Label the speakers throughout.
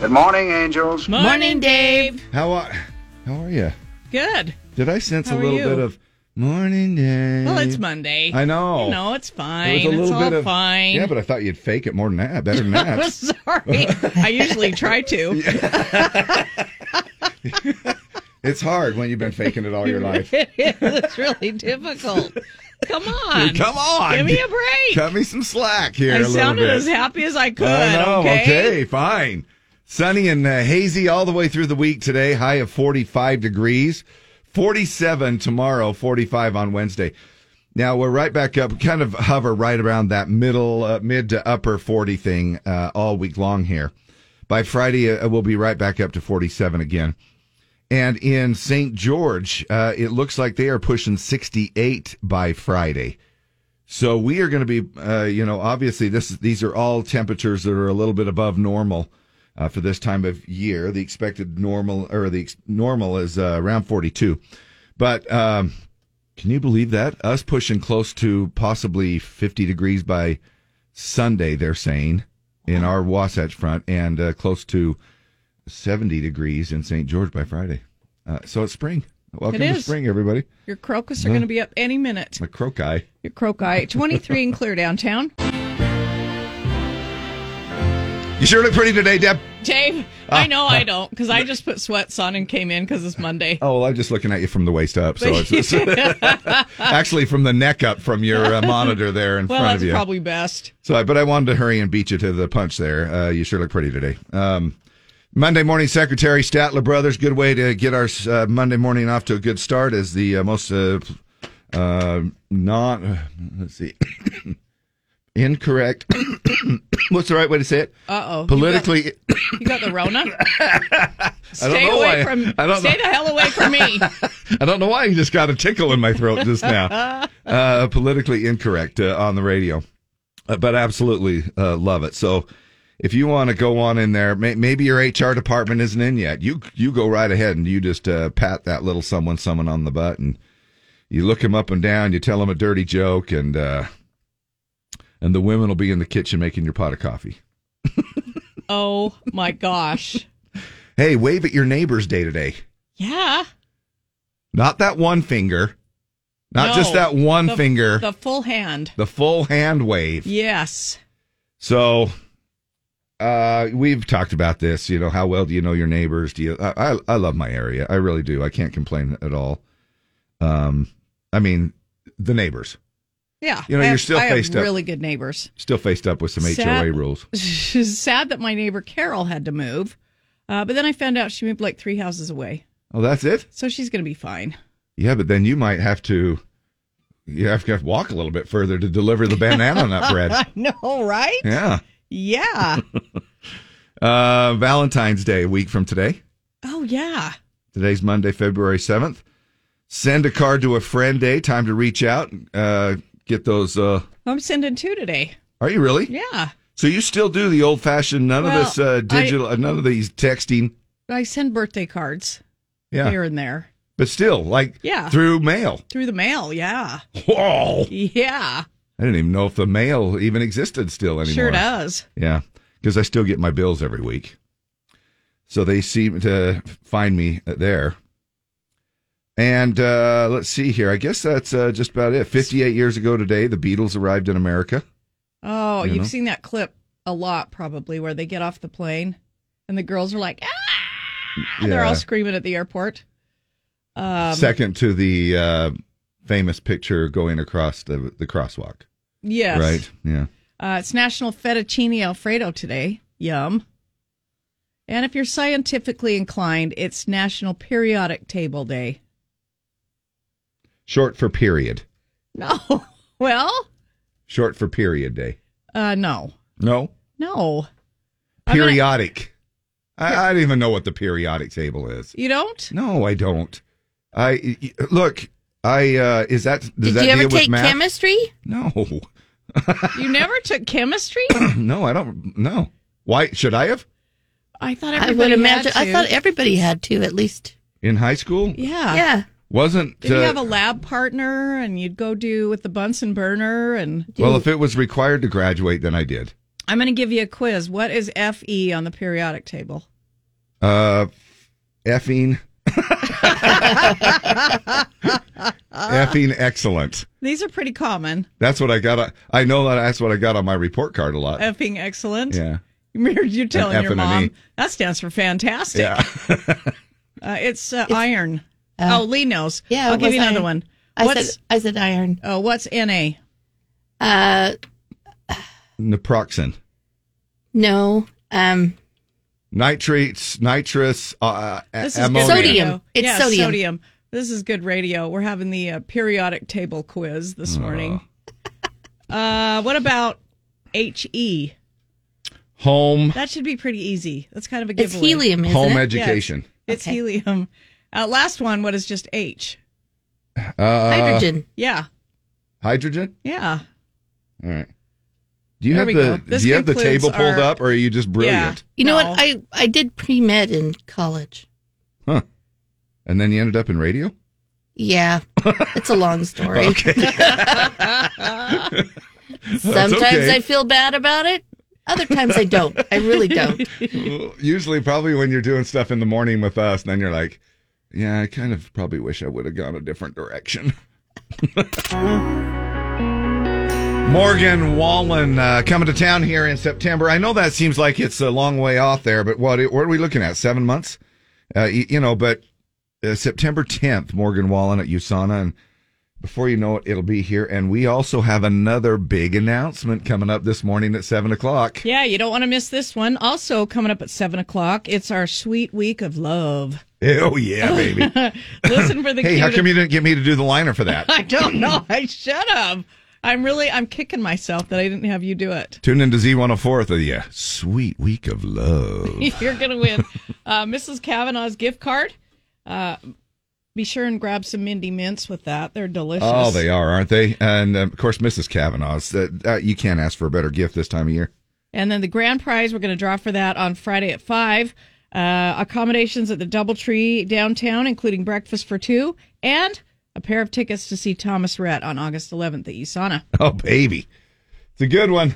Speaker 1: Good morning, angels.
Speaker 2: Morning, Dave.
Speaker 3: How are How are you?
Speaker 2: Good.
Speaker 3: Did I sense
Speaker 2: How
Speaker 3: a
Speaker 2: are
Speaker 3: little
Speaker 2: you?
Speaker 3: bit of morning day?
Speaker 2: Well, it's Monday.
Speaker 3: I know.
Speaker 2: You know, it's fine.
Speaker 3: There was a little
Speaker 2: it's all
Speaker 3: bit of
Speaker 2: fine.
Speaker 3: Yeah, but I thought you'd fake it more than that. Better than that.
Speaker 2: Sorry. I usually try to.
Speaker 3: it's hard when you've been faking it all your life.
Speaker 2: it's really difficult. Come on.
Speaker 3: Come on.
Speaker 2: Give me a break.
Speaker 3: Cut me some slack here. a
Speaker 2: I
Speaker 3: little
Speaker 2: sounded
Speaker 3: bit.
Speaker 2: as happy as I could.
Speaker 3: I know.
Speaker 2: okay?
Speaker 3: fine. Sunny and uh, hazy all the way through the week today. High of 45 degrees, 47 tomorrow, 45 on Wednesday. Now we're right back up, kind of hover right around that middle, uh, mid to upper 40 thing uh, all week long here. By Friday, uh, we'll be right back up to 47 again. And in St. George, uh, it looks like they are pushing 68 by Friday. So we are going to be, uh, you know, obviously this these are all temperatures that are a little bit above normal uh, for this time of year. The expected normal or the ex- normal is uh, around 42, but um, can you believe that us pushing close to possibly 50 degrees by Sunday? They're saying in our Wasatch Front and uh, close to 70 degrees in St. George by Friday. Uh, so it's spring. Welcome to
Speaker 2: is.
Speaker 3: spring, everybody.
Speaker 2: Your crocus are
Speaker 3: No.
Speaker 2: going to be up any minute.
Speaker 3: My croci.
Speaker 2: Your crocus. 23 and clear downtown.
Speaker 3: You sure look pretty today, Deb.
Speaker 2: Dave,
Speaker 3: Ah.
Speaker 2: I know I don't because I just put sweats on and came in because it's Monday.
Speaker 3: Oh, well, I'm just looking at you from the waist up. So it's it's- actually from the neck up from your uh, monitor there in
Speaker 2: well,
Speaker 3: front
Speaker 2: that's
Speaker 3: of you.
Speaker 2: probably best.
Speaker 3: so, I- but I wanted to hurry and beat you to the punch there. Uh, you sure look pretty today. Um, Monday morning, Secretary Statler Brothers. Good way to get our uh, Monday morning off to a good start as the uh, most uh, uh, not let's see incorrect. What's the right way to say it?
Speaker 2: Uh oh.
Speaker 3: Politically,
Speaker 2: You got the Rona? Stay
Speaker 3: know
Speaker 2: away
Speaker 3: why-
Speaker 2: from
Speaker 3: I don't
Speaker 2: stay
Speaker 3: know.
Speaker 2: the hell away from me.
Speaker 3: I don't know why you just got a tickle in my throat just now. Uh, politically incorrect uh, on the radio, uh, but absolutely uh, love it. So if you want to go on in there, may, maybe your HR department isn't in yet. You you go right ahead and you just uh, pat that little someone someone on the butt and you look him up and down. You tell him a dirty joke and uh, and the women will be in the kitchen making your pot of coffee.
Speaker 2: Oh my gosh.
Speaker 3: Hey, wave at your neighbor's day today.
Speaker 2: Yeah.
Speaker 3: Not that one finger, not
Speaker 2: No.
Speaker 3: just that one
Speaker 2: The-
Speaker 3: finger.
Speaker 2: The full hand.
Speaker 3: the full hand wave.
Speaker 2: Yes.
Speaker 3: So, uh, we've talked about this. You know, how well do you know your neighbors? Do you? I, I, I love my area. I really do. I can't complain at all. Um, I mean, the neighbors
Speaker 2: Yeah.
Speaker 3: You know,
Speaker 2: I
Speaker 3: you're
Speaker 2: have-
Speaker 3: still
Speaker 2: I
Speaker 3: faced
Speaker 2: have
Speaker 3: up.
Speaker 2: really good neighbors.
Speaker 3: still faced up with some
Speaker 2: Sad-
Speaker 3: HOA rules.
Speaker 2: Sad that my neighbor Carol had to move. Uh, but then I found out she moved like three houses away.
Speaker 3: Oh, that's it.
Speaker 2: So she's going to be fine.
Speaker 3: Yeah, but then you might have to. You have to walk a little bit further to deliver the banana nut bread.
Speaker 2: I know, right?
Speaker 3: Yeah.
Speaker 2: Yeah.
Speaker 3: Uh, Valentine's Day, a week from today.
Speaker 2: oh, yeah.
Speaker 3: Today's Monday, February 7th. Send a card to a friend day. Time to reach out. Uh, get those. Uh,
Speaker 2: I'm sending two today.
Speaker 3: are you really?
Speaker 2: Yeah.
Speaker 3: So you still do the old fashioned, none
Speaker 2: Well,
Speaker 3: of this uh, digital, uh none of these texting.
Speaker 2: I send birthday cards
Speaker 3: Yeah.
Speaker 2: here and there
Speaker 3: But still, like
Speaker 2: Yeah.
Speaker 3: through mail.
Speaker 2: through the mail. Yeah.
Speaker 3: Whoa.
Speaker 2: Yeah.
Speaker 3: I didn't even know if the mail even existed still anymore.
Speaker 2: Sure does.
Speaker 3: Yeah. Because I still get my bills every week. So they seem to find me there. And uh, let's see here. I guess that's uh, just about it. 58 years ago today, the Beatles arrived in America.
Speaker 2: Oh,
Speaker 3: You
Speaker 2: you have
Speaker 3: know?
Speaker 2: seen that clip a lot probably where they get off the plane and the girls are like, ah! And they're all screaming at the airport. Um,
Speaker 3: second to the uh, famous picture going across the, the crosswalk.
Speaker 2: yes.
Speaker 3: Right? Yeah.
Speaker 2: Uh, it's National Fettuccine Alfredo today. Yum. And if you're scientifically inclined, it's National Periodic Table Day.
Speaker 3: Short for period.
Speaker 2: No. Well,
Speaker 3: Short for period day.
Speaker 2: uh, no.
Speaker 3: No.
Speaker 2: No. I mean,
Speaker 3: Periodic. I, I don't even know what the periodic table is.
Speaker 2: you don't?
Speaker 3: No, I don't. I y- y- look. I uh is that does
Speaker 4: Did
Speaker 3: that
Speaker 4: you ever
Speaker 3: deal with
Speaker 4: take
Speaker 3: math?
Speaker 4: chemistry?
Speaker 3: No,
Speaker 2: You never took chemistry?
Speaker 3: no, I don't. No. Why should I have
Speaker 2: I thought
Speaker 4: I would
Speaker 2: everybody had
Speaker 4: imagine. I
Speaker 2: to.
Speaker 4: thought everybody had to at least.
Speaker 3: in high school?
Speaker 2: yeah.
Speaker 4: yeah.
Speaker 3: Wasn't
Speaker 2: Did you
Speaker 3: uh,
Speaker 2: have a lab partner and you'd go do with the Bunsen burner? And
Speaker 3: well? If it was required to graduate, then I did.
Speaker 2: I'm going to give you a quiz. What is Fe on the E periodic table?
Speaker 3: Uh, effing.
Speaker 2: Uh.
Speaker 3: effing excellent.
Speaker 2: These are pretty common.
Speaker 3: That's what I got. I know that that's what I got on my report card a lot.
Speaker 2: Effing excellent.
Speaker 3: Uh, Yeah.
Speaker 2: You're telling
Speaker 3: An F
Speaker 2: your
Speaker 3: and an
Speaker 2: mom
Speaker 3: E.
Speaker 2: that stands for fantastic.
Speaker 3: Yeah.
Speaker 2: Uh, it's uh, iron. oh, Lee knows.
Speaker 4: uh, Yeah,
Speaker 2: I'll
Speaker 4: it
Speaker 2: give
Speaker 4: was
Speaker 2: you another
Speaker 4: iron.
Speaker 2: one.
Speaker 4: I
Speaker 2: what's
Speaker 4: said I said iron.
Speaker 2: oh, what's Na?
Speaker 4: Uh,
Speaker 3: Naproxen.
Speaker 4: no. Um,
Speaker 3: Nitrates, nitrous, uh,
Speaker 2: This is
Speaker 3: ammonia.
Speaker 2: good radio.
Speaker 4: Sodium. It's
Speaker 2: yeah,
Speaker 4: sodium.
Speaker 2: This is good radio. We're having the uh, periodic table quiz
Speaker 3: Mm.
Speaker 2: this morning. Uh, what about HE?
Speaker 3: Home,
Speaker 2: That should be pretty easy. That's kind of a
Speaker 4: it's
Speaker 2: giveaway.
Speaker 4: helium, isn't
Speaker 3: home
Speaker 4: it?
Speaker 3: education.
Speaker 2: It's
Speaker 4: Okay.
Speaker 2: helium. Uh, last one. What is just H?
Speaker 3: Uh,
Speaker 4: Hydrogen.
Speaker 2: Yeah,
Speaker 3: Hydrogen.
Speaker 2: yeah.
Speaker 3: All right. Do you
Speaker 2: There we go.
Speaker 3: have the
Speaker 2: This
Speaker 3: Do you have the
Speaker 2: concludes
Speaker 3: table pulled
Speaker 2: our-
Speaker 3: up, or are you just brilliant?
Speaker 4: You know
Speaker 2: No.
Speaker 4: what? I I did pre med in college.
Speaker 3: Huh. And then you ended up in radio?
Speaker 4: Yeah, it's a long story. Sometimes
Speaker 3: okay.
Speaker 4: I feel bad about it. Other times I don't. I really don't.
Speaker 3: Usually, probably when you're doing stuff in the morning with us, then you're like, yeah, I kind of probably wish I would have gone a different direction. Morgan Wallen uh, coming to town here in September. I know that seems like it's a long way off there, but what, what are we looking at? Seven months? Uh, y- you know, but uh, September 10th, Morgan Wallen at USANA. And before you know it, it'll be here. And we also have another big announcement coming up this morning at seven o'clock.
Speaker 2: Yeah, you don't want to miss this one. Also, coming up at 7 o'clock, it's our sweet week of love.
Speaker 3: Oh yeah, baby.
Speaker 2: Listen for the
Speaker 3: hey, how
Speaker 2: cute-
Speaker 3: come you didn't get me to do the liner for that?
Speaker 2: I don't know. I should have. I'm really, I'm kicking myself that I didn't have you do it.
Speaker 3: Tune into Z104 for the uh, sweet week of love.
Speaker 2: You're going to win uh, Mrs. Kavanaugh's gift card. Uh, be sure and grab some Mindy Mints with that. They're delicious.
Speaker 3: Oh, they are, aren't they? And um, of course, Mrs. Kavanaugh's. Uh, uh, you can't ask for a better gift this time of year.
Speaker 2: And then the grand prize, we're going to draw for that on Friday at 5. Uh, accommodations at the Doubletree downtown, including breakfast for two, and a pair of tickets to see Thomas Rhett on August 11th at USANA.
Speaker 3: Oh, baby, it's a good one.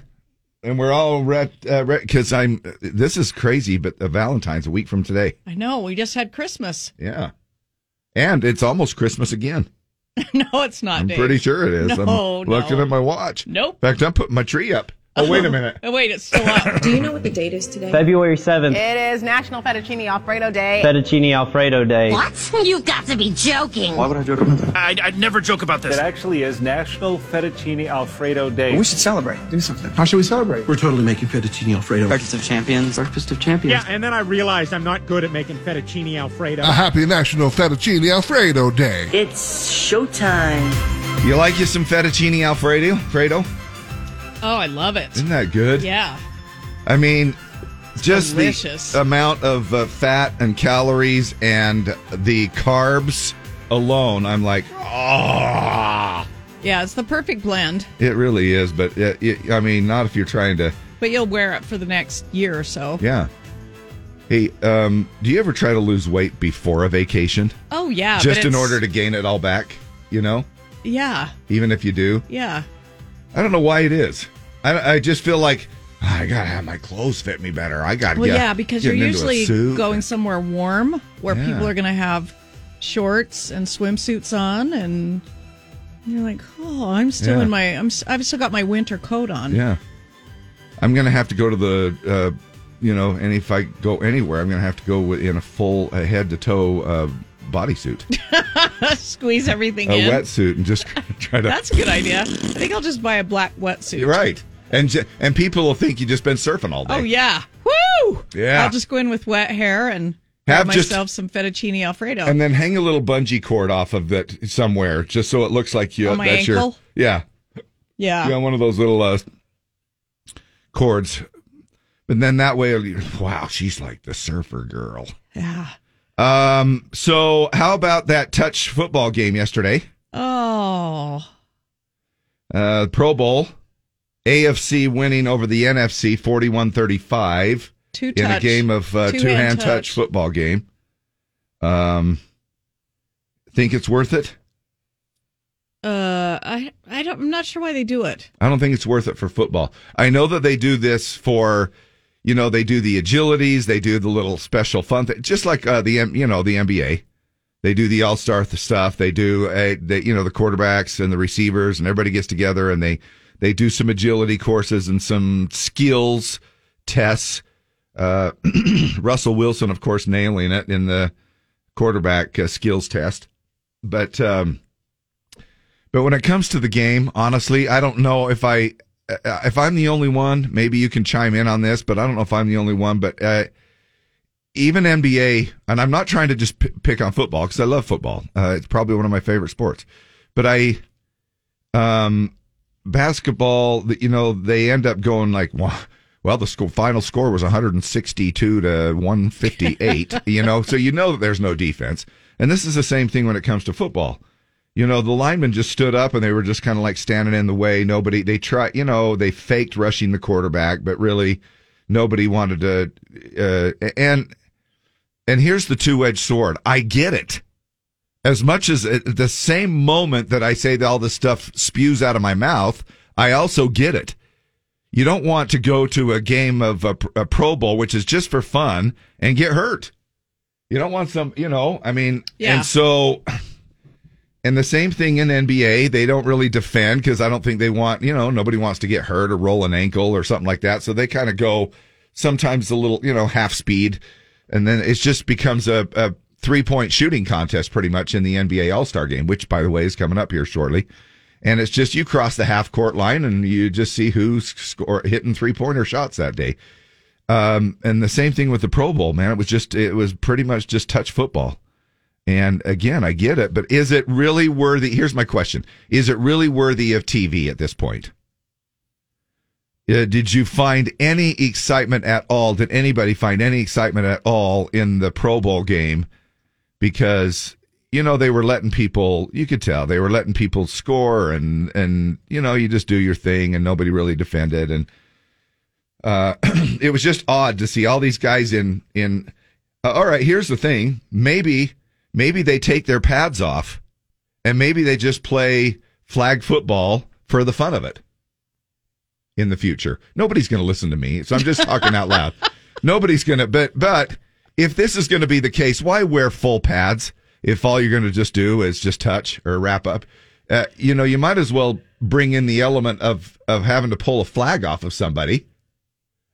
Speaker 3: And we're all ret because I'm. uh, This is crazy, but uh, Valentine's a week from today.
Speaker 2: I know, we just had Christmas.
Speaker 3: Yeah, and it's almost Christmas again.
Speaker 2: no, it's not,
Speaker 3: I'm
Speaker 2: Dave.
Speaker 3: pretty sure it is.
Speaker 2: No,
Speaker 3: I'm looking
Speaker 2: no.
Speaker 3: at my watch.
Speaker 2: Nope.
Speaker 3: In fact, I'm putting my tree up. Oh, wait a minute.
Speaker 2: Oh, wait, it's still up.
Speaker 1: Do you know what the date is today?
Speaker 5: February
Speaker 2: Eh.
Speaker 5: 7th,
Speaker 6: It is National Fettuccine Alfredo Day.
Speaker 5: Fettuccine Alfredo Day.
Speaker 7: What? You've got to be joking.
Speaker 8: Why would I joke about that?
Speaker 9: I'd, I'd never joke about this.
Speaker 10: It actually is National Fettuccine Alfredo Day.
Speaker 8: We should celebrate. Do something. How should we celebrate? We're totally making fettuccine alfredo. Breakfast of champions. Breakfast of champions.
Speaker 11: Yeah, and then I realized I'm not good at making fettuccine alfredo.
Speaker 10: happy National Fettuccine Alfredo Day.
Speaker 7: It's showtime.
Speaker 3: You like you some fettuccine alfredo? Fredo?
Speaker 2: oh, I love it.
Speaker 3: Isn't that good?
Speaker 2: Yeah.
Speaker 3: I mean, just
Speaker 2: delicious.
Speaker 3: the amount of uh, fat and calories and the carbs alone. I'm like, ah,
Speaker 2: Yeah, it's the perfect blend,
Speaker 3: it really is. But it, it, I mean, not if you're trying to.
Speaker 2: but you'll wear it for the next year or so.
Speaker 3: Yeah. Hey, um, do you ever try to lose weight before a vacation,
Speaker 2: Oh yeah,
Speaker 3: just
Speaker 2: but
Speaker 3: in
Speaker 2: it's-
Speaker 3: order to gain it all back? You know,
Speaker 2: Yeah,
Speaker 3: even if you do,
Speaker 2: yeah.
Speaker 3: I don't know why it is. I, I just feel like "Ah, I gotta have my clothes fit me better. I gotta.
Speaker 2: Well, yeah,
Speaker 3: get-
Speaker 2: because you're
Speaker 3: Ah, getting into a
Speaker 2: usually
Speaker 3: suit.
Speaker 2: going somewhere warm where
Speaker 3: Yeah.
Speaker 2: people are going to have shorts and swimsuits on, and you're like, oh, I'm still
Speaker 3: Yeah.
Speaker 2: in my, I'm, s- I've still got my winter coat on.
Speaker 3: Yeah. I'm going to have to go to the, uh, you know, and if I go anywhere, I'm going to have to go wi- in a full uh, head to toe uh, bodysuit,
Speaker 2: Squeeze everything
Speaker 3: a
Speaker 2: in.
Speaker 3: wetsuit, and just try to.
Speaker 2: That's a good idea. I think I'll just buy a black wetsuit.
Speaker 3: You're right. And ju- and people will think you've just been surfing all day.
Speaker 2: Oh yeah. Woo!
Speaker 3: Yeah.
Speaker 2: I'll just go in with wet hair and
Speaker 3: Have
Speaker 2: have
Speaker 3: just-
Speaker 2: myself some fettuccine alfredo.
Speaker 3: And then hang a little bungee cord off of that somewhere, just so it looks like you.
Speaker 2: On my
Speaker 3: that's
Speaker 2: ankle?
Speaker 3: Your, yeah,
Speaker 2: yeah.
Speaker 3: yeah, one of those little uh, cords. And then that way, it'll- wow, she's like the surfer girl.
Speaker 2: Yeah.
Speaker 3: Um, so how about that touch football game yesterday?
Speaker 2: Oh.
Speaker 3: Uh, Pro Bowl, AFC winning over the NFC 41 35
Speaker 2: Two
Speaker 3: in
Speaker 2: touch.
Speaker 3: a game of uh, two
Speaker 2: Two-hand
Speaker 3: hand touch
Speaker 2: touch.
Speaker 3: football game. Um, think it's worth it?
Speaker 2: Uh, I I don't. I'm not sure why they do it.
Speaker 3: I don't think it's worth it for football. I know that they do this for, you know, they do the agilities, they do the little special fun thing, just like uh, the M- you know the NBA. They do the all star stuff. They do uh, they, you know the quarterbacks and the receivers, and everybody gets together and they they do some agility courses and some skills tests. Uh, Russell Wilson, of course, nailing it in the quarterback uh, skills test, but. Um, but when it comes to the game, honestly, I don't know if I uh, if I'm the only one. Maybe you can chime in on this, but I don't know if I'm the only one. But uh, even NBA, and I'm not trying to just p- pick on football because I love football. Uh, it's probably one of my favorite sports. But I, um, basketball, th- you know, they end up going like, well, well the sco- final score was 162 to 158. you know, so you know that there's no defense. And this is the same thing when it comes to football you know, the linemen just stood up and they were just kind of like standing in the way. Nobody, they tried, you know, they faked rushing the quarterback, but really nobody wanted to. Uh, and and here's the two edged sword. I get it. As much as at the same moment that I say that all this stuff spews out of my mouth, I also get it. You don't want to go to a game of a, a Pro Bowl, which is just for fun, and get hurt. You don't want some, you know, I mean,
Speaker 1: Yeah.
Speaker 3: and so. And the same thing in NBA, they don't really defend because I don't think they want, you know, nobody wants to get hurt or roll an ankle or something like that. So they kind of go sometimes a little, you know, half speed. And then it just becomes a, a three point shooting contest pretty much in the NBA All Star game, which by the way is coming up here shortly. And it's just you cross the half court line and you just see who's score, hitting three pointer shots that day. Um, and the same thing with the Pro Bowl, man. It was just, it was pretty much just touch football. And again, I get it, but is it really worthy? Here's my question Is it really worthy of TV at this point? Uh, did you find any excitement at all? Did anybody find any excitement at all in the Pro Bowl game? Because, you know, they were letting people, you could tell, they were letting people score and, and, you know, you just do your thing and nobody really defended. And, uh, it was just odd to see all these guys in in. Uh, all right, here's the thing. Maybe maybe they take their pads off, and maybe they just play flag football for the fun of it. In the future, nobody's going to listen to me, so I'm just talking out loud. Nobody's going to. But but if this is going to be the case, why wear full pads if all you're going to just do is just touch or wrap up? Uh, you know, you might as well bring in the element of of having to pull a flag off of somebody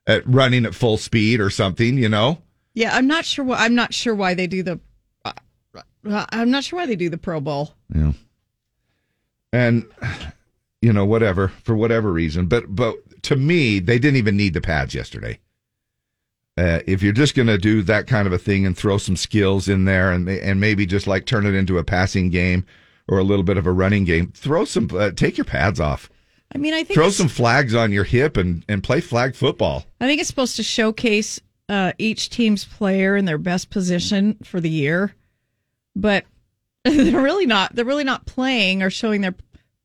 Speaker 3: at running at full speed or something, you know?
Speaker 2: Yeah, I'm not sure. Why, I'm not sure why they do the. uh, uh, I'm not sure why they do the Pro Bowl.
Speaker 3: Yeah. And you know, whatever, for whatever reason. But but to me, they didn't even need the pads yesterday. Uh, if you're just going to do that kind of a thing and throw some skills in there and and maybe just like turn it into a passing game or a little bit of a running game, throw some uh, take your pads off.
Speaker 2: I mean, I think
Speaker 3: Throw
Speaker 2: it's-
Speaker 3: some flags on your hip and and play flag football.
Speaker 2: I think it's supposed to showcase uh, each team's player in their best position for the year, but they're really not. They're really not playing or showing their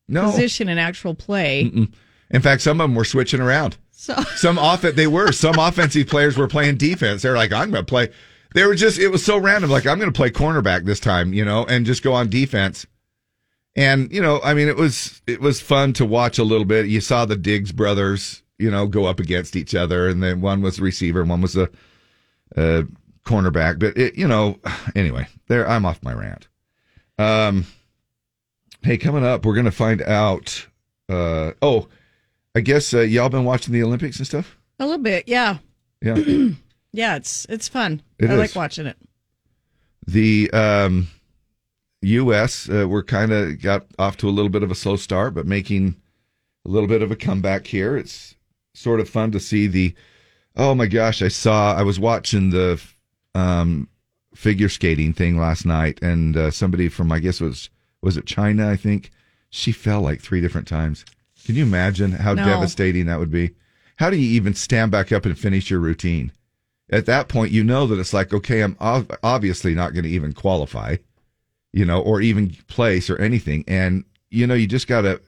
Speaker 3: No.
Speaker 2: position in actual play.
Speaker 3: Mm-mm. In fact, some of them were switching around.
Speaker 2: So
Speaker 3: some off they were some offensive players were playing defense. They're like, I'm going to play. They were just it was so random. Like I'm going to play cornerback this time, you know, and just go on defense. And you know, I mean, it was it was fun to watch a little bit. You saw the Diggs brothers, you know, go up against each other, and then one was receiver, and one was a, a cornerback. But it, you know, anyway, there I'm off my rant. Um, hey, coming up, we're going to find out. Uh, oh, I guess uh, y'all been watching the Olympics and stuff.
Speaker 2: a little bit, yeah,
Speaker 3: Yeah.
Speaker 2: yeah. It's it's fun.
Speaker 3: It
Speaker 2: I
Speaker 3: is.
Speaker 2: like watching it.
Speaker 3: the um, U.S. Uh, we're kind of got off to a little bit of a slow start, but making a little bit of a comeback here. It's sort of fun to see the. Oh my gosh! I saw. I was watching the um, figure skating thing last night, and uh, somebody from I guess it was was it China? I think she fell like three different times. Can you imagine how
Speaker 9: No.
Speaker 3: devastating that would be? How do you even stand back up and finish your routine? At that point, you know that it's like, okay, I'm ob- obviously not going to even qualify, you know, or even place or anything. And, you know, you just got to,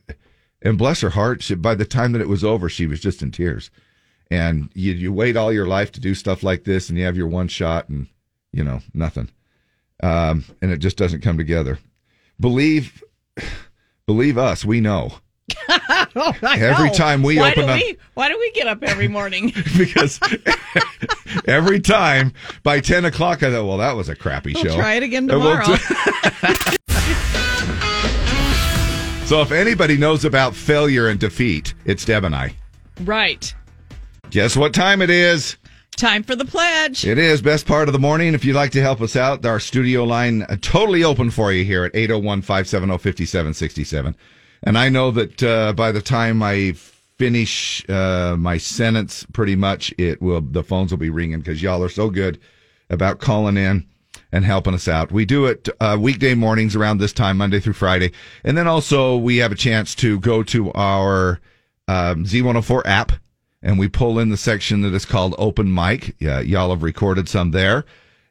Speaker 3: and bless her heart, she, by the time that it was over, she was just in tears. And you, you wait all your life to do stuff like this, and you have your one shot, and, you know, nothing. Um, and it just doesn't come together. Believe, believe us, we know.
Speaker 2: Oh, I
Speaker 3: Every
Speaker 2: know.
Speaker 3: time we
Speaker 2: why
Speaker 3: open
Speaker 2: do
Speaker 3: up-
Speaker 2: we, why do we get up every morning?
Speaker 3: because every time by 10 o'clock, I thought, well, that was a crappy
Speaker 2: We'll
Speaker 3: show.
Speaker 2: try it again
Speaker 3: And we'll
Speaker 2: tomorrow.
Speaker 3: t- so if anybody knows about failure and defeat, it's Deb and I.
Speaker 2: right.
Speaker 3: Guess what time it is?
Speaker 2: Time for the pledge.
Speaker 3: It is best part of the morning. If you'd like to help us out, our studio line uh, totally open for you here at 801-570-5767. And I know that uh, by the time I finish uh, my sentence, pretty much it will the phones will be ringing because y'all are so good about calling in and helping us out. We do it uh, weekday mornings around this time, Monday through Friday, and then also we have a chance to go to our um, Z104 app and we pull in the section that is called open mic. Yeah, y'all have recorded some there,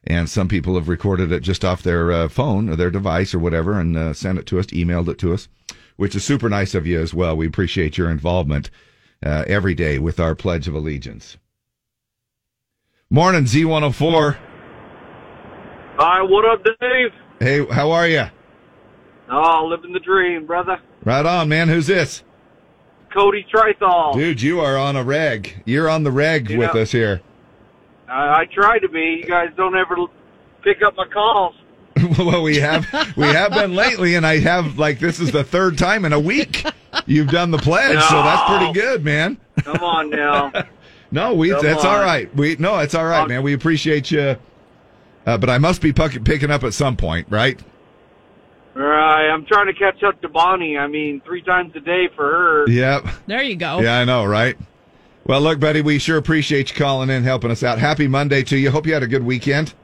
Speaker 3: and some people have recorded it just off their uh, phone or their device or whatever, and uh, sent it to us, emailed it to us, which is super nice of you as well. We appreciate your involvement uh, every day with our pledge of allegiance. Morning, Z104.
Speaker 12: Hi, what up, Dave?
Speaker 3: Hey, how are you?
Speaker 12: Oh, living the dream, brother.
Speaker 3: Right on, man. Who's this?
Speaker 12: Cody Trithall.
Speaker 3: Dude, you are on a reg. You're on the reg
Speaker 12: Yeah.
Speaker 3: with us here.
Speaker 12: I, I try to be. You guys don't ever l- pick up my calls.
Speaker 3: well, we have we have been lately, and I have like this is the third time in a week you've done the pledge, so that's pretty good, man.
Speaker 12: Come on now.
Speaker 3: No, we
Speaker 12: Come
Speaker 3: that's
Speaker 12: on.
Speaker 3: all right. We no, it's all right, man. We appreciate you, uh, but I must be puck- picking up at some point, right?
Speaker 12: All right, I'm trying to catch up to Bonnie. I mean, three times a day for her.
Speaker 3: Yep.
Speaker 2: There you go.
Speaker 3: Yeah, I know, right? Well, look, buddy, we sure appreciate you calling in, helping us out. Happy Monday to you. Hope you had a good weekend.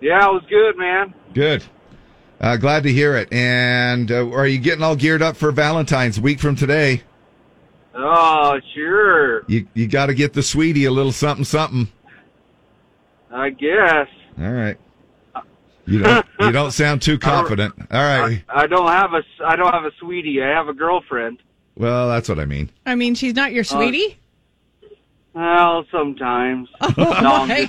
Speaker 12: Yeah, it was good, man.
Speaker 3: Good. Uh, glad to hear it. And uh, are you getting all geared up for Valentine's week from today?
Speaker 12: Oh, sure.
Speaker 3: You you got to get the sweetie a little something something.
Speaker 12: I guess.
Speaker 3: All right. You don't you don't sound too confident. All right.
Speaker 12: I don't have a s- I don't have a sweetie. I have a girlfriend.
Speaker 3: Well, that's what I mean.
Speaker 2: I mean, she's not
Speaker 12: Oh,
Speaker 2: your sweetie.
Speaker 12: Well, sometimes. Oh
Speaker 2: my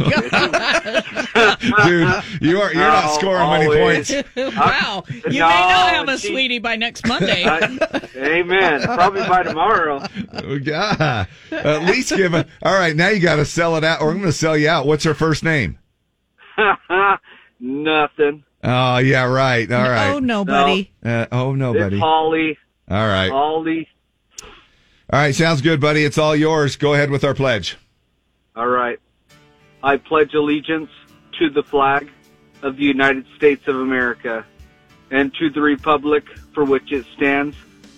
Speaker 3: Dude, you are you're not
Speaker 12: No,
Speaker 3: scoring many
Speaker 12: always.
Speaker 3: points.
Speaker 2: wow. You may
Speaker 12: No,
Speaker 2: not have a
Speaker 12: she-
Speaker 2: sweetie by next Monday.
Speaker 12: Amen. Probably by tomorrow.
Speaker 3: Oh, Yeah. At least give a All right, now you got to sell it out or I'm going to sell you out. What's her first name?
Speaker 12: Nothing.
Speaker 3: Oh, yeah, right. All
Speaker 2: Oh,
Speaker 3: right.
Speaker 2: no, buddy.
Speaker 3: Uh, oh no,
Speaker 12: It's
Speaker 3: buddy. All
Speaker 12: Holly.
Speaker 3: right. All
Speaker 12: Holly.
Speaker 3: right, sounds good, buddy. It's all yours. Go ahead with our pledge.
Speaker 12: All right. I pledge allegiance to the flag of the United States of America and to the republic for which it stands,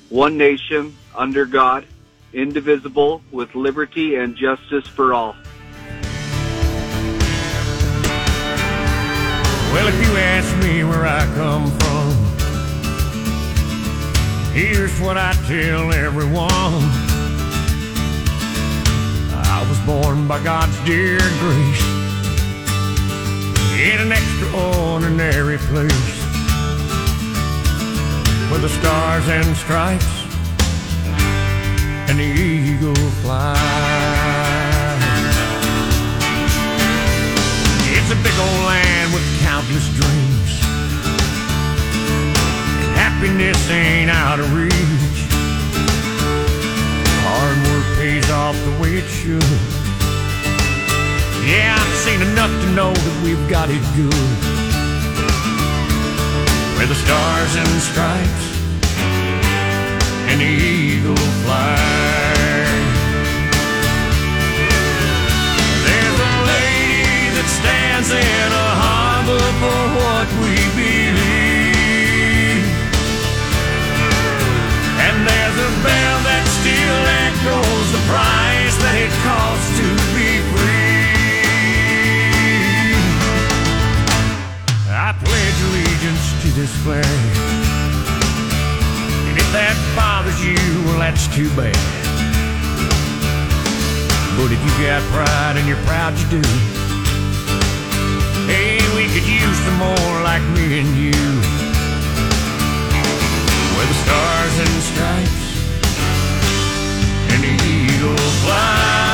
Speaker 12: one nation, under God, indivisible, with liberty and justice for all.
Speaker 9: Well, if you ask me where I come from, here's what I tell everyone. I was born by God's dear grace in an extraordinary place where the stars and stripes and the eagle flies. It's a big old land with countless dreams. And happiness ain't out of reach. Hard work pays off the way it should. Yeah, I've seen enough to know that we've got it good. Where the stars and stripes and the eagle flies. There's a lady that stands in a harbor for what we believe. And there's a bell that still echoes the price that it costs to be free. I pledge allegiance to this flag. And if that bothers you, well, that's too bad. But if you got pride and you're proud you do, hey, we could use some more like me and you. Where the stars and stripes and the eagle fly.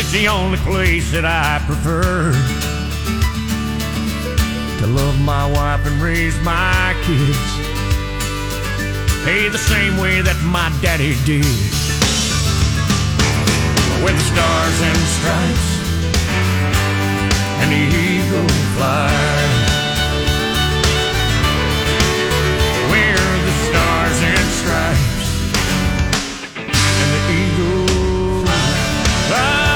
Speaker 9: It's the only place that I prefer to love my wife and raise my kids. Hey, the same way that my daddy did. With the stars and stripes and the eagle flies. Where the stars and stripes and the eagle flies.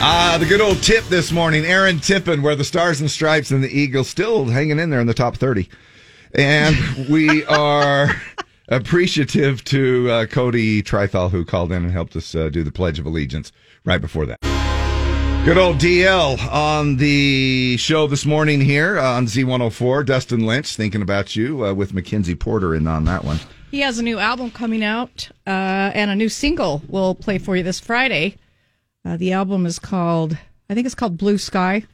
Speaker 3: Ah, the good old tip this morning, Aaron Tippin, where the Stars and Stripes and the Eagles still hanging in there in the top 30. And we are appreciative to uh, Cody Trifal, who called in and helped us uh, do the Pledge of Allegiance right before that. Good old DL on the show this morning here uh, on Z104. Dustin Lynch thinking about you uh, with Mackenzie Porter in on that one.
Speaker 2: He has a new album coming out uh, and a new single we'll play for you this Friday. Uh, the album is called, I think it's called Blue Sky.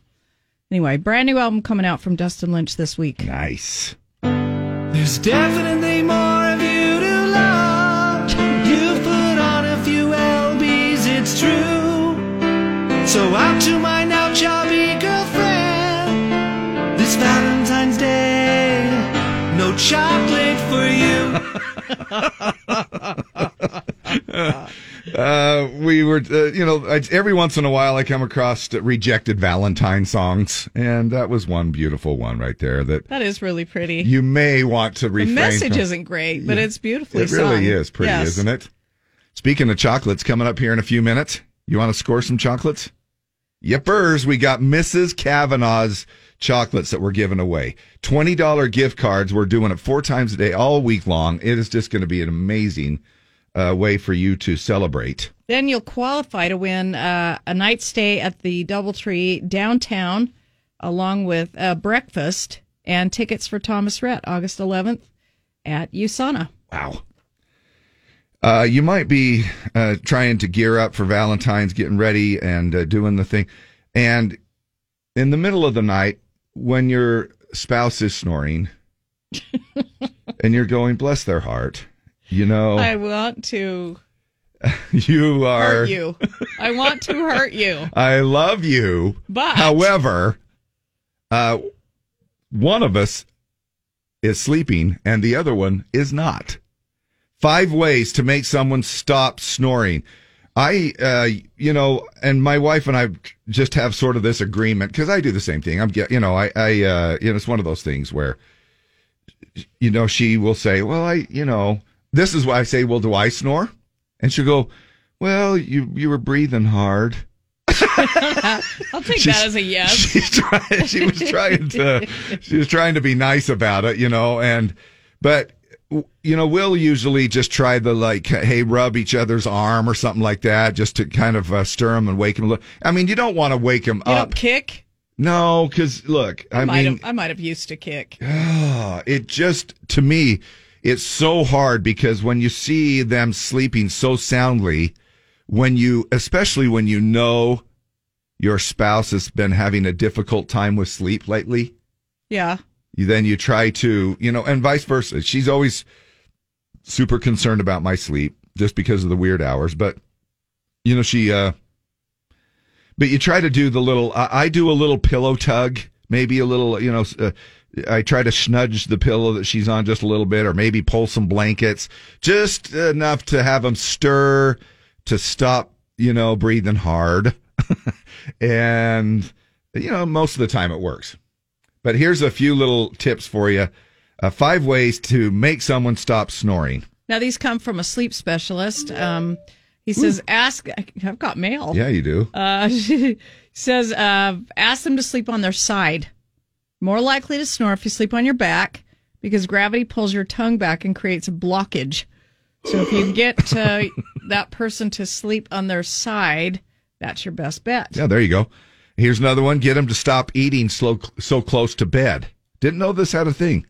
Speaker 2: Anyway, brand new album coming out from Dustin Lynch this week.
Speaker 3: Nice.
Speaker 9: There's definitely more of you to love. You've put on a few LBs, it's true. So out to my now chubby girlfriend. This Valentine's Day, no chocolate for you.
Speaker 3: Uh, we were, uh, you know, I, every once in a while I come across rejected Valentine songs, and that was one beautiful one right there that
Speaker 2: That is really pretty.
Speaker 3: you may want to
Speaker 2: the
Speaker 3: refrain.
Speaker 2: message
Speaker 3: from.
Speaker 2: isn't great, but
Speaker 3: Yeah.
Speaker 2: it's beautifully
Speaker 3: It really
Speaker 2: sung.
Speaker 3: is pretty,
Speaker 2: Yes.
Speaker 3: isn't it? Speaking of chocolates, coming up here in a few minutes. You want to score some chocolates? Yippers, we got Mrs. Kavanaugh's chocolates that we're giving away. $20 gift cards. We're doing it four times a day all week long. It is just going to be an amazing uh, way for you to celebrate.
Speaker 2: Then you'll qualify to win uh, a night stay at the Doubletree downtown, along with uh, breakfast and tickets for Thomas Rhett, August 11th at USANA.
Speaker 3: Wow. Uh, you might be uh, trying to gear up for Valentine's, getting ready and uh, doing the thing. And in the middle of the night, when your spouse is snoring and you're going, bless their heart, you know,
Speaker 2: I want to
Speaker 3: you are,
Speaker 2: hurt you. I want to hurt you.
Speaker 3: I love you.
Speaker 2: But-
Speaker 3: however, uh, one of us is sleeping and the other one is not. Five ways to make someone stop snoring. I, uh, you know, and my wife and I just have sort of this agreement because I do the same thing. I'm, get- you know, I, I, uh, you know, it's one of those things where, you know, she will say, well, I, you know, this is why I say, well, do I snore? And she'll go, well, you, you were breathing hard.
Speaker 2: I'll take
Speaker 3: She's-
Speaker 2: that as a yes.
Speaker 3: she's trying, she was trying to she was trying to be nice about it, you know, and but you know, we'll usually just try the like, hey, rub each other's arm or something like that, just to kind of uh, stir them and wake them. I mean, you don't want to wake them
Speaker 2: You
Speaker 3: up,
Speaker 2: don't kick.
Speaker 3: no, because look, I,
Speaker 2: I, might
Speaker 3: mean,
Speaker 2: have, I might have used to kick.
Speaker 3: ah, it just to me, it's so hard because when you see them sleeping so soundly, when you, especially when you know your spouse has been having a difficult time with sleep lately,
Speaker 2: Yeah.
Speaker 3: you, then you try to, you know, and vice versa. She's always super concerned about my sleep just because of the weird hours, but you know, she, uh, but you try to do the little, I, I do a little pillow tug, maybe a little, you know, s- uh, I try to snudge the pillow that she's on just a little bit, or maybe pull some blankets, just enough to have them stir to stop, you know, breathing hard. and, you know, most of the time it works. But here's a few little tips for you uh, five ways to make someone stop snoring.
Speaker 2: Now, these come from a sleep specialist. Um, he says, ask, I've got mail.
Speaker 3: Yeah, you do.
Speaker 2: Uh, says, uh, ask them to sleep on their side. More likely to snore if you sleep on your back because gravity pulls your tongue back and creates a blockage. So if you get uh, that person to sleep on their side, that's your best bet.
Speaker 3: Yeah, there you go. Here's another one. Get them to stop eating slow, so close to bed. Didn't know this had a thing.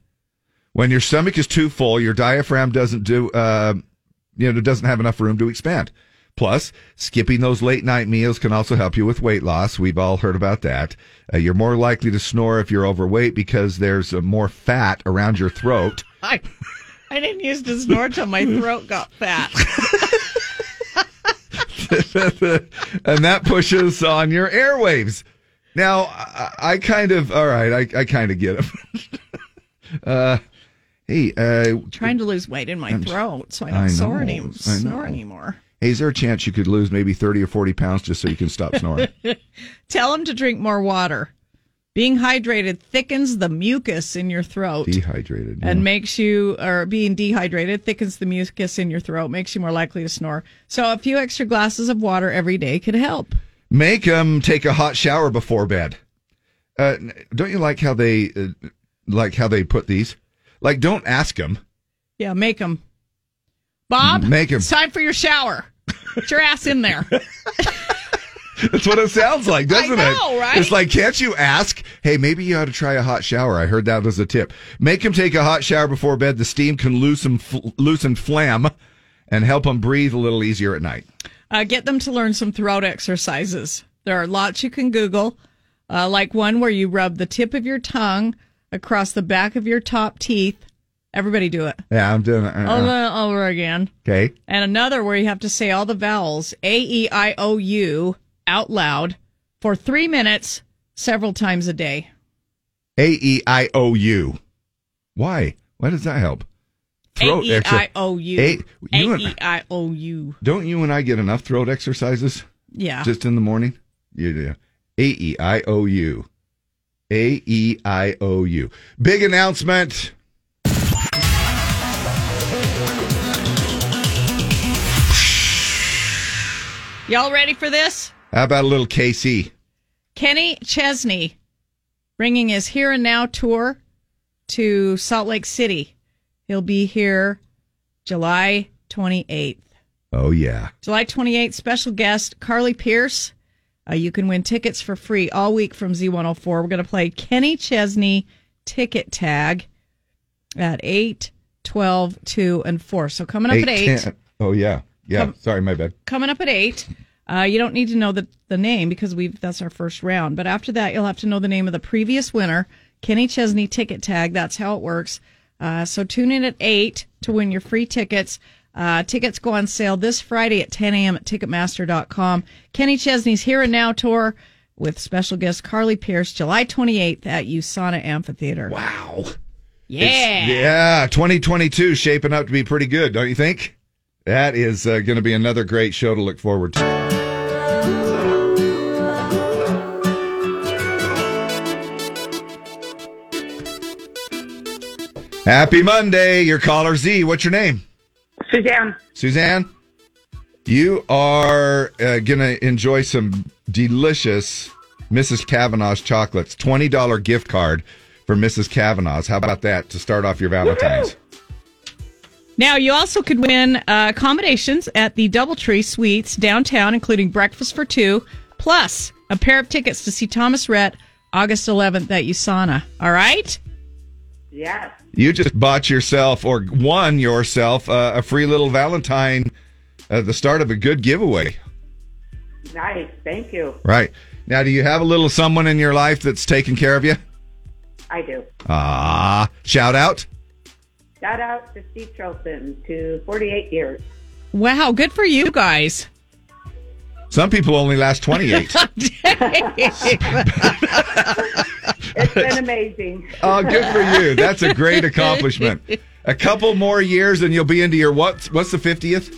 Speaker 3: When your stomach is too full, your diaphragm doesn't do, uh, you know, doesn't have enough room to expand. Plus, skipping those late night meals can also help you with weight loss. We've all heard about that. Uh, you're more likely to snore if you're overweight because there's uh, more fat around your throat.
Speaker 2: I, I didn't use to snore till my throat got fat.
Speaker 3: and that pushes on your airwaves. Now, I, I kind of, all right, I, I kind of get it. uh, hey, uh,
Speaker 2: Trying to lose weight in my
Speaker 3: I'm-
Speaker 2: throat so I
Speaker 3: I
Speaker 2: don't snore,
Speaker 3: know,
Speaker 2: any,
Speaker 3: I know.
Speaker 2: snore anymore.
Speaker 3: hey, is there a chance you could lose maybe 30 or 40 pounds just so you can stop snoring?
Speaker 2: Tell them to drink more water. Being hydrated thickens the mucus in your throat.
Speaker 3: Dehydrated. yeah.
Speaker 2: and makes you or being dehydrated thickens the mucus in your throat makes you more likely to snore so a few extra glasses of water every day could help
Speaker 3: Make them take a hot shower before bed. Uh, n- don't you like how they uh, like how they put these? Like, don't ask them.
Speaker 2: yeah make them bob
Speaker 3: Make 'em.
Speaker 2: it's time for your shower Put your ass in there.
Speaker 3: That's what it sounds like, doesn't
Speaker 2: know,
Speaker 3: it?
Speaker 2: right?
Speaker 3: It's like, can't you ask? Hey, maybe you ought to try a hot shower. I heard that was a tip. Make him take a hot shower before bed. The steam can loosen fl- loosen phlegm and help him breathe a little easier at night.
Speaker 2: Uh, get them to learn some throat exercises. There are lots you can Google, uh, like one where you rub the tip of your tongue across the back of your top teeth. Everybody do it.
Speaker 3: Yeah, I'm doing it.
Speaker 2: All over, over again.
Speaker 3: Okay.
Speaker 2: And another where you have to say all the vowels, A, E, I, O, U, out loud for three minutes, several times a day.
Speaker 3: A E I O U. Why? Why does that help?
Speaker 2: A, E,
Speaker 3: exer-
Speaker 2: I, O, U.
Speaker 3: A-
Speaker 2: A,
Speaker 3: you and-
Speaker 2: E, I, O, U.
Speaker 3: Don't you and I get enough throat exercises?
Speaker 2: Yeah.
Speaker 3: Just in the morning? You do. A E I O U. A E I O U. Big announcement.
Speaker 2: Y'all ready for this?
Speaker 3: How about a little KC?
Speaker 2: Kenny Chesney bringing his Here and Now tour to Salt Lake City. He'll be here July 28th.
Speaker 3: Oh, yeah.
Speaker 2: July 28th, special guest Carly Pierce. Uh, you can win tickets for free all week from Z104. We're going to play Kenny Chesney ticket tag at 8, 12, 2, and 4. So coming up at 8.
Speaker 3: 10. Oh, yeah. Yeah. Sorry, my bad.
Speaker 2: coming up at eight. Uh, you don't need to know the, the name because we've that's our first round. But after that, you'll have to know the name of the previous winner, Kenny Chesney ticket tag. That's how it works. Uh, so tune in at eight to win your free tickets. Uh, tickets go on sale this Friday at 10 a.m. at Ticketmaster.com. Kenny Chesney's Here and Now tour with special guest Carly Pierce, July 28th at USANA Amphitheater.
Speaker 3: Wow.
Speaker 2: Yeah.
Speaker 3: Yeah. 2022 shaping up to be pretty good, don't you think? That is uh, going to be another great show to look forward to. Happy Monday. Your caller Z. What's your name?
Speaker 13: Suzanne.
Speaker 3: Suzanne, you are uh, going to enjoy some delicious Mrs. Kavanaugh's chocolates. $20 gift card for Mrs. Kavanaugh's. How about that to start off your Valentine's?
Speaker 2: Now, you also could win uh, accommodations at the Doubletree Suites downtown, including breakfast for two, plus a pair of tickets to see Thomas Rhett August 11th at USANA. All right?
Speaker 13: Yes.
Speaker 3: You just bought yourself or won yourself uh, a free little Valentine, uh, the start of a good giveaway.
Speaker 13: Nice. Thank you.
Speaker 3: Right. Now, do you have a little someone in your life that's taking care of you?
Speaker 13: I do.
Speaker 3: Ah, shout out.
Speaker 13: Shout out to Steve Charlton to 48 years.
Speaker 2: Wow, good for you guys.
Speaker 3: Some people only last 28.
Speaker 13: it's been amazing.
Speaker 3: Oh, good for you. That's a great accomplishment. A couple more years and you'll be into your what? What's the 50th?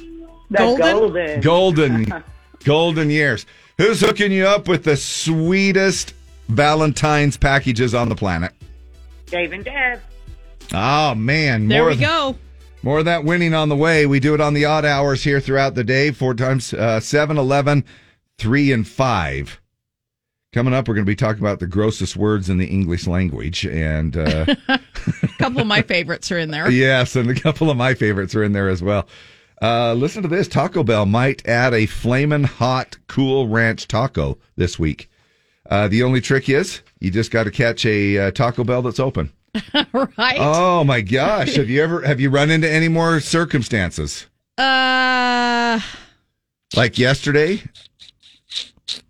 Speaker 13: The golden.
Speaker 3: Golden. Golden years. Who's hooking you up with the sweetest Valentine's packages on the planet?
Speaker 13: Dave and Deb.
Speaker 3: Oh, man.
Speaker 13: There
Speaker 3: more
Speaker 13: we
Speaker 3: of-
Speaker 13: go.
Speaker 3: More of that winning on the way. We do it on the odd hours here throughout the day, four times uh, 7, 11, 3, and 5. Coming up, we're going to be talking about the grossest words in the English language. And. Uh,
Speaker 2: A couple of my favorites are in there.
Speaker 3: Yes, and a couple of my favorites are in there as well. Uh, listen to this Taco Bell might add a flamin' hot cool ranch taco this week. Uh, the only trick is you just got to catch a uh, Taco Bell that's open.
Speaker 2: right?
Speaker 3: Oh my gosh! Have you ever have you run into any more circumstances
Speaker 2: Oh. Uh,
Speaker 3: like yesterday?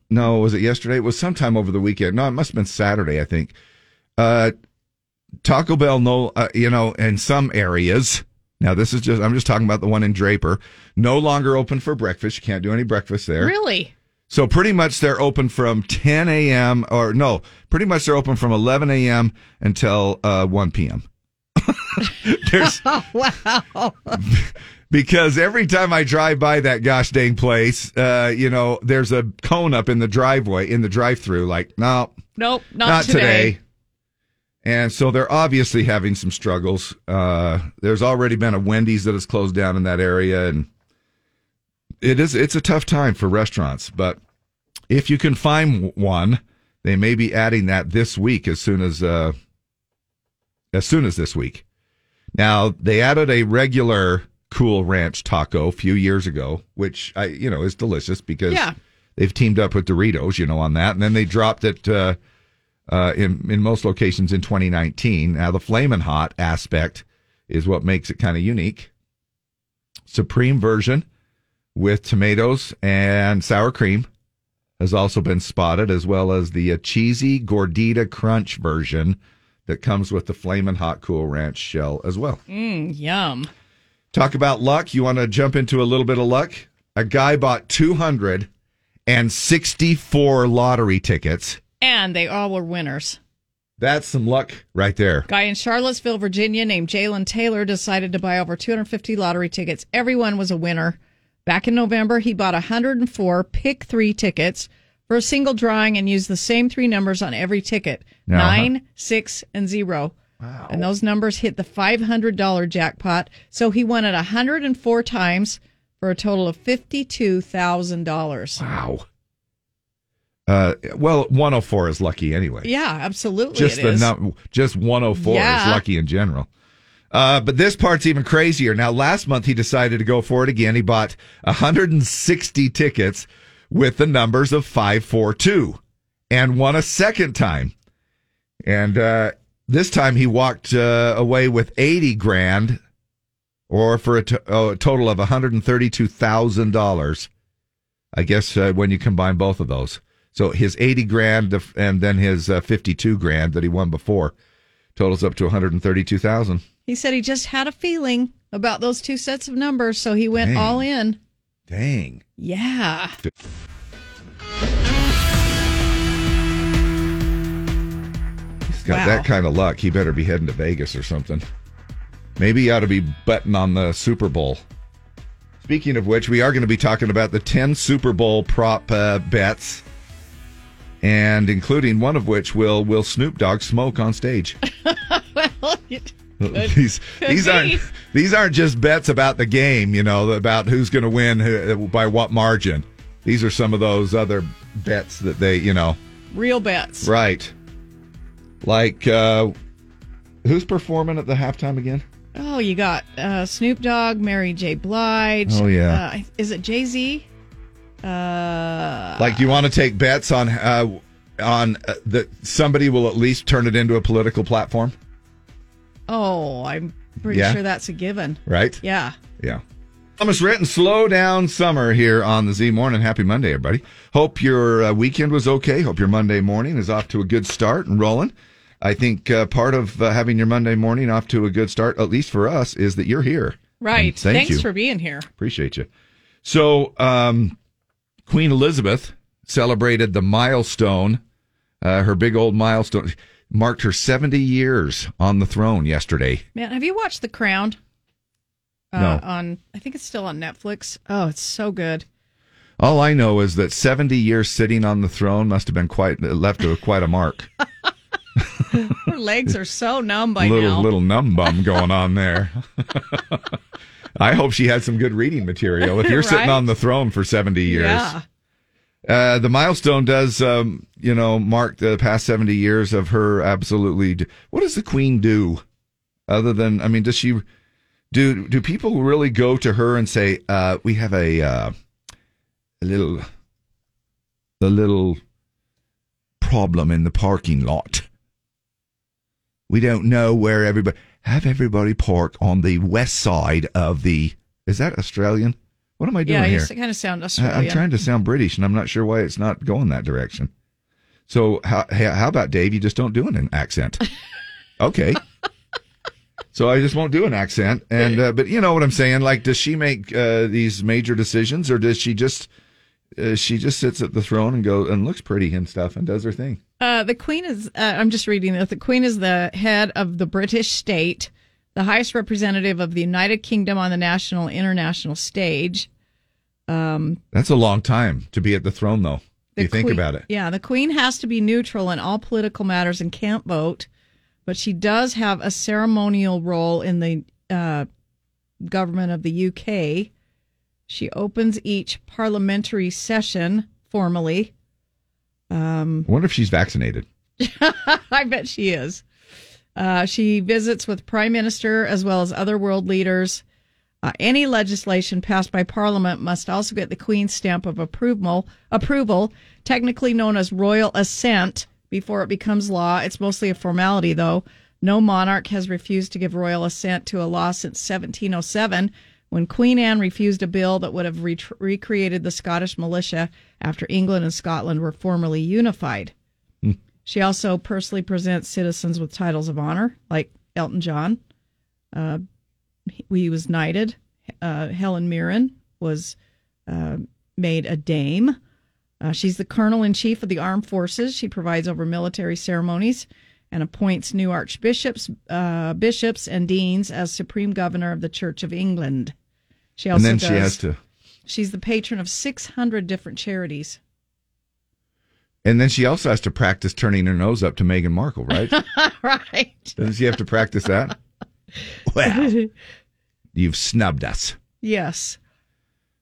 Speaker 3: No, was it yesterday? It was sometime over the weekend. No, it must have been Saturday, I think. Uh, Taco Bell, no, uh, you know, in some areas. Now this is just I'm just talking about the one in Draper. No longer open for breakfast. You can't do any breakfast there.
Speaker 2: really?
Speaker 3: So pretty much they're open from 10 a.m. or no, pretty much they're open from 11 a.m. until uh, 1 p.m. There's
Speaker 2: Oh, wow.
Speaker 3: because every time I drive by that gosh dang place, uh, you know, there's a cone up in the driveway in the drive-through. Like, no,
Speaker 2: Nope, not,
Speaker 3: not
Speaker 2: today.
Speaker 3: today. And so they're obviously having some struggles. Uh, there's already been a Wendy's that has closed down in that area, and it is it's a tough time for restaurants. But if you can find one, they may be adding that this week as soon as uh, as soon as this week. Now they added a regular Cool Ranch taco a few years ago, which I you know is delicious because
Speaker 2: Yeah.
Speaker 3: they've teamed up with Doritos, you know, on that, and then they dropped it uh, uh, in in most locations in 2019. Now the Flamin' Hot aspect is what makes it kind of unique. Supreme version with tomatoes and sour cream has also been spotted, as well as the uh, cheesy gordita crunch version that comes with the Flamin' Hot Cool Ranch shell as well.
Speaker 2: Mm, yum.
Speaker 3: Talk about luck. You want to jump into a little bit of luck? A guy bought 264 lottery tickets.
Speaker 2: And they all were winners.
Speaker 3: That's some luck right there.
Speaker 2: Guy in Charlottesville, Virginia, named Jalen Taylor, decided to buy over 250 lottery tickets. Everyone was a winner. Back in November, he bought 104 pick three tickets for a single drawing and used the same three numbers on every ticket
Speaker 14: Uh-huh.
Speaker 2: nine, six, and zero. Wow. And those numbers hit the $500 jackpot. So he won it 104 times for a total of $52,000.
Speaker 3: Wow. Uh, well, 104 is lucky anyway.
Speaker 2: Yeah, absolutely.
Speaker 3: just
Speaker 2: it
Speaker 3: the
Speaker 2: is.
Speaker 3: num- just 104
Speaker 2: Yeah.
Speaker 3: is lucky in general. Uh, but this part's even crazier. Now, last month he decided to go for it again. He bought 160 tickets with the numbers of 542 and won a second time. And uh, this time he walked uh, away with 80 grand or for a, t- oh, a total of $132,000. I guess uh, when you combine both of those. So his 80 grand of- and then his uh, 52 grand that he won before totals up to 132,000.
Speaker 2: He said he just had a feeling about those two sets of numbers, so he went
Speaker 3: Dang.
Speaker 2: all in.
Speaker 3: Dang.
Speaker 2: Yeah.
Speaker 3: He's got
Speaker 2: Wow.
Speaker 3: that kind of luck. He better be heading to Vegas or something. Maybe he ought to be betting on the Super Bowl. Speaking of which, we are going to be talking about the 10 Super Bowl prop uh, bets, and including one of which will will Snoop Dogg smoke on stage.
Speaker 2: well,
Speaker 3: these these aren't these aren't just bets about the game, you know, about who's going to win who, by what margin. These are some of those other bets that they, you know,
Speaker 2: real bets.
Speaker 3: right? Like uh who's performing at the halftime again?
Speaker 2: Oh, you got uh, Snoop Dogg, Mary J. Blige.
Speaker 3: Oh, yeah.
Speaker 2: Uh, is it Jay Z? Uh,
Speaker 3: Like, do you want to take bets on uh, on uh, that somebody will at least turn it into a political platform,
Speaker 2: oh, I'm pretty
Speaker 3: Yeah.
Speaker 2: sure that's a given.
Speaker 3: right?
Speaker 2: Yeah.
Speaker 3: Yeah. Thomas Ritten, slow down summer here on the Z Morning. Happy Monday, everybody. Hope your uh, weekend was okay. Hope your Monday morning is off to a good start and rolling. I think uh, part of uh, having your Monday morning off to a good start, at least for us, is that you're here.
Speaker 2: Right.
Speaker 3: And thank
Speaker 2: Thanks
Speaker 3: you.
Speaker 2: for being here.
Speaker 3: Appreciate you. So, um, Queen Elizabeth celebrated the milestone, uh, her big old milestone, marked her 70 years on the throne yesterday.
Speaker 2: Man, have you watched The Crown? Uh, On I think it's still on Netflix. Oh, it's so good.
Speaker 3: All I know is that 70 years sitting on the throne must have been quite left a, quite a mark.
Speaker 2: Her legs are so numb by
Speaker 3: little
Speaker 2: now.
Speaker 3: little numb bum going on there. I hope she had some good reading material. If you're sitting
Speaker 2: Right?
Speaker 3: on the throne for 70 years.
Speaker 2: Yeah.
Speaker 3: Uh, the milestone does, um, you know, mark the past 70 years of her absolutely. d- What does the queen do other than, I mean, does she do, do people really go to her and say, uh, we have a, uh, a little, a little problem in the parking lot? We don't know where everybody have everybody park on the west side of the. Is that Australian? What am I doing
Speaker 2: yeah,
Speaker 3: here?
Speaker 2: you kind of sound
Speaker 3: I-
Speaker 2: Australian.
Speaker 3: I'm trying to sound British, and I'm not sure why it's not going that direction. So how how how about Dave? You just don't do an accent. Okay. So I just won't do an accent, and uh, but you know what I'm saying. Like, does she make uh, these major decisions, or does she just uh, she just sits at the throne and goes and looks pretty and stuff and does her thing?
Speaker 2: Uh, the Queen is, uh, I'm just reading this. The Queen is the head of the British state, the highest representative of the United Kingdom on the national, international stage. Um,
Speaker 3: That's a long time to be at the throne, though.
Speaker 2: the
Speaker 3: you think
Speaker 2: Queen-
Speaker 3: about it.
Speaker 2: Yeah, the Queen has to be neutral in all political matters and can't vote, but she does have a ceremonial role in the uh, government of the UK. She opens each parliamentary session formally. Um,
Speaker 3: I wonder if she's vaccinated.
Speaker 2: I bet she is. Uh, she visits with prime minister as well as other world leaders. Uh, any legislation passed by parliament must also get the queen's stamp of approval, approval, technically known as royal assent, before it becomes law. It's mostly a formality, though. No monarch has refused to give royal assent to a law since 1707, when Queen Anne refused a bill that would have re- recreated the Scottish militia after England and Scotland were formally unified. She also personally presents citizens with titles of honor, like Elton John. Uh, he, he was knighted. Uh, Helen Mirren was uh, made a dame. Uh, she's the colonel in chief of the armed forces. She provides over military ceremonies and appoints new archbishops, uh, bishops, and deans as supreme governor of the Church of England. She also
Speaker 3: and
Speaker 2: does,
Speaker 3: then she has to,
Speaker 2: She's the patron of six hundred different charities.
Speaker 3: and then she also has to practice turning her nose up to Meghan Markle, right?
Speaker 2: right.
Speaker 3: Doesn't she have to practice that? Well, you've snubbed us.
Speaker 2: Yes.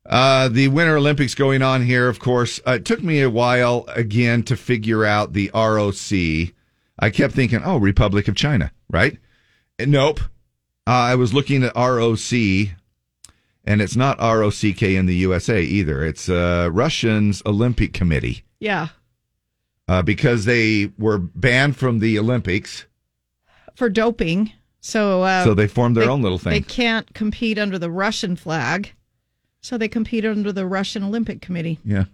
Speaker 3: Uh, the Winter Olympics going on here, of course. Uh, it took me a while again to figure out the ROC. I kept thinking, oh, Republic of China, right? And nope. Uh, I was looking at ROC, and it's not ROCK in the USA either. It's uh, Russian's Olympic Committee
Speaker 2: Yeah.
Speaker 3: uh, because they were banned from the Olympics.
Speaker 2: for doping. So uh,
Speaker 3: So they formed their own little thing.
Speaker 2: They can't compete under the Russian flag, so they compete under the Russian Olympic Committee.
Speaker 3: Yeah.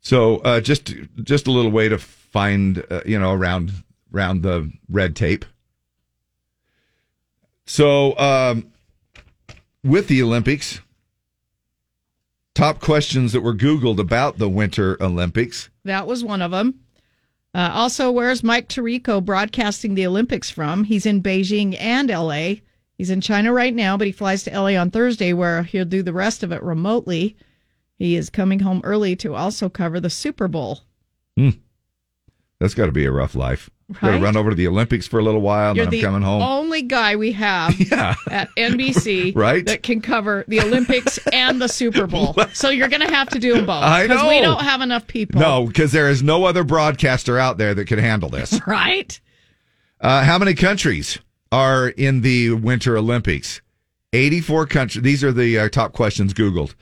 Speaker 3: So uh, just just a little way to find uh, you know around around the red tape. So um, with the Olympics, top questions that were Googled about the Winter Olympics.
Speaker 2: That was one of them. Uh, also, where's Mike Tirico broadcasting the Olympics from? He's in Beijing and LA. He's in China right now, but he flies to LA on Thursday, where he'll do the rest of it remotely. He is coming home early to also cover the Super Bowl.
Speaker 3: That's got to be a rough life. Got
Speaker 2: Right?
Speaker 3: to run over to the Olympics for a little while, and
Speaker 2: You're
Speaker 3: then I'm
Speaker 2: the
Speaker 3: coming home.
Speaker 2: only guy we have
Speaker 3: Yeah.
Speaker 2: at NBC
Speaker 3: Right?
Speaker 2: that can cover the Olympics and the Super Bowl. So you're going to have to do them both.
Speaker 3: I
Speaker 2: Because we
Speaker 3: know.
Speaker 2: don't have enough people.
Speaker 3: No, because there is no other broadcaster out there that could handle this.
Speaker 2: Right?
Speaker 3: Uh, how many countries are in the Winter Olympics? 84 countries. These are the uh, top questions Googled.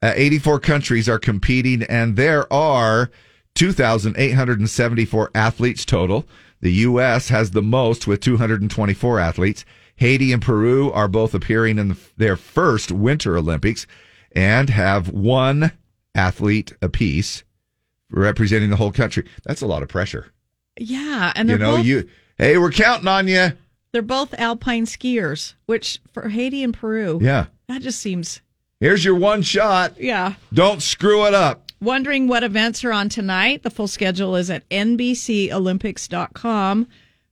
Speaker 3: Uh, 84 countries are competing, and there are 2,874 athletes total. The U.S. has the most with 224 athletes. Haiti and Peru are both appearing in their first Winter Olympics and have one athlete apiece representing the whole country. That's a lot of pressure.
Speaker 2: Yeah. And they're,
Speaker 3: you know,
Speaker 2: both,
Speaker 3: you, hey, we're counting on you.
Speaker 2: they're both alpine skiers, which for Haiti and Peru,
Speaker 3: Yeah.
Speaker 2: that just seems,
Speaker 3: Here's your one shot.
Speaker 2: yeah.
Speaker 3: Don't screw it up.
Speaker 2: Wondering what events are on tonight? The full schedule is at NBCOlympics.com.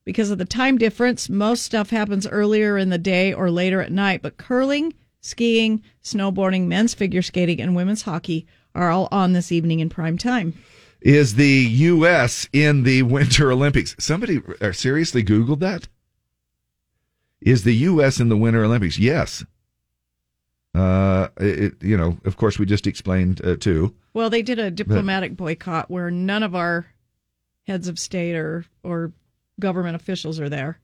Speaker 2: Because of the time difference, most stuff happens earlier in the day or later at night, but curling, skiing, snowboarding, men's figure skating, and women's hockey are all on this evening in prime time.
Speaker 3: Is the U.S. in the Winter Olympics? Somebody uh, seriously Googled that? Is the U.S. in the Winter Olympics? Yes. Uh, it, you know, of course, we just explained uh, too.
Speaker 2: Well, they did a diplomatic boycott where none of our heads of state or, or government officials are there,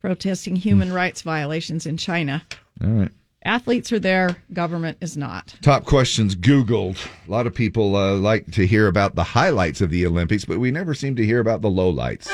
Speaker 2: protesting human rights violations in China.
Speaker 3: All right.
Speaker 2: Athletes are there, government is not.
Speaker 3: Top questions Googled. A lot of people uh, like to hear about the highlights of the Olympics, but we never seem to hear about the lowlights.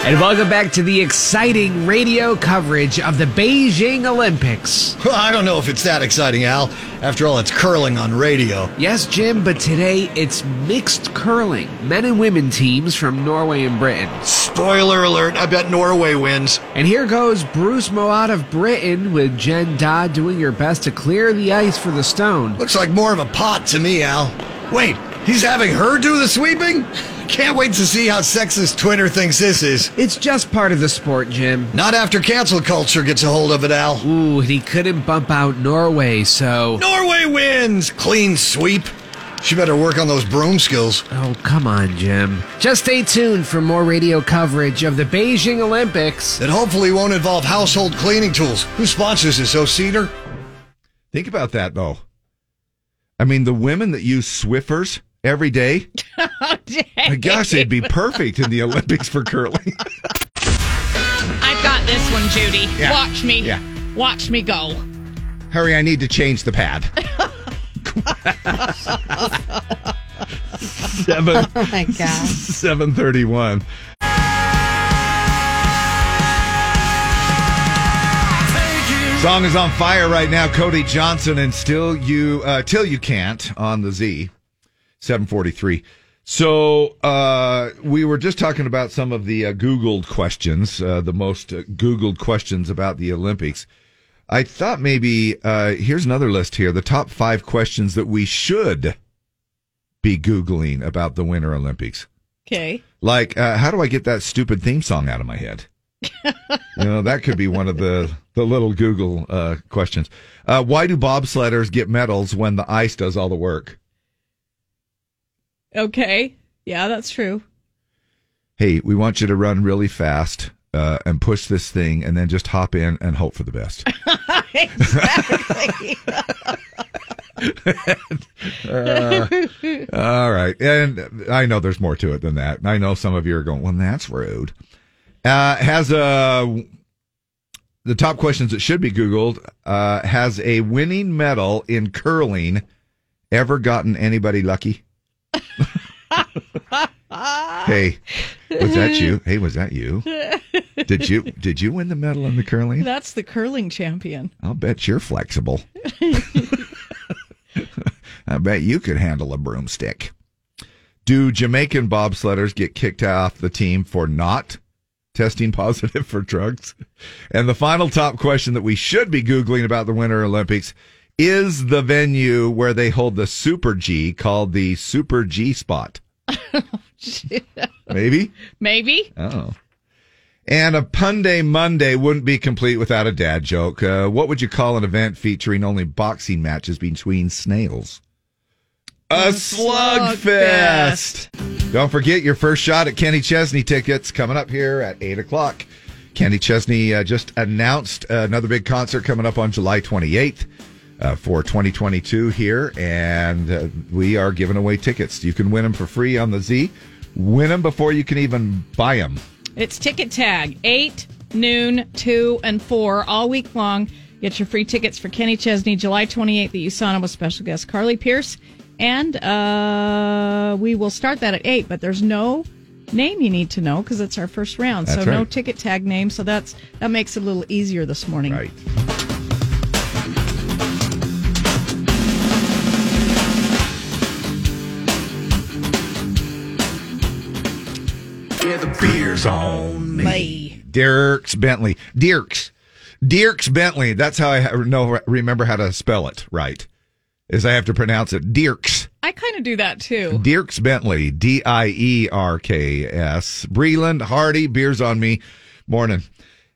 Speaker 14: And welcome back to the exciting radio coverage of the Beijing Olympics.
Speaker 15: Well, I don't know if it's that exciting, Al. After all, it's curling on radio.
Speaker 14: Yes, Jim, but today it's mixed curling. Men and women teams from Norway and Britain.
Speaker 15: Spoiler alert, I bet Norway wins.
Speaker 14: And here goes Bruce Moat of Britain with Jen Dodd doing her best to clear the ice for the stone.
Speaker 15: Looks like more of a pot to me, Al. Wait, he's having her do the sweeping? Can't wait to see how sexist Twitter thinks this is.
Speaker 14: It's just part of the sport, Jim.
Speaker 15: Not after cancel culture gets a hold of it, Al.
Speaker 14: Ooh, and he couldn't bump out Norway, so.
Speaker 15: Norway wins! Clean sweep. She better work on those broom skills.
Speaker 14: Oh, come on, Jim. Just stay tuned for more radio coverage of the Beijing Olympics.
Speaker 15: It hopefully won't involve household cleaning tools. Who sponsors this, O'Cedar?
Speaker 3: Think about that, though. I mean, the women that use Swiffers every day,
Speaker 2: Oh,
Speaker 3: my gosh, they'd be perfect in the Olympics for curling.
Speaker 2: I've got this one, Judy.
Speaker 3: Yeah.
Speaker 2: Watch me.
Speaker 3: Yeah.
Speaker 2: Watch me go.
Speaker 3: Hurry, I need to change the pad. Seven.
Speaker 4: Oh my gosh.
Speaker 3: 731. Song is on fire right now. Cody Johnson and still you uh, till you can't on the Z, seven forty three. So uh, we were just talking about some of the uh, Googled questions, uh, the most uh, Googled questions about the Olympics. I thought maybe uh, here's another list here: the top five questions that we should be googling about the Winter Olympics.
Speaker 2: Okay.
Speaker 3: Like, uh, how do I get that stupid theme song out of my head? you know, that could be one of the, the little Google uh, questions. Uh, why do bobsledders get medals when the ice does all the work?
Speaker 2: Okay. Yeah, that's true.
Speaker 3: Hey, we want you to run really fast uh, and push this thing and then just hop in and hope for the best.
Speaker 2: exactly.
Speaker 3: Uh, all right. And I know there's more to it than that. I know some of you are going, well, that's rude. Uh, has a, the top questions that should be Googled, uh, has a winning medal in curling ever gotten anybody lucky? hey, was that you? Hey, was that you? Did you, did you win the medal in the curling?
Speaker 2: That's the curling champion.
Speaker 3: I'll bet you're flexible. I bet you could handle a broomstick. Do Jamaican bobsledders get kicked off the team for not testing positive for drugs? And the final top question that we should be Googling about the Winter Olympics is the venue where they hold the Super G called the Super G Spot. Maybe?
Speaker 2: Maybe.
Speaker 3: Oh. And a pun day Monday wouldn't be complete without a dad joke. Uh, what would you call an event featuring only boxing matches between snails? A slugfest. Don't forget your first shot at Kenny Chesney tickets coming up here at 8 o'clock. Kenny Chesney uh, just announced another big concert coming up on July 28th uh, for 2022 here, and uh, we are giving away tickets. You can win them for free on the Z. Win them before you can even buy them.
Speaker 2: It's ticket tag 8, noon, 2, and 4 all week long. Get your free tickets for Kenny Chesney July 28th at USANA with special guest Carly Pierce. And uh, we will start that at 8, but there's no name you need to know because it's our first round.
Speaker 3: That's
Speaker 2: so no
Speaker 3: right.
Speaker 2: ticket tag name. So that's that makes it a little easier this morning. Right.
Speaker 3: Yeah, the beer's on
Speaker 2: me.
Speaker 3: Dirks Bentley. Dirks. Dirks Bentley. That's how I ha- know, remember how to spell it right, is I have to pronounce it Dirks.
Speaker 2: I kind of do that too.
Speaker 3: Dirks Bentley, D I E R K S. Breland Hardy, beers on me. Morning.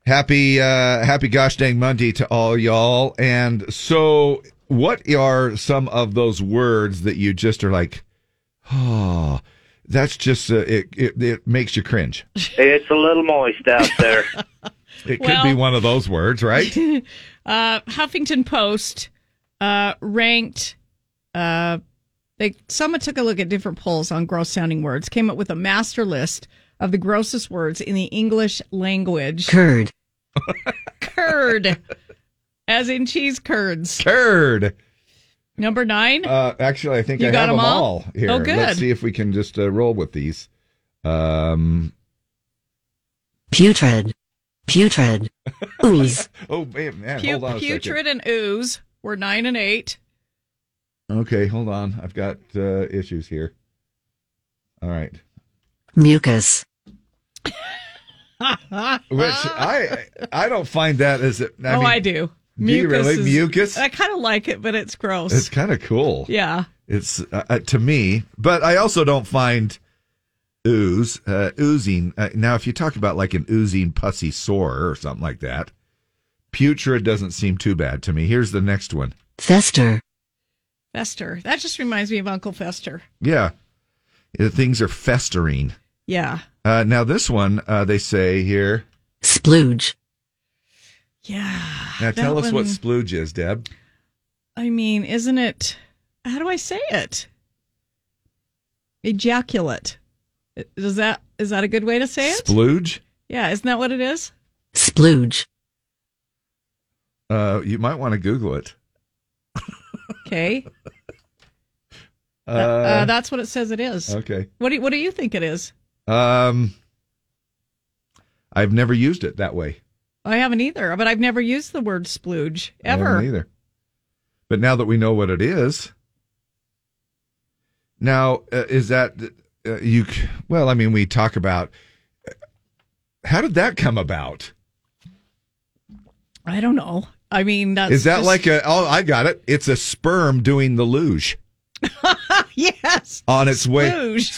Speaker 3: Happy, uh, happy gosh dang Monday to all y'all. And so, what are some of those words that you just are like, oh, that's just, uh, it, it, it makes you cringe?
Speaker 16: It's a little moist out there.
Speaker 3: It
Speaker 2: Well-
Speaker 3: could be one of those words, right?
Speaker 2: Uh, Huffington Post uh, ranked. Uh, they someone took a look at different polls on gross sounding words, came up with a master list of the grossest words in the English language.
Speaker 7: Curd.
Speaker 2: Curd, as in cheese curds.
Speaker 3: Curd.
Speaker 2: Number nine.
Speaker 3: Uh, actually, I think
Speaker 2: You
Speaker 3: I
Speaker 2: got
Speaker 3: have
Speaker 2: 'em
Speaker 3: them all,
Speaker 2: all?
Speaker 3: here.
Speaker 2: Oh, good.
Speaker 3: Let's see if we can just uh, roll with these. Um,
Speaker 7: Putrid. Putrid. Ooze.
Speaker 3: Oh, man, man
Speaker 2: Pu-
Speaker 3: hold on a
Speaker 2: putrid and ooze were nine and eight.
Speaker 3: second. Okay, hold on. I've got uh, issues here. All right.
Speaker 7: Mucus.
Speaker 3: Which I I don't find that as it. I
Speaker 2: Ah. oh,
Speaker 3: mean,
Speaker 2: I do.
Speaker 3: Do you really?
Speaker 2: is-
Speaker 3: Mucus?
Speaker 2: I kind of like it, but it's gross.
Speaker 3: It's kind of cool.
Speaker 2: yeah.
Speaker 3: It's uh, uh, to me, but I also don't find ooze uh, oozing. Uh, now, if you talk about like an oozing pussy sore or something like that, putrid doesn't seem too bad to me. Here's the next one.
Speaker 7: Fester.
Speaker 2: Fester. That just reminds me of Uncle Fester.
Speaker 3: Yeah, Uh, things are festering.
Speaker 2: Yeah.
Speaker 3: Uh, now, this one uh, they say here
Speaker 7: splooge.
Speaker 2: Yeah.
Speaker 3: Now,
Speaker 2: That
Speaker 3: tell us what
Speaker 2: one-
Speaker 3: splooge is, Deb.
Speaker 2: I mean, isn't it? How do I say it? Ejaculate. Is that is that a good way to say it?
Speaker 3: Splooge.
Speaker 2: Yeah, isn't that what it is?
Speaker 7: Splooge.
Speaker 3: Uh, you might want to Google it.
Speaker 2: Okay.
Speaker 3: Uh,
Speaker 2: Uh, uh, that's what it says it is.
Speaker 3: okay.
Speaker 2: What do you, what do you think it is?
Speaker 3: Um, I've never used it that way.
Speaker 2: I haven't either, but I've never used the word splooge
Speaker 3: I
Speaker 2: ever.
Speaker 3: haven't either. But now that we know what it is, now uh, is that uh, you? c- Well, I mean, we talk about how did that come about?
Speaker 2: I don't know. I mean, that's
Speaker 3: is that
Speaker 2: just-
Speaker 3: like a? Oh, I got it. It's a sperm doing the luge
Speaker 2: yes
Speaker 3: on its way.
Speaker 2: Splooge.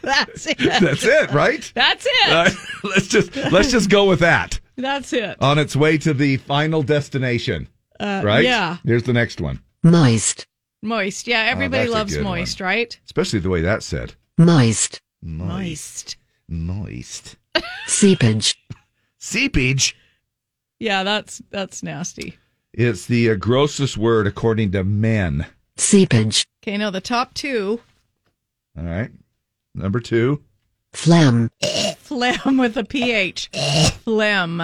Speaker 2: that's it.
Speaker 3: That's it, right?
Speaker 2: That's it.
Speaker 3: Uh, let's just let's just go with that.
Speaker 2: That's it.
Speaker 3: On its way to the final destination,
Speaker 2: Uh,
Speaker 3: right?
Speaker 2: Yeah.
Speaker 3: Here's the next one.
Speaker 7: Moist.
Speaker 2: Moist. Yeah. Everybody
Speaker 3: Oh, that's a
Speaker 2: loves
Speaker 3: good one.
Speaker 2: moist, right?
Speaker 3: Especially the way that said.
Speaker 7: Moist.
Speaker 2: Moist.
Speaker 3: Moist.
Speaker 7: Seepage.
Speaker 3: Seepage.
Speaker 2: Yeah, that's that's nasty.
Speaker 3: It's the uh, grossest word according to men.
Speaker 7: Seepage.
Speaker 2: Okay, now the top two
Speaker 3: All right. Number two.
Speaker 7: Phlegm.
Speaker 2: phlegm with a ph. phlegm.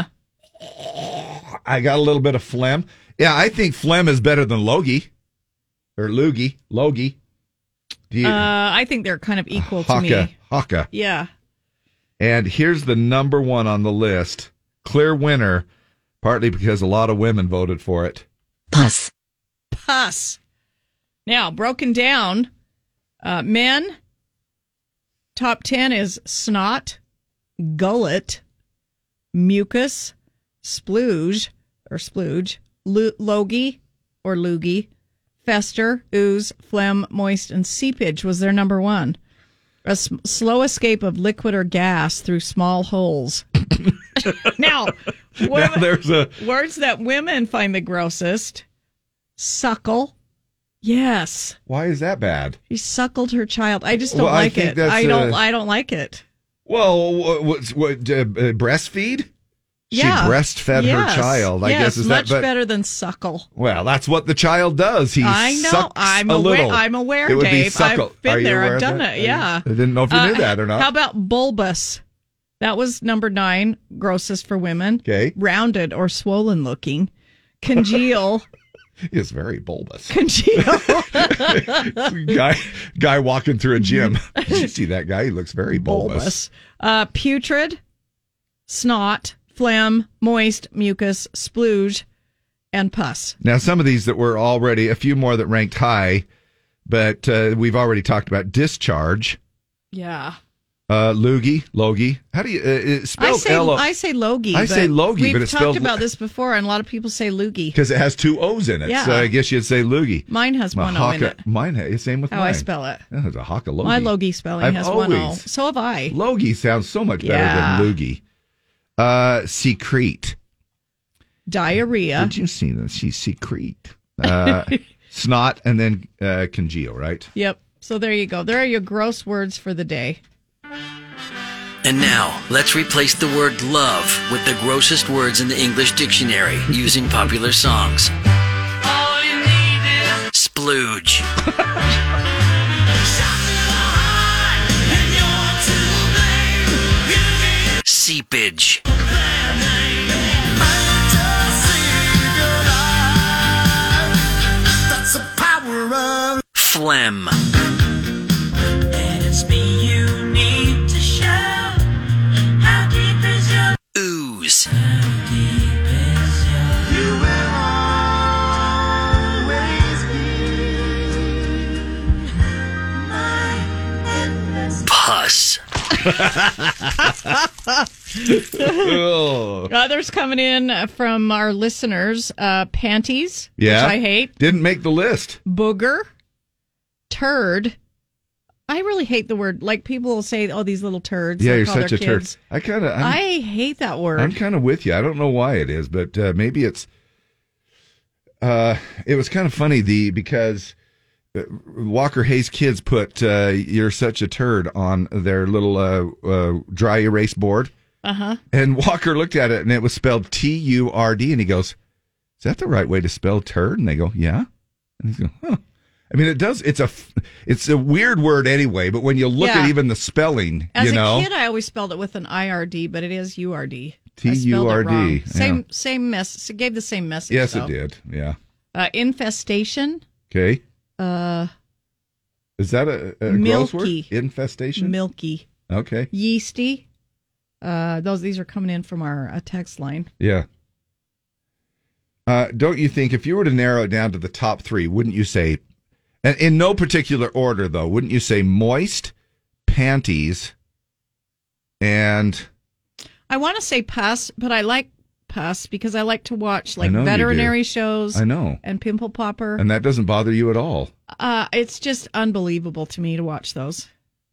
Speaker 3: I got a little bit of phlegm. Yeah, I think phlegm is better than logie or loogie. Logie. Do you,
Speaker 2: Uh, I think they're kind of equal to
Speaker 3: haka.
Speaker 2: me.
Speaker 3: Haka.
Speaker 2: Yeah.
Speaker 3: And here's the number one on the list. Clear winner, partly because a lot of women voted for it.
Speaker 7: Pus.
Speaker 2: Pus. Now broken down. Uh, men. Top ten is snot, gullet, mucus, splooge or splooge, lo- logie or loogie, fester, ooze, phlegm, moist, and seepage was their number one. A s- slow escape of liquid or gas through small holes. now,
Speaker 3: Now
Speaker 2: women-
Speaker 3: there's a
Speaker 2: words that women find the grossest suckle. Yes,
Speaker 3: why is that bad?
Speaker 2: she suckled her child. I just don't
Speaker 3: Well, I
Speaker 2: like
Speaker 3: think
Speaker 2: it.
Speaker 3: that's
Speaker 2: I don't.
Speaker 3: a-
Speaker 2: I I don't like it.
Speaker 3: Well, what, what, what uh, uh, breastfeed?
Speaker 2: yeah,
Speaker 3: She breastfed
Speaker 2: Yes.
Speaker 3: her child. I
Speaker 2: yes,
Speaker 3: guess is
Speaker 2: much
Speaker 3: that but-
Speaker 2: better than suckle.
Speaker 3: Well, that's what the child does. He
Speaker 2: I know.
Speaker 3: sucks
Speaker 2: I'm
Speaker 3: a
Speaker 2: aware-
Speaker 3: little.
Speaker 2: I'm aware,
Speaker 3: It would Be
Speaker 2: Dave.
Speaker 3: suckle.
Speaker 2: I've been
Speaker 3: Are you
Speaker 2: there. I've
Speaker 3: aware of
Speaker 2: done
Speaker 3: that?
Speaker 2: it, yeah.
Speaker 3: I didn't know if you knew
Speaker 2: Uh,
Speaker 3: that or not.
Speaker 2: How about bulbous? That was number nine, grossest for women.
Speaker 3: Okay.
Speaker 2: Rounded or swollen looking. Congeal.
Speaker 3: It's very bulbous.
Speaker 2: congeal.
Speaker 3: guy, guy walking through a gym. Did you see that guy? He looks very bulbous.
Speaker 2: Bulbous. Uh, putrid, snot, phlegm, moist, mucus, splooge, and pus.
Speaker 3: Now, some of these that were already a few more that ranked high, but uh, we've already talked about discharge,
Speaker 2: Yeah.
Speaker 3: uh, loogie, logie. How do you uh, it's
Speaker 2: I
Speaker 3: spelled
Speaker 2: say,
Speaker 3: L O-
Speaker 2: I say logie.
Speaker 3: I say
Speaker 2: but
Speaker 3: logie,
Speaker 2: We've
Speaker 3: but it's
Speaker 2: talked
Speaker 3: spelled-
Speaker 2: about this before, and a lot of people say loogie.
Speaker 3: because it has two O's in it. So
Speaker 2: Yeah.
Speaker 3: I guess you'd say loogie.
Speaker 2: Mine has one O in
Speaker 3: Mahaka-
Speaker 2: it.
Speaker 3: Mine has same with
Speaker 2: How I
Speaker 3: mine.
Speaker 2: spell it.
Speaker 3: Yeah, it's a haka logie.
Speaker 2: My logie spelling
Speaker 3: I've
Speaker 2: has one O.
Speaker 3: always-
Speaker 2: So have I.
Speaker 3: Logie sounds so much better
Speaker 2: Yeah.
Speaker 3: than loogie. Uh, secrete.
Speaker 2: Diarrhea.
Speaker 3: Did you see that? She secrete. Uh, snot and then uh, congeal, right?
Speaker 2: Yep. So there you go. There are your gross words for the day.
Speaker 17: And now, let's replace the word love with the grossest words in the English dictionary using popular songs. Splooge. Seepage. Phlegm.
Speaker 18: And it's me you need to show. How do
Speaker 3: Ugh.
Speaker 2: Others coming in uh, from our listeners uh, panties,
Speaker 3: yeah.
Speaker 2: which I hate,
Speaker 3: Didn't make the list.
Speaker 2: booger, turd. I really hate the word. Like people will say, "Oh, these little turds."
Speaker 3: yeah,
Speaker 2: They
Speaker 3: you're
Speaker 2: call
Speaker 3: such
Speaker 2: their
Speaker 3: a turd.
Speaker 2: kids.
Speaker 3: I kind of.
Speaker 2: I hate that word.
Speaker 3: I'm kind of with you. I don't know why it is, but uh, maybe it's. Uh, it was kind of funny the because uh, Walker Hayes kids put uh, "You're such a turd" on their little uh, uh, dry erase board,
Speaker 2: Uh huh.
Speaker 3: and Walker looked at it and it was spelled T U R D, and he goes, "Is that the right way to spell turd?" And they go, "Yeah." And he's going, "Huh." I mean, it does. It's a f- it's a weird word anyway, but when you look
Speaker 2: Yeah.
Speaker 3: at even the spelling,
Speaker 2: As
Speaker 3: you know,
Speaker 2: a kid, I always spelled it with an I R D, but it is U R D.
Speaker 3: T U R D.
Speaker 2: Same same mess. It gave the same message.
Speaker 3: Yes,
Speaker 2: though.
Speaker 3: it did. Yeah.
Speaker 2: Uh, infestation.
Speaker 3: Okay.
Speaker 2: Uh,
Speaker 3: Is that a, a gross word?
Speaker 2: Milky.
Speaker 3: Infestation.
Speaker 2: milky.
Speaker 3: Okay.
Speaker 2: yeasty. Uh, those these are coming in from our uh, text line.
Speaker 3: Yeah. Uh, don't you think if you were to narrow it down to the top three, wouldn't you say, and in no particular order though, wouldn't you say moist, panties, and
Speaker 2: I want to say pus, but I like pus because I like to watch like
Speaker 3: know you do.
Speaker 2: veterinary shows.
Speaker 3: I know.
Speaker 2: and pimple popper.
Speaker 3: and that doesn't bother you at all?
Speaker 2: uh, it's just unbelievable to me to watch those.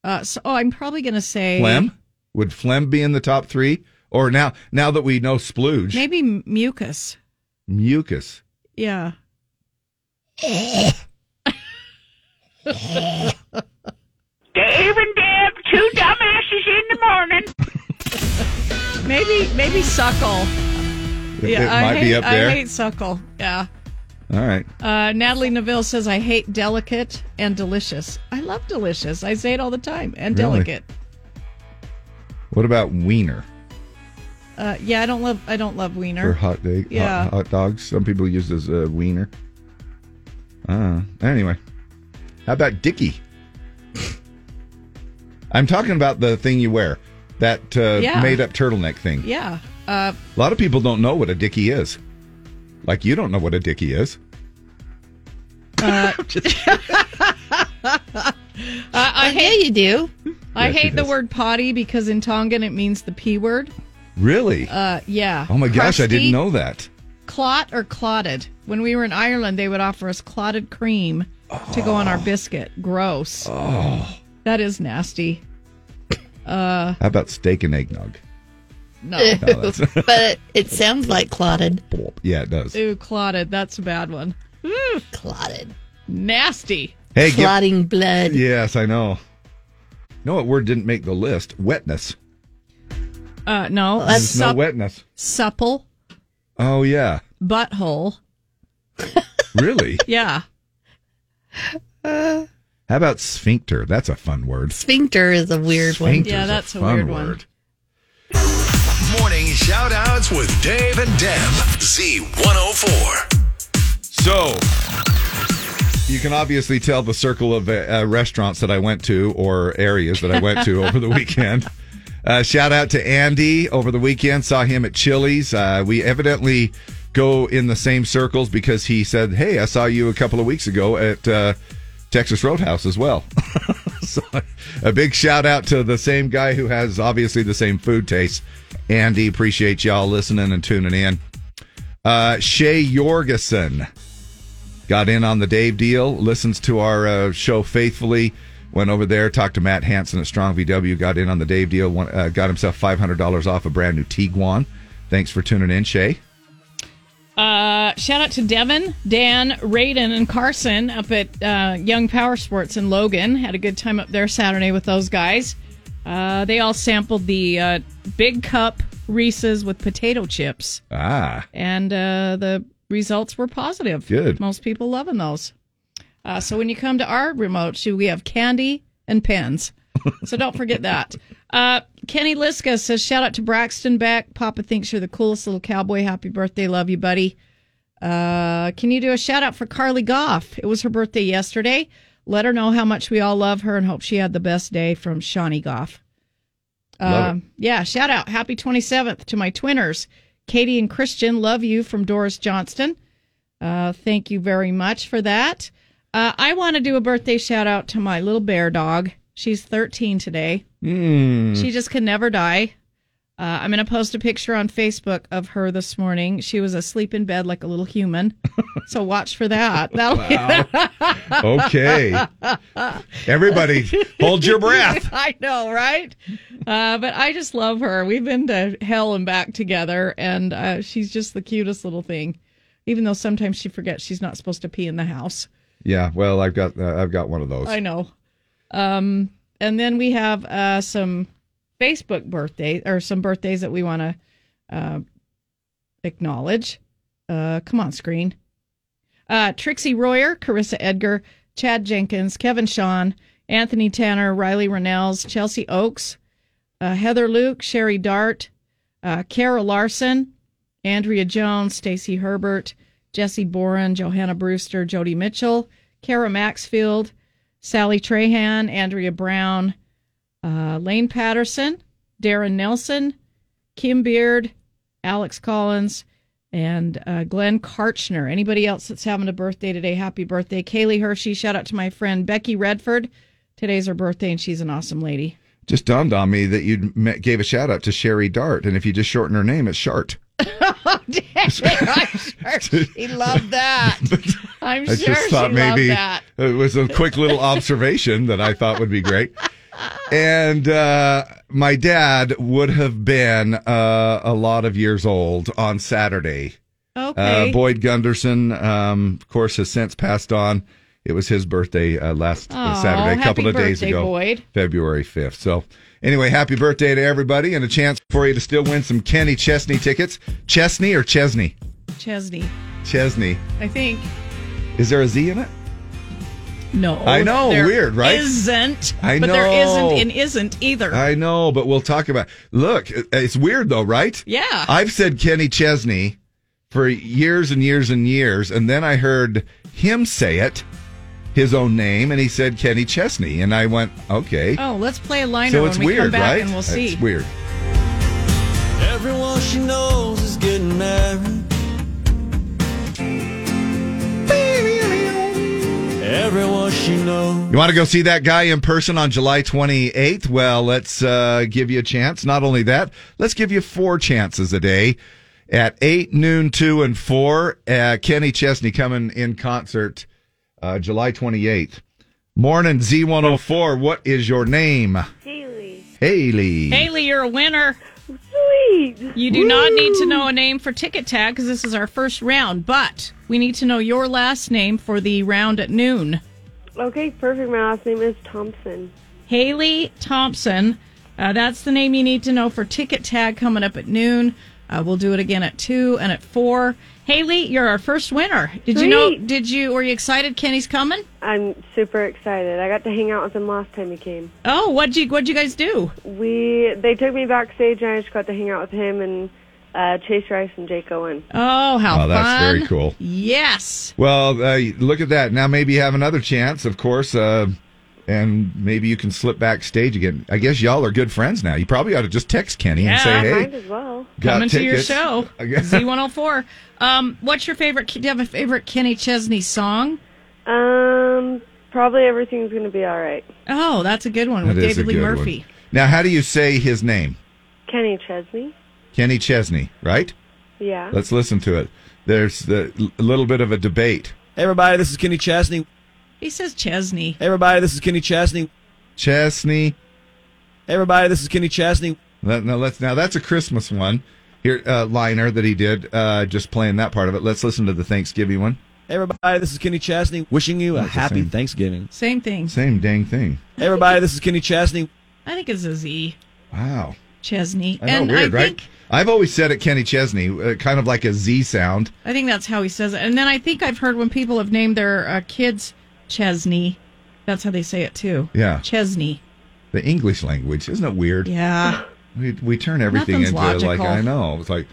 Speaker 2: Uh, so oh, I'm probably gonna say
Speaker 3: Phlegm? Would phlegm be in the top three? Or now, now that we know splooge,
Speaker 2: maybe m- mucus.
Speaker 3: mucus.
Speaker 2: Yeah.
Speaker 9: Dave and Deb, two dumbasses in the morning.
Speaker 2: Maybe maybe suckle.
Speaker 3: It- it might
Speaker 2: I
Speaker 3: be
Speaker 2: hate,
Speaker 3: up there.
Speaker 2: I hate suckle. Yeah.
Speaker 3: All right.
Speaker 2: Uh, Natalie Neville says I hate delicate and delicious. I love delicious. I say it all the time. And
Speaker 3: Really?
Speaker 2: delicate.
Speaker 3: What about wiener
Speaker 2: Uh, yeah, I don't love I don't love wiener.
Speaker 3: for hot, dog?
Speaker 2: Yeah.
Speaker 3: hot, hot dogs? Some people use it as a wiener. Uh, anyway, how about Dicky? I'm talking about the thing you wear, that uh,
Speaker 2: Yeah.
Speaker 3: made-up turtleneck thing.
Speaker 2: Yeah. Uh,
Speaker 3: A lot of people don't know what a Dicky is. Like you don't know what a Dicky is.
Speaker 2: uh, I, Uh, I hate you do. I
Speaker 3: Yes, she
Speaker 2: hate the
Speaker 3: does.
Speaker 2: word potty because in Tongan it means the p word.
Speaker 3: Really?
Speaker 2: Uh, yeah.
Speaker 3: oh my gosh, I
Speaker 2: Crusty,
Speaker 3: didn't know that.
Speaker 2: Clot or clotted. When we were in Ireland, they would offer us clotted cream to go on our biscuit. Gross.
Speaker 3: Oh.
Speaker 2: That is nasty. Uh,
Speaker 3: How about steak and eggnog?
Speaker 2: no.
Speaker 3: No, that's-
Speaker 4: but it sounds like clotted.
Speaker 3: Yeah, it does.
Speaker 2: Ooh, clotted. That's a bad one. Mm.
Speaker 4: Clotted.
Speaker 2: Nasty.
Speaker 3: Hey, give-
Speaker 4: Clotting blood.
Speaker 3: Yes, I know. No, what word didn't make the list? Wetness.
Speaker 2: Uh, no.
Speaker 3: There's no
Speaker 2: Sup-
Speaker 3: wetness.
Speaker 2: supple.
Speaker 3: Oh yeah,
Speaker 2: Butthole.
Speaker 3: really?
Speaker 2: Yeah.
Speaker 4: Uh,
Speaker 3: How about sphincter? That's a fun word.
Speaker 4: sphincter is a weird one.
Speaker 3: Sphincter's fun word.
Speaker 15: Morning shout outs with Dave and Deb. Z104.
Speaker 3: So, you can obviously tell the circle of uh, uh, restaurants that I went to or areas that I went to over the weekend. Uh, shout out to Andy over the weekend. Saw him at Chili's. Uh, we evidently go in the same circles because he said, Hey, I saw you a couple of weeks ago at uh, Texas Roadhouse as well. so, a big shout out to the same guy who has obviously the same food tastes. Andy, appreciate y'all listening and tuning in. Uh, Shay Jorgensen got in on the Dave deal, listens to our uh, show faithfully, went over there, talked to Matt Hansen at Strong VW, got in on the Dave deal, won, uh, got himself $500 off a brand new Tiguan. Thanks for tuning in, Shay.
Speaker 2: Uh, shout out to Devin, Dan, Raiden, and Carson up at uh, Young Power Sports in Logan. Had a good time up there Saturday with those guys. Uh, they all sampled the uh, Big Cup Reese's with potato chips,
Speaker 3: Ah,
Speaker 2: and uh, the results were positive.
Speaker 3: Good.
Speaker 2: Most people loving those. Uh, so when you come to our remote shoot, we have candy and pens. So don't forget that. Uh, Kenny Liska says, shout out to Braxton Beck. Papa thinks you're the coolest little cowboy. Happy birthday. Love you, buddy. Uh, can you do a shout out for Carly Goff? It was her birthday yesterday. Let her know how much we all love her and hope she had the best day from Shawnee Goff.
Speaker 9: Love
Speaker 2: Um, yeah, shout out. Happy 27th to my twinners, Katie and Christian. Love you from Doris Johnston. Uh, thank you very much for that. Uh, I want to do a birthday shout out to my little bear dog, She's 13 today.
Speaker 18: Mm.
Speaker 3: Hmm.
Speaker 2: She just can never die. Uh, I'm going to post a picture on Facebook of her this morning. She was asleep in bed like a little human. so watch for that. That'll
Speaker 3: Okay. Everybody, hold your breath.
Speaker 2: I know, right? Uh, but I just love her. We've been to hell and back together, and uh, she's just the cutest little thing. Even though sometimes she forgets she's not supposed to pee in the house.
Speaker 3: Yeah. Well, I've got uh, I've got one of those.
Speaker 2: I know. Um, and then we have uh, some Facebook birthdays or some birthdays that we want to uh, acknowledge. Uh, come on, screen. Uh, Trixie Royer, Carissa Edgar, Chad Jenkins, Kevin Sean, Anthony Tanner, Riley Rennells, Chelsea Oaks, uh, Heather Luke, Sherry Dart, uh, Kara Larson, Andrea Jones, Stacy Herbert, Jesse Boren, Johanna Brewster, Jody Mitchell, Kara Maxfield, Sally Trahan, Andrea Brown, uh, Lane Patterson, Darren Nelson, Kim Beard, Alex Collins, and uh, Glenn Karchner. Anybody else that's having a birthday today, happy birthday. Kaylee Hershey, shout out to my friend Becky Redford. Today's her birthday, and she's an awesome lady.
Speaker 3: Just dawned on me that you gave a shout out to Sherry Dart, and if you just shorten her name, it's Shart.
Speaker 2: Oh, I'm sure she loved that. I'm
Speaker 3: I
Speaker 2: sure
Speaker 3: just
Speaker 2: she
Speaker 3: thought
Speaker 2: loved
Speaker 3: maybe
Speaker 2: that.
Speaker 3: it was a quick little observation that I thought would be great. And uh, my dad would have been uh, a lot of years old on Saturday.
Speaker 2: Okay.
Speaker 3: Uh, Boyd Gunderson, um, of course, has since passed on. It was his birthday uh, last
Speaker 2: Aw,
Speaker 3: Saturday, a couple
Speaker 2: happy
Speaker 3: of days
Speaker 2: birthday,
Speaker 3: ago,
Speaker 2: Boyd.
Speaker 3: February 5th. So, anyway, happy birthday to everybody and a chance for you to still win some Kenny Chesney tickets. Chesney or Chesney?
Speaker 2: Chesney,
Speaker 3: Chesney.
Speaker 2: I think.
Speaker 3: Is there a Z in it?
Speaker 2: No.
Speaker 3: I know,
Speaker 2: there
Speaker 3: weird, right?
Speaker 2: Isn't.
Speaker 3: I
Speaker 2: But there isn't
Speaker 3: know.
Speaker 2: and isn't either.
Speaker 3: I know, but we'll talk about. Look, it's weird though, right?
Speaker 2: Yeah.
Speaker 3: I've said Kenny Chesney for years and years and years, and then I heard him say it, his own name, and he said Kenny Chesney, and I went, okay.
Speaker 2: Oh, let's play a liner
Speaker 3: so
Speaker 2: when
Speaker 3: it's
Speaker 2: we
Speaker 3: weird,
Speaker 2: come back
Speaker 3: right?
Speaker 2: and we'll see.
Speaker 3: It's weird.
Speaker 9: Everyone she knows is getting married. Everyone she knows.
Speaker 3: You want to go see that guy in person on July 28th? Well, let's uh, give you a chance. Not only that, let's give you four chances a day at 8, noon, 2, and 4. Uh, Kenny Chesney coming in concert uh, July 28th. Morning, Z104. What is your name?
Speaker 2: Haley.
Speaker 3: Haley.
Speaker 2: Haley, you're a winner. Sweet. You do not need to know a name for Ticket Tag because this is our first round, but we need to know your last name for the round at noon.
Speaker 18: Okay, perfect. My last name is Thompson.
Speaker 2: Haley Thompson. Uh, that's the name you need to know for Ticket Tag coming up at noon. Uh, we'll do it again at two and at four. Haley, you're our first winner. Did you know?
Speaker 18: Sweet.
Speaker 2: Did you? Were you excited? Kenny's coming.
Speaker 18: I'm super excited. I got to hang out with him last time he came.
Speaker 2: Oh, what'd you what'd you guys do?
Speaker 18: We they took me backstage and I just got to hang out with him and uh, Chase Rice and Jake Owen.
Speaker 2: Oh, how
Speaker 3: Wow,
Speaker 2: fun!
Speaker 3: that's very cool.
Speaker 2: Yes.
Speaker 3: Well, uh, look at that. Now maybe you have another chance, of course, uh, and maybe you can slip backstage again. I guess y'all are good friends now. You probably ought to just text Kenny and say, hey.
Speaker 18: might as well.
Speaker 3: Got
Speaker 2: coming to your
Speaker 3: tickets.
Speaker 2: show.
Speaker 3: I guess-
Speaker 2: Z104. Um, what's your favorite? Do you have a favorite Kenny Chesney song?
Speaker 18: Um, probably everything's gonna be all right.
Speaker 2: Oh, that's a good one with
Speaker 3: That is
Speaker 2: David
Speaker 3: a
Speaker 2: Lee
Speaker 3: good one.
Speaker 2: Murphy.
Speaker 3: Now, how do you say his name?
Speaker 18: Kenny Chesney.
Speaker 3: Kenny Chesney, right?
Speaker 18: Yeah.
Speaker 3: Let's listen to it. There's the- a little bit of a debate.
Speaker 12: Hey, everybody, this is Kenny Chesney.
Speaker 2: He says Chesney. Hey,
Speaker 12: everybody, this is Kenny Chesney.
Speaker 3: Chesney.
Speaker 12: Hey, everybody, this is Kenny Chesney.
Speaker 3: Let, now, let's, now, that's a Christmas one here, uh, liner that he did, uh, just playing that part of it. Let's listen to the Thanksgiving one.
Speaker 12: Hey, everybody, this is Kenny Chesney. Wishing you a happy Thanksgiving.
Speaker 2: Same thing.
Speaker 3: Same dang thing.
Speaker 12: Hey, everybody, this is Kenny Chesney.
Speaker 2: I think it's a Z.
Speaker 3: Wow.
Speaker 2: Chesney.
Speaker 3: I know,
Speaker 2: and
Speaker 3: weird,
Speaker 2: I
Speaker 3: right?
Speaker 2: think
Speaker 3: I've always said it, Kenny Chesney, uh, kind of like a Z sound.
Speaker 2: I think that's how he says it. And then I think I've heard when people have named their uh, kids Chesney, that's how they say it too.
Speaker 3: Yeah.
Speaker 2: Chesney.
Speaker 3: The English language. Isn't it weird?
Speaker 2: Yeah.
Speaker 3: We, we turn everything
Speaker 2: Nothing's
Speaker 3: into like
Speaker 2: logical.
Speaker 3: I know. It's like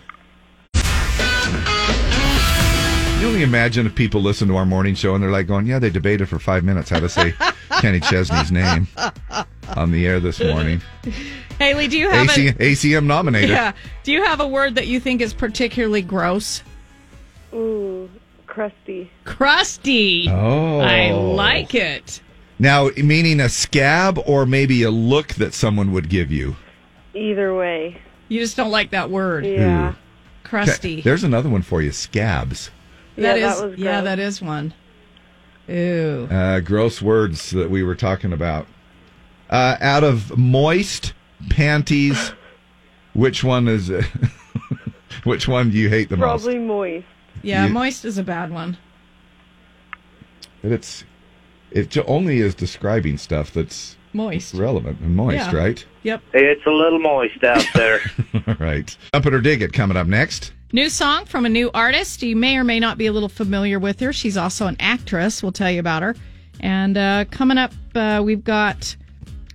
Speaker 3: you only imagine if people listen to our morning show and they're like going, "Yeah, they debated for five minutes how to say Kenny Chesney's name on the air this morning."
Speaker 2: Haley, do you have
Speaker 3: AC,
Speaker 2: a
Speaker 3: ACM nominated.
Speaker 2: yeah? Do you have a word that you think is particularly gross?
Speaker 18: Ooh, crusty.
Speaker 2: Crusty.
Speaker 3: Oh.
Speaker 2: I like it.
Speaker 3: Now, meaning a scab or maybe a look that someone would give you.
Speaker 18: Either way.
Speaker 2: You just don't like that word.
Speaker 3: Yeah.
Speaker 2: Crusty.
Speaker 3: Okay, There's another one for you scabs.
Speaker 2: That
Speaker 18: Yeah,
Speaker 2: is,
Speaker 18: that was
Speaker 2: yeah,
Speaker 18: gross.
Speaker 2: that is one. Ew.
Speaker 3: Uh, gross words that we were talking about. Uh, out of moist panties, which one is it? which one do you hate the most?
Speaker 18: Probably moist.
Speaker 2: Yeah,
Speaker 3: You-
Speaker 2: moist is a bad one.
Speaker 3: And it's it j- only is describing stuff that's
Speaker 2: Moist.
Speaker 3: relevant and moist,
Speaker 2: Yeah.
Speaker 3: right?
Speaker 2: Yep.
Speaker 16: It's a little moist out there.
Speaker 3: All right. Up it or dig it coming up next.
Speaker 2: New song from a new artist. You may or may not be a little familiar with her. She's also an actress. We'll tell you about her. And uh, coming up, uh, we've got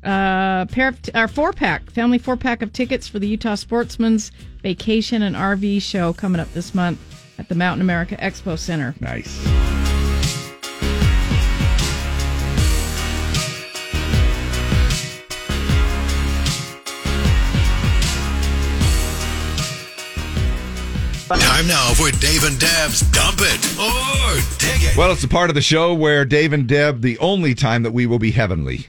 Speaker 2: uh, pair of t- our four pack, family four pack of tickets for the Utah Sportsman's Vacation and RV Show coming up this month at the Mountain America Expo Center.
Speaker 3: Nice.
Speaker 19: Time now for Dave and Dab's Dump It or Dig It.
Speaker 3: Well, it's the part of the show where Dave and Deb, the only time that we will be heavenly.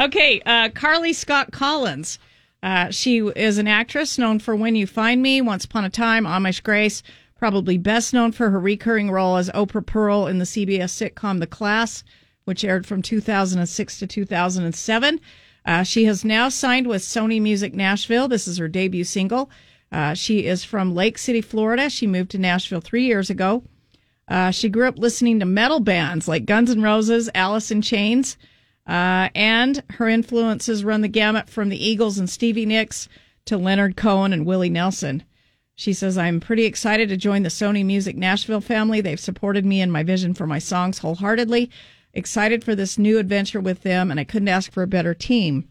Speaker 2: Okay, uh, Carly Scott Collins. Uh, she is an actress known for When You Find Me, Once Upon a Time, Amish Grace. Probably best known for her recurring role as Oprah Pearl in the CBS sitcom The Class, which aired from 2006 to 2007. Uh, she has now signed with Sony Music Nashville. This is her debut single. Uh, she is from Lake City, Florida. She moved to Nashville three years ago. Uh, she grew up listening to metal bands like Guns N' Roses, Alice in Chains, uh, and her influences run the gamut from the Eagles and Stevie Nicks to Leonard Cohen and Willie Nelson. She says, I'm pretty excited to join the Sony Music Nashville family. They've supported me in my vision for my songs wholeheartedly. Excited for this new adventure with them, and I couldn't ask for a better team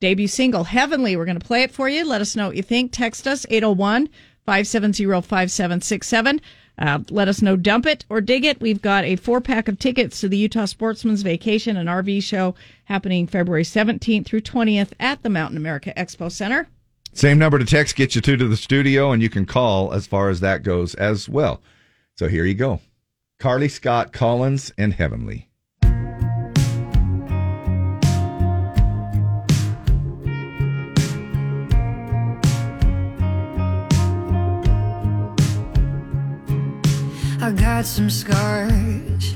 Speaker 2: debut single heavenly we're going to play it for you let us know what you think text us 801 570 5767 Uh, let us know dump it or dig it we've got a four pack of tickets to the utah sportsman's vacation and rv show happening february 17th through 20th at the mountain america expo center
Speaker 3: Same number to text gets you through to the studio, and you can call as far as that goes as well. So here you go Carly Scott Collins and Heavenly.
Speaker 20: I got some scars.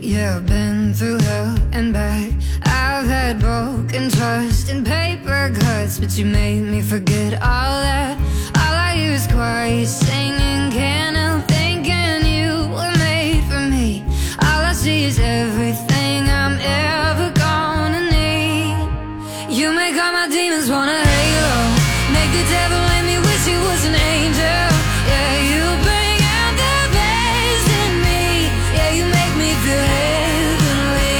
Speaker 20: Yeah, I've been through hell and back. I've had broken trust and paper cuts, but you made me forget all that. All I used choirs, singing, candle, thinking you were made for me. All I see is everything I'm ever gonna need. You make all my demons want a halo. Make the devil in me wish he was an angel. Yeah, you bring out the best in me. Yeah, you make me feel heavenly.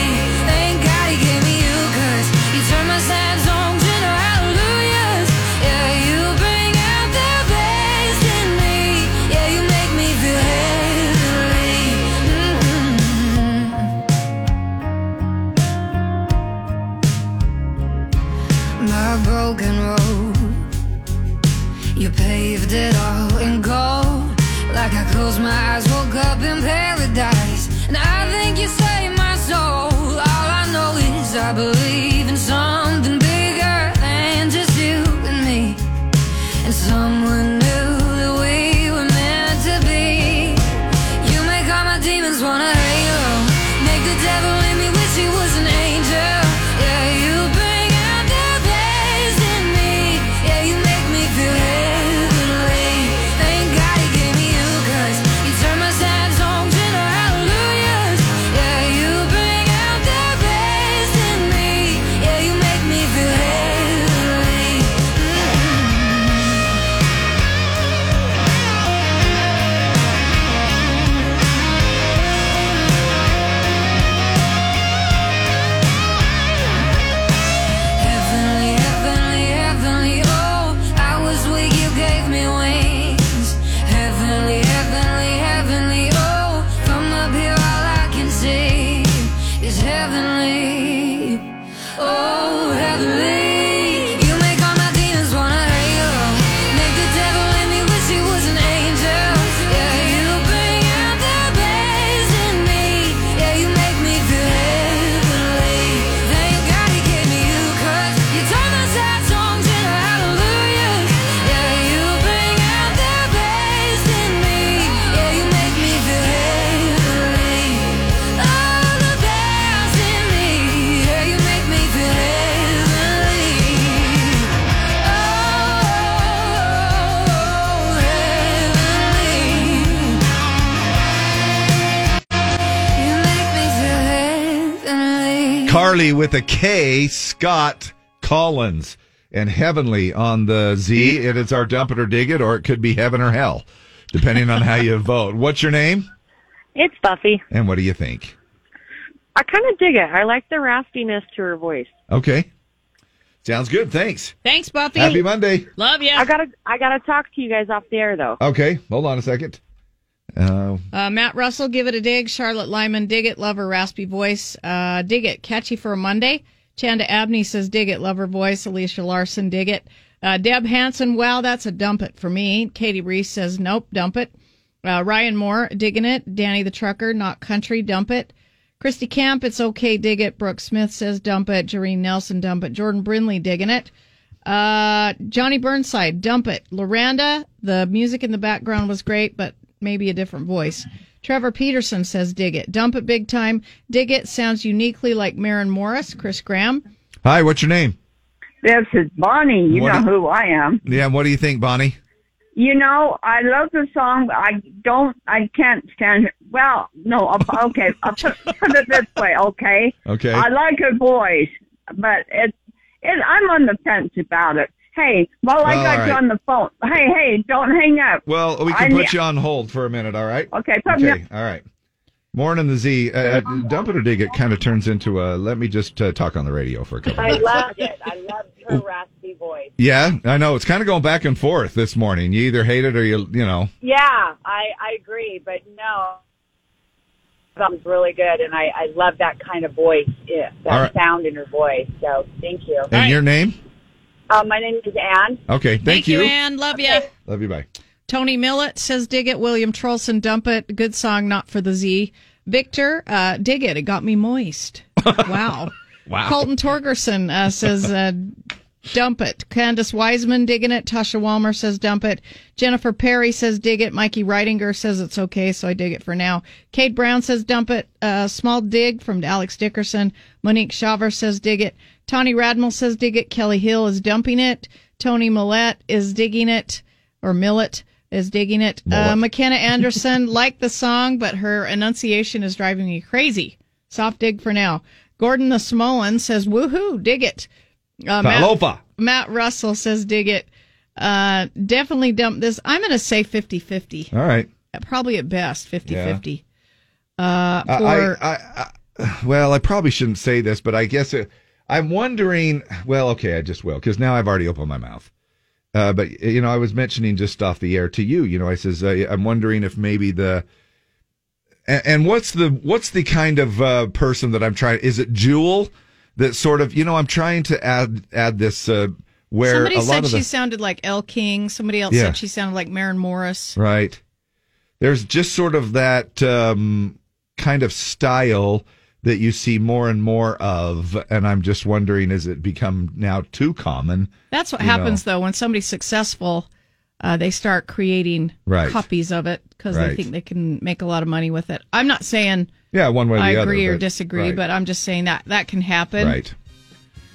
Speaker 20: Thank God he gave me you, cause you turn my sad songs into hallelujahs. Yeah, you bring out the best in me. Yeah, you make me feel heavenly. Mm-hmm. my broken road. You paved it all in gold. Like I closed my eyes, woke up in paradise. And I think you saved my soul. All I know is I believe in something bigger than just you and me. And someone knew that we were meant to be. You make all my demons wanna halo. Make the devil in me wish he was an angel. Yeah, you bring out the best in me. Yeah, you make me feel heavenly. Thank God he gave me you, cause you turn my sad songs into hallelujahs. Yeah, you bring out the best in me. Yeah, you make Mm-hmm. oh, oh, Oh, Oh, Oh,
Speaker 3: Charlie with a K, Scott Collins, and Heavenly on the Z. It is our dump it or dig it, or it could be heaven or hell, depending on how you vote. What's your name?
Speaker 21: It's Buffy.
Speaker 3: And what do you think?
Speaker 21: I kind of dig it. I like the raspiness to her voice.
Speaker 3: Okay. Sounds good. Thanks.
Speaker 21: Thanks, Buffy.
Speaker 3: Happy Monday.
Speaker 21: Love you. I gotta, I gotta talk to you guys off the air though.
Speaker 3: Okay. Hold on a second. Uh,
Speaker 2: Uh, Matt Russell, give it a dig. Charlotte Lyman, dig it. Love her raspy voice. Uh, dig it. Catchy for a Monday. Chanda Abney says, dig it. Love her voice. Alicia Larson, dig it. Uh, Deb Hanson, wow, that's a dump it for me. Katie Reese says, nope, dump it. Uh, Ryan Moore, digging it. Danny the Trucker, not country, dump it. Christy Camp, it's okay, dig it. Brooke Smith says, dump it. Jareen Nelson, dump it. Jordan Brinley, digging it. Uh, Johnny Burnside, dump it. Loranda, the music in the background was great, but maybe a different voice. Trevor Peterson says, dig it. Dump it big time. Dig it sounds uniquely like Marin Morris. Chris Graham.
Speaker 3: hi, what's your name?
Speaker 22: This is Bonnie. You
Speaker 3: What
Speaker 22: know
Speaker 3: do-
Speaker 22: who I am.
Speaker 3: Yeah, and what do you think, Bonnie?
Speaker 22: You know, I love the song. But I don't. I can't stand. it. Well, no. I'll- Okay, I'll put, put it this way. Okay.
Speaker 9: Okay.
Speaker 22: I like her voice, but it. It. I'm on the fence about it. Hey, well, I
Speaker 3: Well,
Speaker 22: got
Speaker 3: all
Speaker 22: you
Speaker 3: right.
Speaker 22: on the phone. Hey, hey, don't hang up.
Speaker 3: Well, we
Speaker 22: I
Speaker 3: can
Speaker 22: ne-
Speaker 3: put you on hold for a minute, all right?
Speaker 22: Uh, Okay, put me
Speaker 3: okay, all right. Morning, the Z. Uh, uh, dump it or dig it kind of turns into a let me just uh, talk on the radio for a couple
Speaker 23: I
Speaker 3: minutes.
Speaker 23: loved it. I loved her raspy voice.
Speaker 3: Yeah, I know. It's kind of going back and forth this morning. You either hate it or you, you know.
Speaker 23: Yeah, I, I agree, but no, that was really good, and I, I love that kind of voice, yeah,
Speaker 3: All
Speaker 23: that
Speaker 3: right.
Speaker 23: sound in her voice. So thank you.
Speaker 3: And your name?
Speaker 23: Uh, my name is Anne.
Speaker 3: Okay, thank,
Speaker 2: Thank you, Ann. Love you.
Speaker 3: Love you, bye.
Speaker 2: Tony Millett says, dig it. William Trolson, dump it. Good song, not for the Z. Victor, uh, dig it. It got me moist. Wow.
Speaker 9: Wow.
Speaker 2: Colton Torgerson uh, says, uh, dump it. Candace Wiseman, digging it. Tasha Walmer says, dump it. Jennifer Perry says, dig it. Mikey Reitinger says, it's okay, so I dig it for now. Kate Brown says, dump it. Uh, small dig from Alex Dickerson. Monique Shaver says, dig it. Tawny Radmel says, dig it. Kelly Hill is dumping it. Tony Millette is digging it, or Millet is digging it. Uh,
Speaker 9: Millet.
Speaker 2: McKenna Anderson liked the song, but her enunciation is driving me crazy. Soft dig for now. Gordon the Smolin says, woohoo, dig it. Uh,
Speaker 3: Falopa.
Speaker 2: Matt, Matt Russell says, dig it. Uh, definitely dump this. I'm going to say 50 50.
Speaker 3: All right.
Speaker 2: Probably at best 50 50.
Speaker 3: I-
Speaker 2: Uh, for,
Speaker 3: I, I, I, well, I probably shouldn't say this, but I guess it, I'm wondering. Well, okay, I just will because now I've already opened my mouth. Uh, but you know, I was mentioning just off the air to you. You know, I says I, I'm wondering if maybe the and, and what's the what's the kind of uh, person that I'm trying? Is it Jewel that sort of you know I'm trying to add add this uh, where
Speaker 2: somebody
Speaker 3: a lot
Speaker 2: said
Speaker 3: of
Speaker 2: she
Speaker 3: the,
Speaker 2: sounded like El King. Somebody else
Speaker 3: Yeah.
Speaker 2: said she sounded like Marin Morris.
Speaker 3: Right. There's just sort of that um, kind of style that you see more and more of, and I'm just wondering, has it become now too common?
Speaker 2: That's what
Speaker 3: You
Speaker 2: happens, though, when somebody's successful. Uh, they start creating
Speaker 3: Right.
Speaker 2: copies of it because they
Speaker 3: Right.
Speaker 2: think they can make a lot of money with it. I'm not saying
Speaker 3: Yeah, one way or the
Speaker 2: I
Speaker 3: other.
Speaker 2: agree or
Speaker 3: but-
Speaker 2: disagree,
Speaker 3: right,
Speaker 2: but I'm just saying that that can happen.
Speaker 3: right.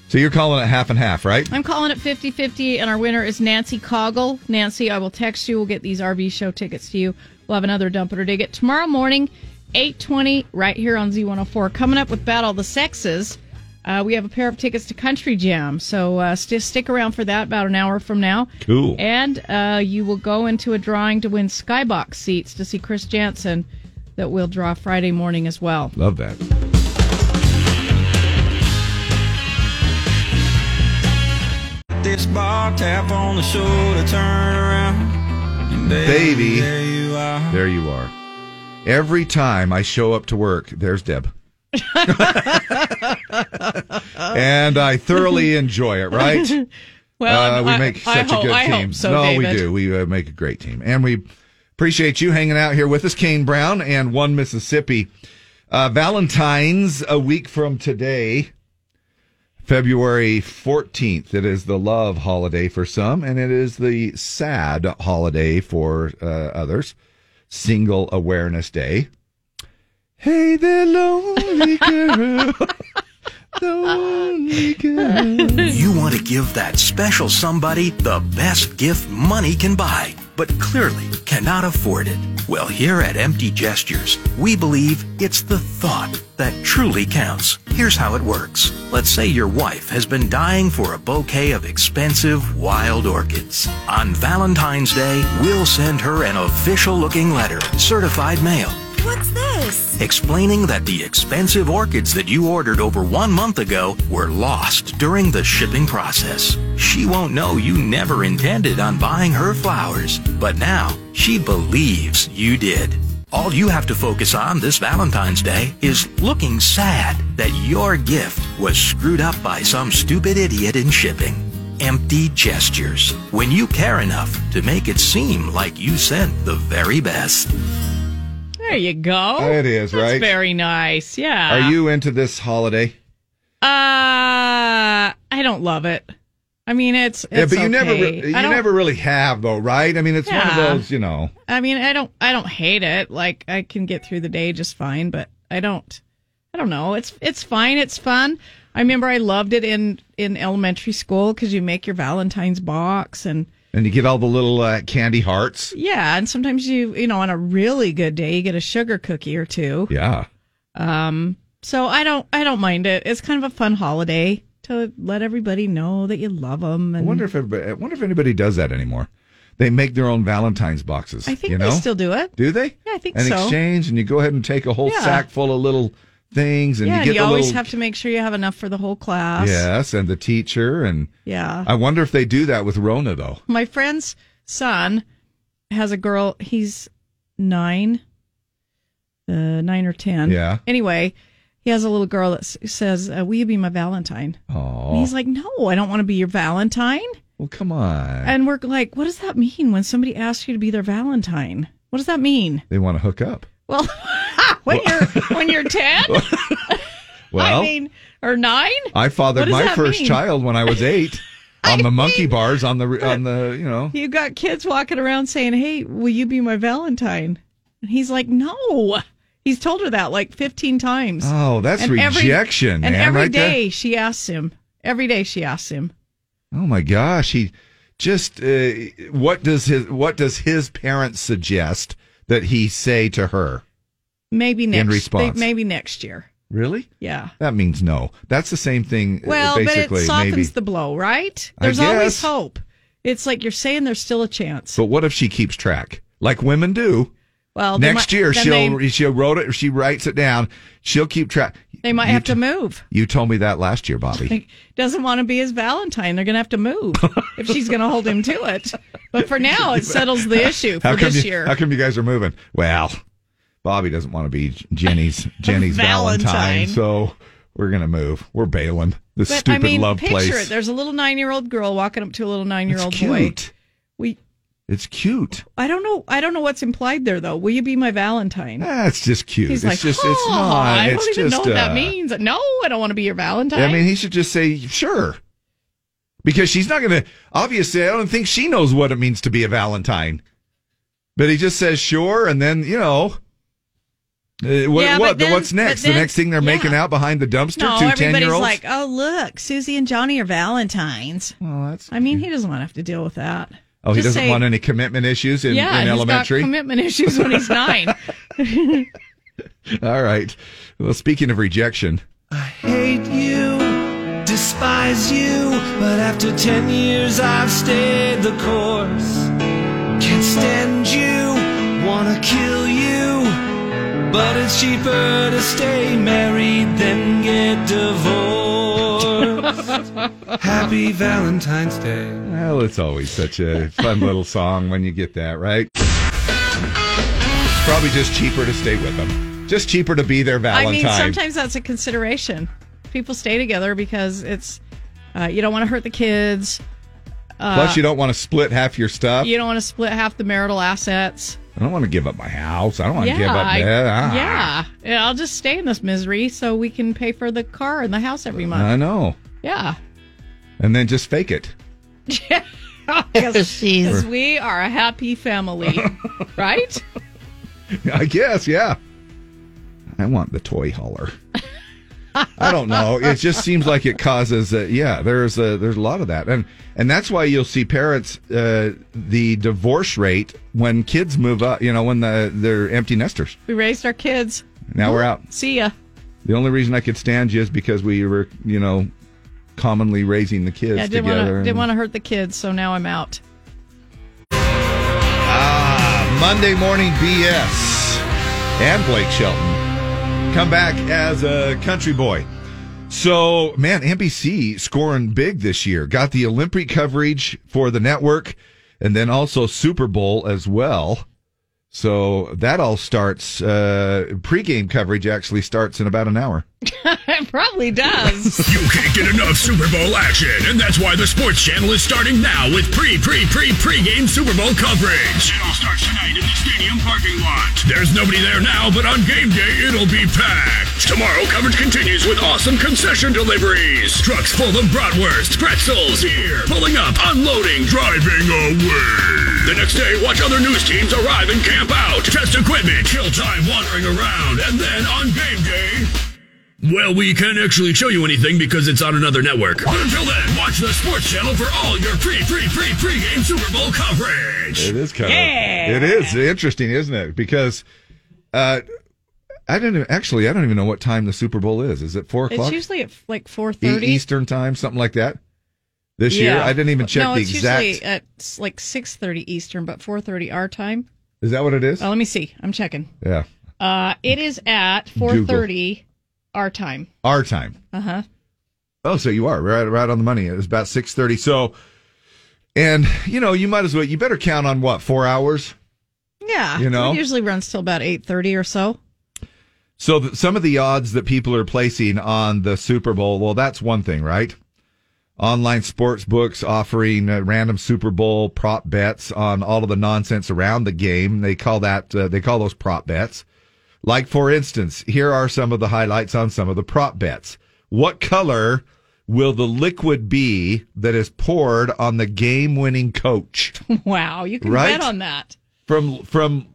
Speaker 3: So you're calling it half and half, right?
Speaker 2: I'm calling it 50 50, and our winner is Nancy Coggle. Nancy, I will text you. We'll get these RV show tickets to you. We'll have another dump it or dig it tomorrow morning, 820, right here on Z104. Coming up with Battle of the Sexes, uh, we have a pair of tickets to Country Jam. So uh, st- stick around for that about an hour from now.
Speaker 9: Cool.
Speaker 2: And uh, you will go into a drawing to win Skybox seats to see Chris Jansen that we'll draw Friday morning as well.
Speaker 3: Love that.
Speaker 9: This bar tap on the shoulder, turn around.
Speaker 3: Baby,
Speaker 9: there you are.
Speaker 3: There you are. Every time I show up to work, there's Deb. and I thoroughly enjoy it, right?
Speaker 2: Well,
Speaker 3: uh, we
Speaker 2: I-
Speaker 3: make
Speaker 2: I
Speaker 3: such
Speaker 2: hope-
Speaker 3: a good
Speaker 2: I
Speaker 3: team.
Speaker 2: hope so,
Speaker 3: no, we
Speaker 2: David.
Speaker 3: do. We uh, make a great team, and we appreciate you hanging out here with us, Kane Brown and One Mississippi. Uh, Valentine's a week from today, February fourteenth. It is the love holiday for some, and it is the sad holiday for uh, others. Single Awareness Day. Hey there, lonely girl.
Speaker 19: you want to give that special somebody the best gift money can buy, but clearly cannot afford it. Well, here at Empty Gestures, we believe it's the thought that truly counts. Here's how it works. Let's say your wife has been dying for a bouquet of expensive wild orchids. On Valentine's Day, we'll send her an official looking letter, certified mail.
Speaker 20: What's this?
Speaker 19: explaining that the expensive orchids that you ordered over one month ago were lost during the shipping process. She won't know you never intended on buying her flowers, but now she believes you did. All you have to focus on this Valentine's Day is looking sad that your gift was screwed up by some stupid idiot in shipping empty gestures when you care enough to make it seem like you sent the very best.
Speaker 2: There you go.
Speaker 3: It is,
Speaker 2: That's
Speaker 3: right?
Speaker 2: Very nice. Yeah.
Speaker 3: Are you into this holiday?
Speaker 2: Uh, I don't love it. I mean, it's, it's
Speaker 3: yeah, but you never
Speaker 2: okay.
Speaker 3: re- you
Speaker 2: I don't-
Speaker 3: never really have though, right? I mean, it's one of
Speaker 2: Yeah.
Speaker 3: those, you know.
Speaker 2: I mean, I don't I don't hate it. Like I can get through the day just fine, but I don't I don't know. It's it's fine. It's fun. I remember I loved it in in elementary school cuz you make your Valentine's box and
Speaker 3: And you get all the little uh, candy hearts.
Speaker 2: yeah, and sometimes you, you know, on a really good day you get a sugar cookie or two.
Speaker 3: Yeah.
Speaker 2: Um so I don't I don't mind it. It's kind of a fun holiday to let everybody know that you love them
Speaker 3: I
Speaker 2: and
Speaker 3: wonder if everybody, I wonder if anybody does that anymore. They make their own Valentine's boxes.
Speaker 2: I think
Speaker 3: you
Speaker 2: they
Speaker 3: know?
Speaker 2: still do it.
Speaker 3: Do they?
Speaker 2: Yeah, I think
Speaker 3: An
Speaker 2: so.
Speaker 3: exchange, and you go ahead and take a whole
Speaker 2: Yeah.
Speaker 3: sack full of little things, and
Speaker 2: yeah,
Speaker 3: you get
Speaker 2: you
Speaker 3: the
Speaker 2: always
Speaker 3: little
Speaker 2: have to make sure you have Uh-huh. enough for the whole class.
Speaker 3: yes, and the teacher, and
Speaker 2: Yeah.
Speaker 3: I wonder if they do that with Rona though.
Speaker 2: my friend's son has a girl he's nine uh, nine or ten
Speaker 3: Yeah.
Speaker 2: anyway he has a little girl that s- says uh, will you be my valentine
Speaker 3: Oh,
Speaker 2: and he's like no i don't want to be your valentine
Speaker 3: well, come on.
Speaker 2: and we're like what does that mean when somebody asks you to be their valentine what does that mean
Speaker 3: they want to hook up.
Speaker 2: well when you're when you're 10
Speaker 3: Well,
Speaker 2: i mean or 9
Speaker 3: I
Speaker 2: What
Speaker 3: fathered
Speaker 2: does
Speaker 3: my
Speaker 2: that
Speaker 3: first
Speaker 2: mean?
Speaker 3: child when I was eight on the monkey bars on the on the you know.
Speaker 2: you got kids walking around saying, "Hey, will you be my Valentine?" And he's like, "No." He's told her that like fifteen times.
Speaker 3: Oh, that's
Speaker 2: every-
Speaker 3: rejection,
Speaker 2: and
Speaker 3: man,
Speaker 2: every
Speaker 3: right there.
Speaker 2: day she asks him. Every day she asks him.
Speaker 3: Oh my gosh, he just uh, what does his what does his parents suggest that he say to her?
Speaker 2: Maybe
Speaker 3: In
Speaker 2: next.
Speaker 3: response.
Speaker 2: Maybe next year.
Speaker 3: Really?
Speaker 2: Yeah.
Speaker 3: That means no. That's the same thing. uh,
Speaker 2: Well, but it
Speaker 3: basically,
Speaker 2: softens
Speaker 3: maybe.
Speaker 2: the blow, right?
Speaker 3: I
Speaker 2: There's always
Speaker 3: guess.
Speaker 2: hope. It's like you're saying there's still a chance.
Speaker 3: but what if she keeps track, like women do?
Speaker 2: Well, they
Speaker 3: next
Speaker 2: might-
Speaker 3: year
Speaker 2: then
Speaker 3: she'll
Speaker 2: they,
Speaker 3: she'll wrote it. She writes it down. She'll keep track.
Speaker 2: they might
Speaker 3: you
Speaker 2: have to
Speaker 3: t-
Speaker 2: move.
Speaker 3: You told me that last year, Bobby.
Speaker 2: Like, doesn't want to be his Valentine. They're going to have to move if she's going to hold him to it. But for now, it settles the issue for
Speaker 3: how come
Speaker 2: this
Speaker 3: you,
Speaker 2: year.
Speaker 3: How come you guys are moving? Well, Bobby doesn't want to be Jenny's Jenny's Valentine.
Speaker 2: Valentine.
Speaker 3: so we're gonna move. We're bailing this
Speaker 2: but
Speaker 3: stupid
Speaker 2: I mean,
Speaker 3: love
Speaker 2: picture
Speaker 3: place.
Speaker 2: it. There's a little nine-year-old girl walking up to a little nine-year-old
Speaker 3: it's
Speaker 2: boy.
Speaker 3: cute.
Speaker 2: We,
Speaker 3: It's cute.
Speaker 2: I don't know. I don't know what's implied there, though. Will you be my Valentine?
Speaker 3: That's just Ah, cute.
Speaker 2: He's
Speaker 3: it's
Speaker 2: like,
Speaker 3: just it's
Speaker 2: "Huh,
Speaker 3: not.
Speaker 2: I
Speaker 3: it's
Speaker 2: don't even
Speaker 3: just,
Speaker 2: know what that
Speaker 3: uh,
Speaker 2: means. No, I don't want to be your Valentine.
Speaker 3: I mean, he should just say sure. Because she's not going to, obviously, I don't think she knows what it means to be a Valentine. But he just says sure, and then, you know, uh, what,
Speaker 2: Yeah,
Speaker 3: what
Speaker 2: but then-
Speaker 3: what's
Speaker 2: but
Speaker 3: next?
Speaker 2: then-
Speaker 3: the next thing they're making out behind the dumpster,
Speaker 2: no,
Speaker 3: two 10
Speaker 2: everybody's
Speaker 3: year olds?
Speaker 2: like, oh look, Susie and Johnny are Valentines.
Speaker 3: Well, that's.
Speaker 2: I mean, he doesn't want to have to deal with that.
Speaker 3: oh, he
Speaker 2: Just
Speaker 3: doesn't
Speaker 2: say,
Speaker 3: want any commitment issues in,
Speaker 2: yeah,
Speaker 3: in
Speaker 2: he's
Speaker 3: elementary?
Speaker 2: Got commitment issues when he's nine.
Speaker 3: All right. Well, speaking of rejection,
Speaker 9: hate you, despise you, but after ten years I've stayed the course. Can't stand you, wanna kill you, but it's cheaper to stay married than get divorced. Happy Valentine's Day.
Speaker 3: well, it's always such a fun little song when you get that, right? It's probably just cheaper to stay with them. Just cheaper to be their
Speaker 2: I
Speaker 3: Valentine.
Speaker 2: mean, sometimes that's a consideration. People stay together because it's uh, you don't want to hurt the kids. Uh,
Speaker 3: Plus, you don't want to split half your stuff.
Speaker 2: you don't want to split half the marital assets.
Speaker 3: I don't want to give up my house. I don't want
Speaker 2: yeah,
Speaker 3: to give up
Speaker 2: I-
Speaker 3: that. Ah.
Speaker 2: yeah. Yeah, I'll just stay in this misery so we can pay for the car and the house every month.
Speaker 3: Uh, I know.
Speaker 2: yeah,
Speaker 3: And then just fake it.
Speaker 2: because we are a happy family, right?
Speaker 3: I guess, yeah. I want the toy hauler. I don't know. It just seems like it causes. Uh, yeah, there's a there's a lot of that, and and that's why you'll see parents uh, the divorce rate when kids move up. You know, when the they're empty nesters.
Speaker 2: We raised our kids.
Speaker 3: Now we're out.
Speaker 2: See ya.
Speaker 3: The only reason I could stand you is because we were you know commonly raising the kids
Speaker 2: yeah, I didn't want
Speaker 3: together.
Speaker 2: to
Speaker 3: and-
Speaker 2: didn't want to hurt the kids, so now I'm out.
Speaker 3: Ah, Monday morning BS and Blake Shelton come back as a country boy. So, man, NBC scoring big this year. Got the Olympic coverage for the network and then also Super Bowl as well. So that all starts, uh, pregame coverage actually starts in about an hour.
Speaker 2: it probably does.
Speaker 5: You can't get enough Super Bowl action, and that's why the Sports Channel is starting now with pre, pre, pre, pre-game Super Bowl coverage. It all starts tonight in the stadium parking lot. There's nobody there now, but on game day, it'll be packed. Tomorrow, coverage continues with awesome concession deliveries. Trucks full of bratwurst, pretzels, here, pulling up, unloading, driving away. The next day, watch other news teams arrive and camp out, test equipment, kill time wandering around, and then on game day, well, we can't actually show you anything because it's on another network. But until then, watch the Sports Channel for all your pre, pre, pre, pre-game Super Bowl coverage.
Speaker 3: It is kind
Speaker 5: Yeah.
Speaker 3: of. It is interesting, isn't it? Because uh, I don't even- actually. I don't even know what time the Super Bowl is. Is it four
Speaker 2: It's
Speaker 3: o'clock
Speaker 2: usually at like four
Speaker 3: E-
Speaker 2: thirty
Speaker 3: Eastern time, something like that? This year, I didn't even check
Speaker 2: no,
Speaker 3: the
Speaker 2: it's
Speaker 3: exact.
Speaker 2: usually at s- like six thirty Eastern, but four thirty our time.
Speaker 3: Is that what it is?
Speaker 2: Uh, let me see. I'm checking.
Speaker 3: yeah,
Speaker 2: Uh, it is at four
Speaker 3: Google.
Speaker 2: thirty our time.
Speaker 3: our time.
Speaker 2: Uh huh.
Speaker 3: Oh, so you are right, right on the money. It was about six thirty. So, and you know, you might as well. You better count on what four hours.
Speaker 2: Yeah.
Speaker 3: You know?
Speaker 2: it usually runs till about eight thirty or so.
Speaker 3: So th- some of the odds that people are placing on the Super Bowl, well, that's one thing, right? Online sports books offering uh, random Super Bowl prop bets on all of the nonsense around the game. They call that uh, they call those prop bets. Like for instance, here are some of the highlights on some of the prop bets. What color will the liquid be that is poured on the game-winning coach?
Speaker 2: wow, you can
Speaker 3: Right?
Speaker 2: bet on that.
Speaker 3: from from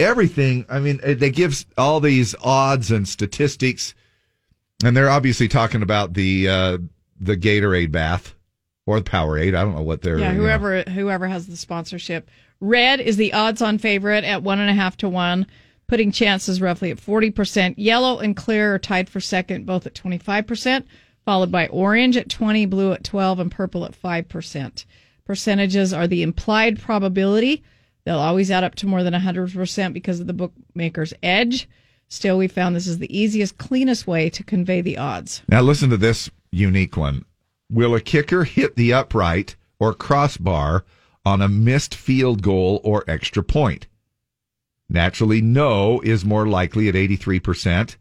Speaker 3: everything. I mean, eh, they give s- all these odds and statistics, and they're obviously talking about the uh, the Gatorade bath or the Powerade. I don't know what they're.
Speaker 2: yeah,
Speaker 3: you know.
Speaker 2: whoever whoever has the sponsorship. Red is the odds-on favorite at one and a half to one, putting chances roughly at forty percent. Yellow and clear are tied for second, both at twenty-five percent, followed by orange at twenty, blue at twelve, and purple at five percent. Percentages are the implied probability. They'll always add up to more than hundred percent because of the bookmaker's edge. Still, we found this is the easiest, cleanest way to convey the odds.
Speaker 3: Now listen to this unique one. Will a kicker hit the upright or crossbar on a missed field goal or extra point? Naturally, no is more likely at 83%.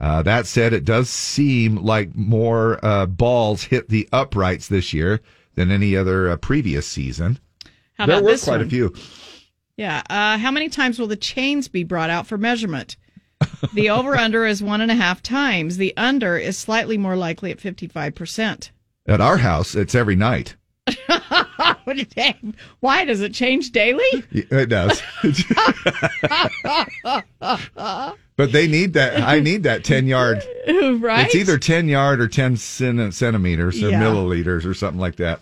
Speaker 3: Uh, that said, it does seem like more uh, balls hit the uprights this year than any other uh, previous season.
Speaker 2: How
Speaker 3: there
Speaker 2: about
Speaker 3: were
Speaker 2: this
Speaker 3: quite
Speaker 2: one?
Speaker 3: a few.
Speaker 2: Yeah. Uh, how many times will the chains be brought out for measurement? The over under is one and a half times. The under is slightly more likely at 55%.
Speaker 3: At our house, it's every night.
Speaker 2: Dang. Why does it change daily?
Speaker 3: Yeah, It does. but they need that. I need that 10 yard
Speaker 2: right?
Speaker 3: It's either 10 yard or 10 cen- centimeters or
Speaker 2: Yeah.
Speaker 3: milliliters or something like that.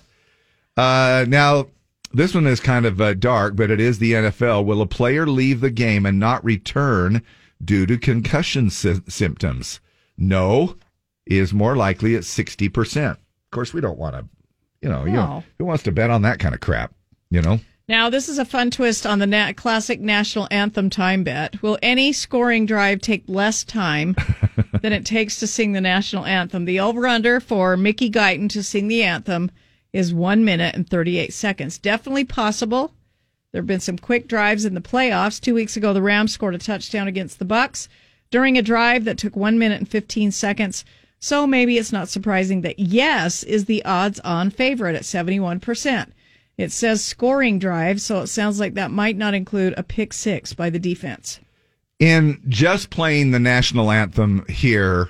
Speaker 3: Uh, now, this one is kind of uh, dark, but it is the NFL. Will a player leave the game and not return due to concussion sy- symptoms? No is more likely at 60%. Of course, we don't want to, you know, you
Speaker 2: No.
Speaker 3: who wants to bet on that kind of crap, you know?
Speaker 2: Now, this is a fun twist on the na- classic national anthem time bet. Will any scoring drive take less time than it takes to sing the national anthem? The over under for Mickey Guyton to sing the anthem is one minute and 38 seconds. Definitely possible. There have been some quick drives in the playoffs. Two weeks ago, the Rams scored a touchdown against the Bucks during a drive that took one minute and 15 seconds. So maybe it's not surprising that yes is the odds on favorite at 71%. It says scoring drive, so it sounds like that might not include a pick six by the defense.
Speaker 3: in just playing the national anthem here,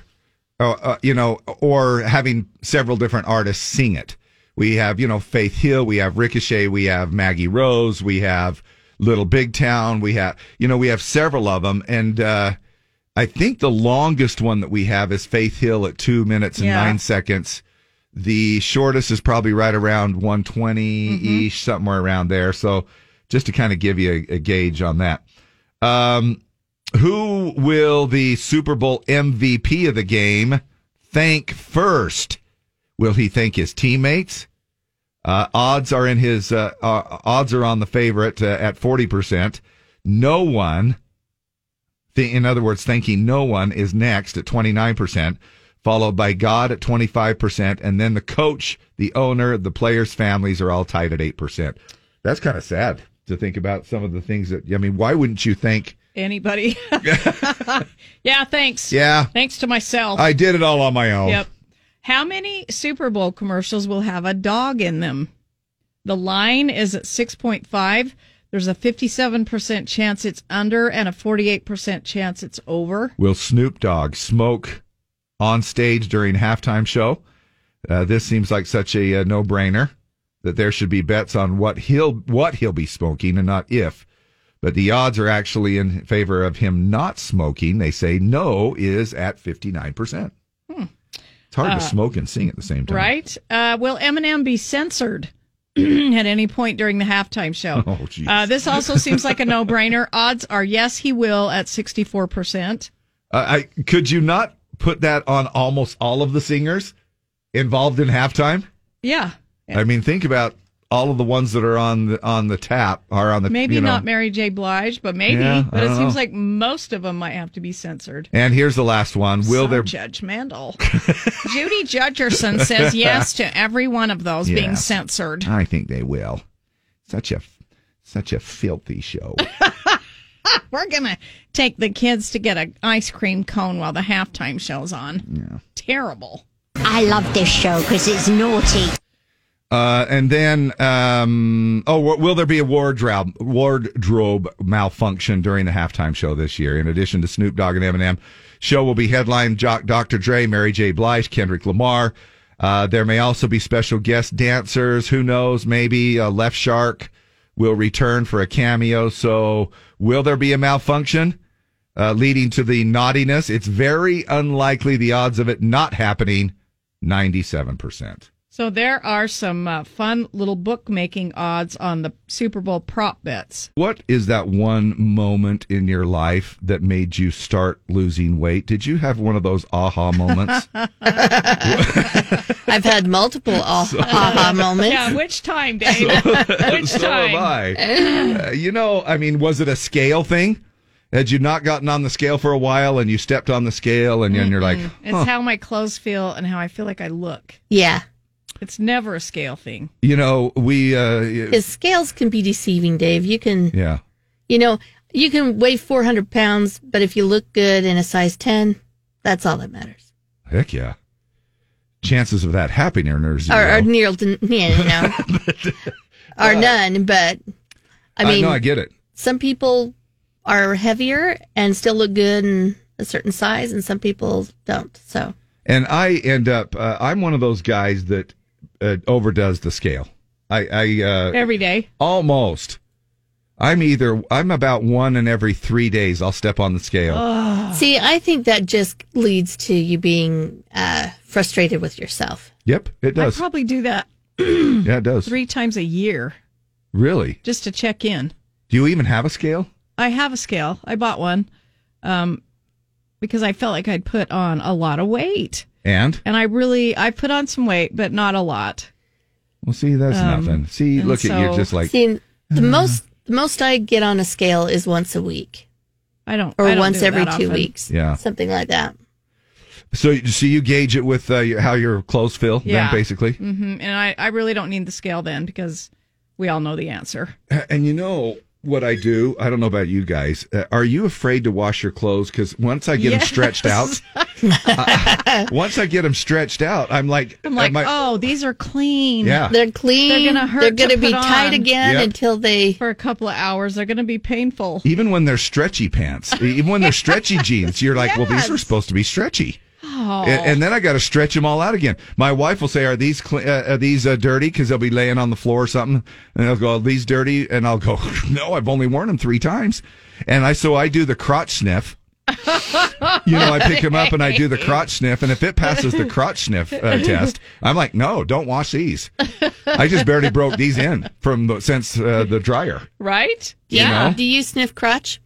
Speaker 3: uh, uh, you know, or having several different artists sing it. We have, you know, Faith Hill, we have Ricochet, we have Maggie Rose, we have Little Big Town, we have, you know, we have several of them, and uh, I think the longest one that we have is Faith Hill at two minutes and
Speaker 2: Yeah.
Speaker 3: nine seconds. The shortest is probably right around 120 ish, somewhere around there. So just to kind of give you a, a gauge on that. Um, who will the Super Bowl MVP of the game thank first? Will he thank his teammates? Uh, odds are in his uh, uh, odds are on the favorite uh, at forty percent. No one, th- in other words, thanking no one is next at twenty nine percent, followed by God at twenty five percent, and then the coach, the owner, the players' families are all tied at eight percent. That's kind of sad to think about some of the things that I mean. Why wouldn't you thank?
Speaker 2: Anybody? yeah, thanks.
Speaker 3: Yeah.
Speaker 2: Thanks to myself.
Speaker 3: I did it all on my own.
Speaker 2: Yep. How many Super Bowl commercials will have a dog in them? The line is at 6.5. There's a 57% chance it's under and a 48% chance it's over.
Speaker 3: Will Snoop Dogg smoke on stage during halftime show? Uh, this seems like such a, uh no-brainer that there should be bets on what he'll what he'll be smoking and not if. But the odds are actually in favor of him not smoking. They say no is at fifty-nine percent.
Speaker 2: Hmm.
Speaker 3: It's hard
Speaker 2: Uh,
Speaker 3: to smoke and sing at the same time.
Speaker 2: Right? Uh, will Eminem be censored at any point during the halftime show?
Speaker 3: Oh, geez.
Speaker 2: uh, this also seems like a no brainer. Odds are yes, he will at 64%.
Speaker 3: Uh, I could you not put that on almost all of the singers involved in halftime?
Speaker 2: Yeah.
Speaker 3: I mean, think about all of the ones that are on the on the tap are on the
Speaker 2: Maybe
Speaker 3: you know.
Speaker 2: not Mary J. Blige, but maybe.
Speaker 3: Yeah, I
Speaker 2: but it
Speaker 3: don't
Speaker 2: seems
Speaker 3: know.
Speaker 2: like most of them might have to be censored.
Speaker 3: And here's the last one.
Speaker 2: So
Speaker 3: Will there?
Speaker 2: judgmental? Judy Judgerson says yes to every one of those being
Speaker 3: Yes.
Speaker 2: censored.
Speaker 3: I think they will. Such a such a filthy show.
Speaker 2: We're gonna take the kids to get an ice cream cone while the halftime show's on.
Speaker 3: Yeah.
Speaker 2: Terrible.
Speaker 6: I love this show because it's naughty.
Speaker 3: Uh, and then, um, oh, w- will there be a wardrobe wardrobe malfunction during the halftime show this year? In addition to Snoop Dogg and Eminem, show will be headlined jo- Dr. Dre, Mary J. Blige, Kendrick Lamar. Uh, there may also be special guest dancers. Who knows? Maybe uh, Left Shark will return for a cameo. So, will there be a malfunction uh, leading to the naughtiness? It's very unlikely. The odds of it not happening, ninety-seven percent.
Speaker 2: So there are some uh, fun little bookmaking odds on the Super Bowl prop bets.
Speaker 3: What is that one moment in your life that made you start losing weight? Did you have one of those aha moments?
Speaker 4: I've had multiple aha aha moments.
Speaker 2: Yeah, which time, Dave? which
Speaker 3: so
Speaker 2: time?
Speaker 3: have I. Uh, you know, I mean, was it a scale thing? Had you not gotten on the scale for a while and you stepped on the scale and then you're like,
Speaker 2: Mm, It's
Speaker 3: huh.
Speaker 2: how my clothes feel and how I feel like I look.
Speaker 4: Yeah.
Speaker 2: It's never a scale thing.
Speaker 3: you know, we, uh,
Speaker 4: Because scales can be deceiving, Dave. You can,
Speaker 3: yeah.
Speaker 4: you know, you can weigh 400 pounds, but if you look good in a size 10, that's all that matters.
Speaker 3: Heck yeah. Chances of that happening are zero.
Speaker 4: Or, or near, yeah, you know, or none, but I mean,
Speaker 3: no, I get it.
Speaker 4: some people are heavier and still look good in a certain size, and some people don't. So,
Speaker 3: And I end up, uh, I'm one of those guys that uh, overdoes the scale. I, I uh,
Speaker 2: Every day.
Speaker 3: Almost. I'm either I'm about one in every three days I'll step on the scale.
Speaker 2: Oh.
Speaker 4: see, I think that just leads to you being uh, frustrated with yourself.
Speaker 3: Yep, it does.
Speaker 2: I probably do that
Speaker 3: yeah, it does.
Speaker 2: three times a year
Speaker 3: Really?
Speaker 2: just to check in.
Speaker 3: Do you even have a scale?
Speaker 2: I have a scale. I bought one um, because I felt like I'd put on a lot of weight,
Speaker 3: And
Speaker 2: and I really I put on some weight, but not a lot.
Speaker 3: well, see, that's
Speaker 2: Um,
Speaker 3: nothing. See,
Speaker 2: and
Speaker 3: look at you,
Speaker 2: so-
Speaker 3: just like
Speaker 4: See, the most the most I get on a scale is once a week.
Speaker 2: I don't,
Speaker 4: or
Speaker 2: I don't
Speaker 4: once
Speaker 2: do it
Speaker 4: every
Speaker 2: that
Speaker 4: two
Speaker 2: often.
Speaker 4: weeks.
Speaker 3: Yeah.
Speaker 4: something like that.
Speaker 3: so. So you gauge it with uh, how your clothes feel, then basically.
Speaker 2: hmm And I I really don't need the scale then because we all know the answer.
Speaker 3: And you know what I do? I don't know about you guys. Uh, are you afraid to wash your clothes? Because once I get them stretched out,
Speaker 2: Yes.
Speaker 3: once I get them stretched out, I'm like,
Speaker 2: I'm like,
Speaker 3: my-
Speaker 2: oh, these are clean.
Speaker 3: Yeah.
Speaker 4: They're clean.
Speaker 2: They're gonna hurt.
Speaker 4: They're gonna
Speaker 2: to
Speaker 4: be
Speaker 2: put
Speaker 4: tight
Speaker 2: on.
Speaker 4: again
Speaker 3: Yep.
Speaker 4: until they
Speaker 2: for a couple of hours. They're gonna be painful.
Speaker 3: even when they're stretchy pants, e-, even when they're stretchy jeans, you're like, well, these were supposed to be stretchy.
Speaker 2: Oh.
Speaker 3: And, and then I got to stretch them all out again. My wife will say, "Are these cle uh, are these uh, dirty?" Because they'll be laying on the floor or something, and they'll go, "Are these dirty?" And I'll go, "No, I've only worn them three times." And I so I do the crotch sniff, You know, I pick him up and I do the crotch sniff, and if it passes the crotch sniff uh, test, I'm like, no, don't wash these. I just barely broke these in from the, since uh, the dryer.
Speaker 2: Right?
Speaker 4: Yeah.
Speaker 3: You know?
Speaker 4: Do you sniff crotch?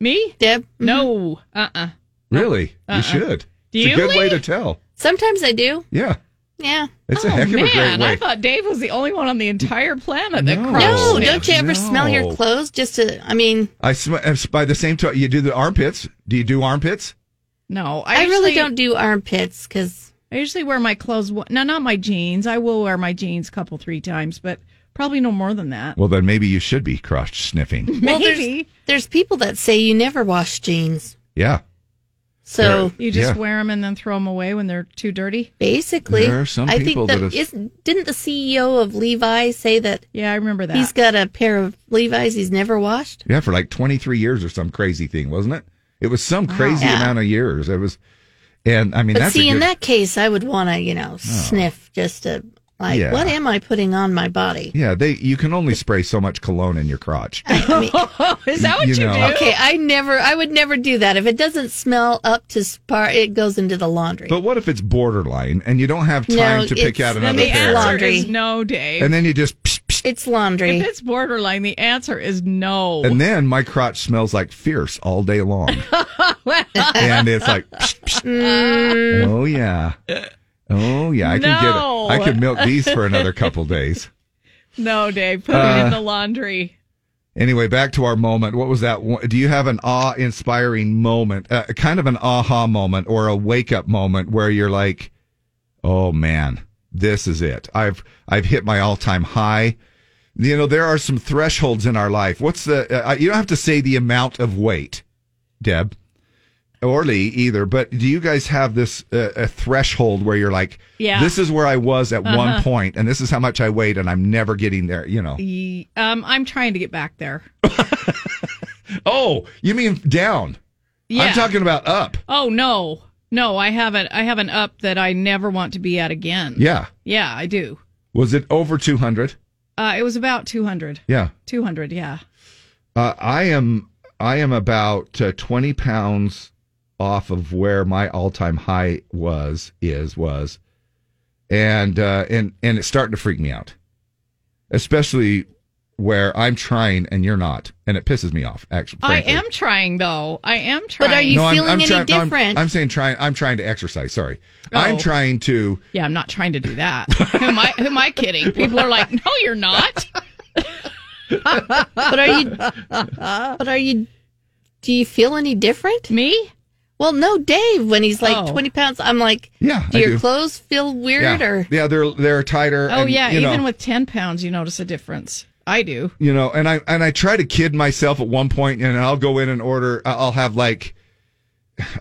Speaker 2: Me?
Speaker 4: Deb? Mm-hmm.
Speaker 2: No. Uh uh
Speaker 3: Really,
Speaker 4: Uh-uh.
Speaker 3: you should.
Speaker 4: Do
Speaker 3: it's
Speaker 4: you
Speaker 3: a good way
Speaker 4: really?
Speaker 3: to tell.
Speaker 4: Sometimes I do.
Speaker 3: Yeah,
Speaker 4: Yeah.
Speaker 3: it's a heck of
Speaker 2: Oh, Man,
Speaker 3: a great way.
Speaker 2: I thought Dave was the only one on the entire planet that crotch
Speaker 4: No,
Speaker 2: sniffed.
Speaker 4: don't you ever smell your
Speaker 3: No.
Speaker 4: clothes? Just to, I mean,
Speaker 3: I sm- uh, by the same token, you do the armpits. Do you do armpits?
Speaker 2: No,
Speaker 4: I really don't
Speaker 2: do armpits because I usually wear my clothes. wa- No, not my jeans. I will wear my jeans a couple three times, but probably no more than that.
Speaker 3: Well, then maybe you should be crotch sniffing.
Speaker 4: well, there's, there's people that say you never wash jeans.
Speaker 3: Yeah.
Speaker 4: So
Speaker 2: you just
Speaker 3: yeah.
Speaker 2: wear them and then throw them away when they're too dirty.
Speaker 4: Basically,
Speaker 3: There are some
Speaker 4: I think
Speaker 3: people
Speaker 4: that
Speaker 3: that have-
Speaker 4: isn't- didn't the CEO of Levi say that?
Speaker 2: Yeah, I remember that.
Speaker 4: He's got a pair of Levi's he's never washed.
Speaker 3: Yeah, for like 23 years or some crazy thing, wasn't it? It was some
Speaker 4: Wow.
Speaker 3: crazy
Speaker 4: Yeah.
Speaker 3: amount of years. It was, and I mean,
Speaker 4: but
Speaker 3: that's
Speaker 4: see,
Speaker 3: a
Speaker 4: in
Speaker 3: good, Oh.
Speaker 4: that case, I would want to, you know, sniff just to like,
Speaker 3: Yeah.
Speaker 4: what am I putting on my body?
Speaker 3: yeah, they you can only spray so much cologne in your crotch.
Speaker 2: Oh, Is
Speaker 3: that what You you know. do?
Speaker 4: Okay, I never, I would never do that. If it doesn't smell up to par, it goes into the laundry.
Speaker 3: But what if it's borderline and you don't have time
Speaker 4: No,
Speaker 3: to pick
Speaker 4: it's-
Speaker 3: out
Speaker 4: then
Speaker 3: another
Speaker 4: the
Speaker 3: pair?
Speaker 4: laundry.
Speaker 2: Is no, Dave.
Speaker 3: And then you just, psh,
Speaker 4: it's laundry.
Speaker 2: If it's borderline, the answer is no.
Speaker 3: and then my crotch smells like fierce all day long, and it's like, psh,
Speaker 4: Mm.
Speaker 3: oh yeah, oh yeah, I can
Speaker 2: No.
Speaker 3: get, I can milk these for another couple days.
Speaker 2: no, Dave, put it
Speaker 3: Uh,
Speaker 2: in the laundry.
Speaker 3: Anyway, back to our moment. What was that? one- Do you have an awe-inspiring moment, uh, kind of an aha moment or a wake-up moment where you're like, "Oh man, this is it. I've I've hit my all-time high." You know, there are some thresholds in our life. What's the? Uh, you don't have to say the amount of weight, Deb, or Lee either. But do you guys have this uh, a threshold where you're like,
Speaker 2: Yeah.
Speaker 3: this is where I was at
Speaker 2: Uh-huh.
Speaker 3: one point, and this is how much I weighed, and I'm never getting there." You know.
Speaker 2: Ye- Um, I'm trying to get back there.
Speaker 3: Oh, you mean down?
Speaker 2: Yeah.
Speaker 3: I'm talking about up.
Speaker 2: Oh no, no, I haven't. I haven't up that I never want to be at again.
Speaker 3: Yeah.
Speaker 2: yeah, I do.
Speaker 3: Was it over 200?
Speaker 2: Uh, it was about 200.
Speaker 3: Yeah.
Speaker 2: 200, yeah.
Speaker 3: Uh, I am I am about uh, 20 pounds off of where my all-time high was is was. And uh and and it's starting to freak me out. Especially where I'm trying and you're not, and it pisses me off actually.
Speaker 2: I am trying though. I am trying.
Speaker 3: No, I'm- I'm trying- no, I'm- I'm, saying trying I'm trying to exercise, sorry. I'm
Speaker 2: Oh.
Speaker 3: trying to
Speaker 2: yeah, I'm not trying to do that. who am I? Who am I kidding? People are like, no, you're not.
Speaker 4: but are you? But are you? Do you feel any different?
Speaker 2: Me?
Speaker 4: Well, no, Dave. When he's like
Speaker 3: Oh.
Speaker 4: twenty pounds, I'm like,
Speaker 3: Yeah,
Speaker 4: Do
Speaker 3: I
Speaker 4: your
Speaker 3: do.
Speaker 4: clothes feel weird
Speaker 3: yeah,
Speaker 4: or?
Speaker 3: Yeah, they're they're tighter
Speaker 2: Oh
Speaker 3: and,
Speaker 2: yeah,
Speaker 3: you know,
Speaker 2: even with 10 pounds, you notice a difference. I do.
Speaker 3: you know and i and i try to kid myself at one point and i'll go in and order I- i'll have like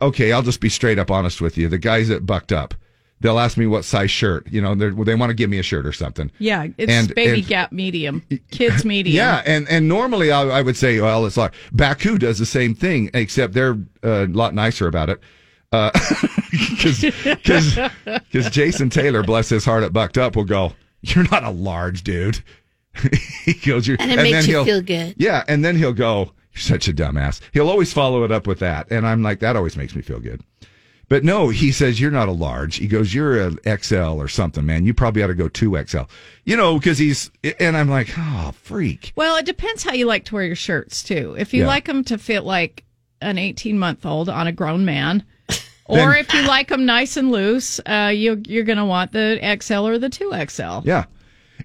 Speaker 3: okay i'll just be straight up honest with you the guys that bucked up they'll ask me what size shirt you know they're- they want to give me a shirt or something
Speaker 2: Yeah, it's
Speaker 3: And-
Speaker 2: baby
Speaker 3: and-
Speaker 2: gap medium, kids medium.
Speaker 3: yeah and and normally i, I would say well it's like baku does the same thing except they're uh, a lot nicer about it uh, because because jason taylor bless his heart at bucked up will go you're not a large dude he goes you
Speaker 4: And it makes you feel good.
Speaker 3: yeah, and then he'll go, "You're such a dumbass." He'll always follow it up with that, and I'm like, that always makes me feel good. But no, he says you're not a large. He goes, "You're a XL or something, man. You probably ought to go two XL." You know, because he's and I'm like, oh, freak.
Speaker 2: Well, it depends how you like to wear your shirts too. If you
Speaker 3: Yeah.
Speaker 2: like 'em like them to fit like an 18 month old on a grown man, or
Speaker 3: Then-
Speaker 2: if you like them nice and loose, uh, you you're gonna want the XL or the two XL.
Speaker 3: Yeah.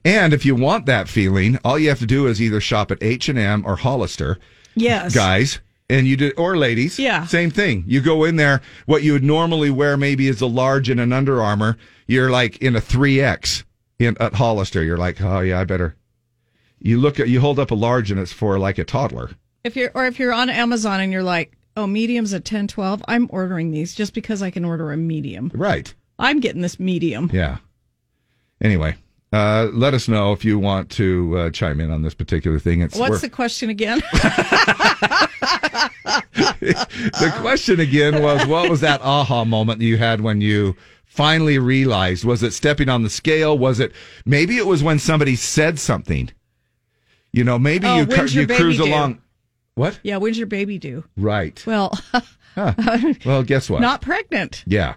Speaker 3: And if you want that feeling, all you have to do is either shop at H and M or Hollister.
Speaker 2: Yes.
Speaker 3: guys and you did or ladies yeah same thing you go in there what you would normally wear maybe is a large and an under armor you're like in a 3x in at hollister you're like oh yeah i better you look at you hold up a large and it's for like a toddler
Speaker 2: If you're or if you're on Amazon and you're like, oh, medium's at 10, 12, I'm ordering these just because I can order a medium.
Speaker 3: Right.
Speaker 2: I'm getting this medium.
Speaker 3: yeah anyway uh, let us know if you want to uh, chime in on this particular thing. It's
Speaker 2: What's
Speaker 3: we're-
Speaker 2: the question again?
Speaker 3: the question again was what was that aha moment you had when you finally realized was it stepping on the scale was it maybe it was when somebody said something you know maybe
Speaker 2: Oh,
Speaker 3: you,
Speaker 2: when's your
Speaker 3: you
Speaker 2: baby
Speaker 3: cruise
Speaker 2: due?
Speaker 3: along What?
Speaker 2: Yeah, when's your baby due?
Speaker 3: Right.
Speaker 2: Well,
Speaker 3: Huh. well, guess what?
Speaker 2: not pregnant.
Speaker 3: Yeah.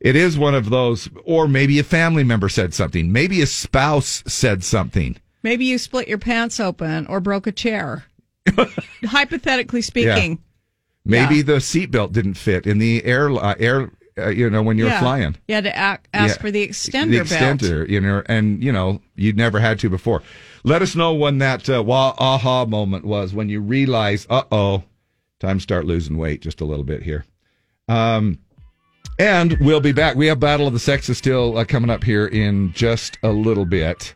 Speaker 3: It is one of those, or maybe a family member said something. Maybe a spouse said something.
Speaker 2: Maybe you split your pants open or broke a chair. Hypothetically speaking.
Speaker 3: Maybe the seatbelt didn't fit in the air, uh, air uh, you know, when you were
Speaker 2: Yeah.
Speaker 3: flying.
Speaker 2: You had to a- ask
Speaker 3: Yeah.
Speaker 2: for the extender,
Speaker 3: the
Speaker 2: belt.
Speaker 3: extender, you know, and you know you'd never had to before. Let us know when that uh, wah aha moment was when you realize, uh oh, time to start losing weight just a little bit here. Um, and we'll be back. We have Battle of the Sexes still uh, coming up here in just a little bit.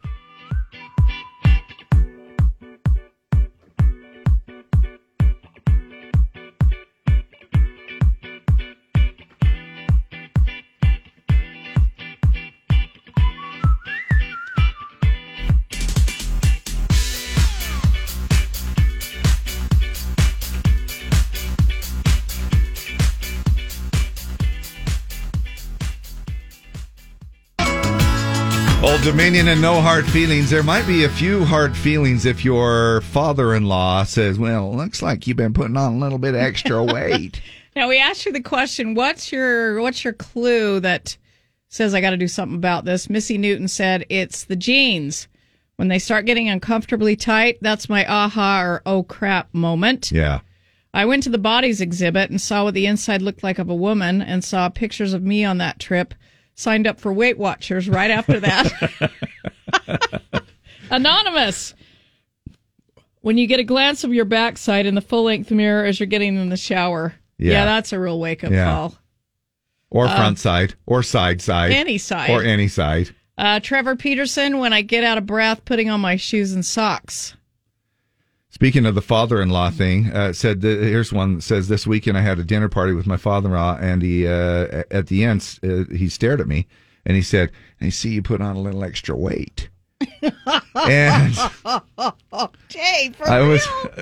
Speaker 3: Old Dominion and no hard feelings. There might be a few hard feelings if your father-in-law says, "Well, looks like you've been putting on a little bit of extra weight."
Speaker 2: Now we asked you the question, what's your what's your clue that says I got to do something about this? Missy Newton said it's the jeans. When they start getting uncomfortably tight, that's my aha or oh crap moment.
Speaker 3: yeah.
Speaker 2: I went to the bodies exhibit and saw what the inside looked like of a woman and saw pictures of me on that trip. Signed up for Weight Watchers right after that. Anonymous. When you get a glance of your backside in the full length mirror as you're getting in the shower.
Speaker 3: Yeah.
Speaker 2: that's a real wake up
Speaker 3: Yeah.
Speaker 2: call.
Speaker 3: Or
Speaker 2: Um,
Speaker 3: front side, or side side,
Speaker 2: any side.
Speaker 3: or any side.
Speaker 2: Uh, Trevor Peterson, when I get out of breath, putting on my shoes and socks.
Speaker 3: Speaking of the father-in-law thing, uh, said the, here's one that says this weekend I had a dinner party with my father-in-law, and he uh, at the end uh, he stared at me and he said, "I see you put on a little extra weight." And-
Speaker 2: Jay, for
Speaker 3: I
Speaker 2: real?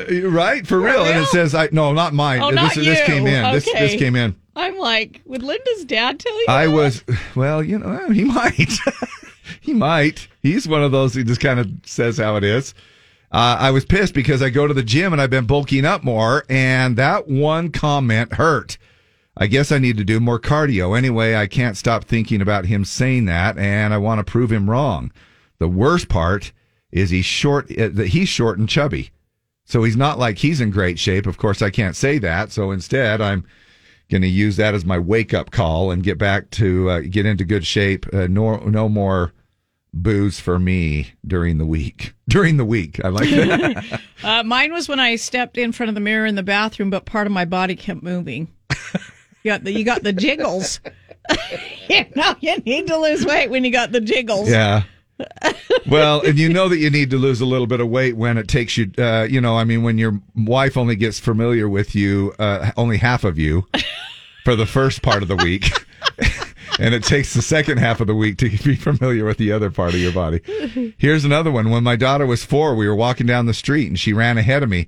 Speaker 3: was right for, real? and it says I no, not mine.
Speaker 2: Oh,
Speaker 3: this
Speaker 2: not
Speaker 3: this came
Speaker 2: you.
Speaker 3: in. This this
Speaker 2: Okay.
Speaker 3: came in.
Speaker 2: I'm like, would Linda's dad tell you?
Speaker 3: I was well, you know, he might. he might. He's one of those who just kind of says how it is. Uh, I was pissed because I go to the gym and I've been bulking up more, and that one comment hurt. I guess I need to do more cardio. Anyway, I can't stop thinking about him saying that, and I want to prove him wrong. The worst part is he's short. uh, that he's short and chubby, so he's not like he's in great shape. Of course, I can't say that. So instead, I'm going to use that as my wake up call and get back to uh, get into good shape. Uh, no, no more booze for me during the week. During the week, I like that.
Speaker 2: Uh, mine was when I stepped in front of the mirror in the bathroom, but part of my body kept moving. You got the, you got the jiggles. you know, you need to lose weight when you got the jiggles.
Speaker 3: yeah. well, and you know that you need to lose a little bit of weight when it takes you. Uh, you know, I mean, when your wife only gets familiar with you, uh, only half of you, for the first part of the week, and it takes the second half of the week to be familiar with the other part of your body. Here's another one. When my daughter was four, we were walking down the street and she ran ahead of me.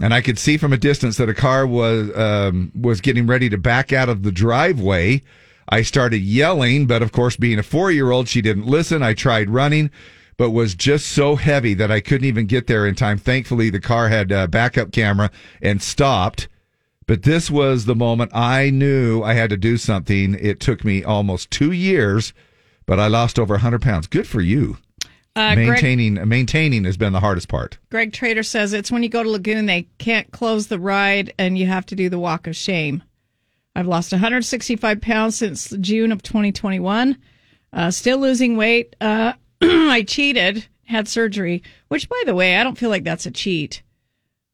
Speaker 3: And I could see from a distance that a car was um, was getting ready to back out of the driveway. I started yelling, but of course, being a four year old, she didn't listen. I tried running, but was just so heavy that I couldn't even get there in time. Thankfully, the car had a backup camera and stopped. But this was the moment I knew I had to do something. It took me almost two years, but I lost over 100 pounds. Good for you.
Speaker 2: Uh, Greg,
Speaker 3: maintaining maintaining has been the hardest part.
Speaker 2: Greg Trader says it's when you go to Lagoon, they can't close the ride and you have to do the walk of shame. I've lost 165 pounds since June of 2021. Uh, still losing weight. Uh, I cheated, had surgery, which, by the way, I don't feel like that's a cheat.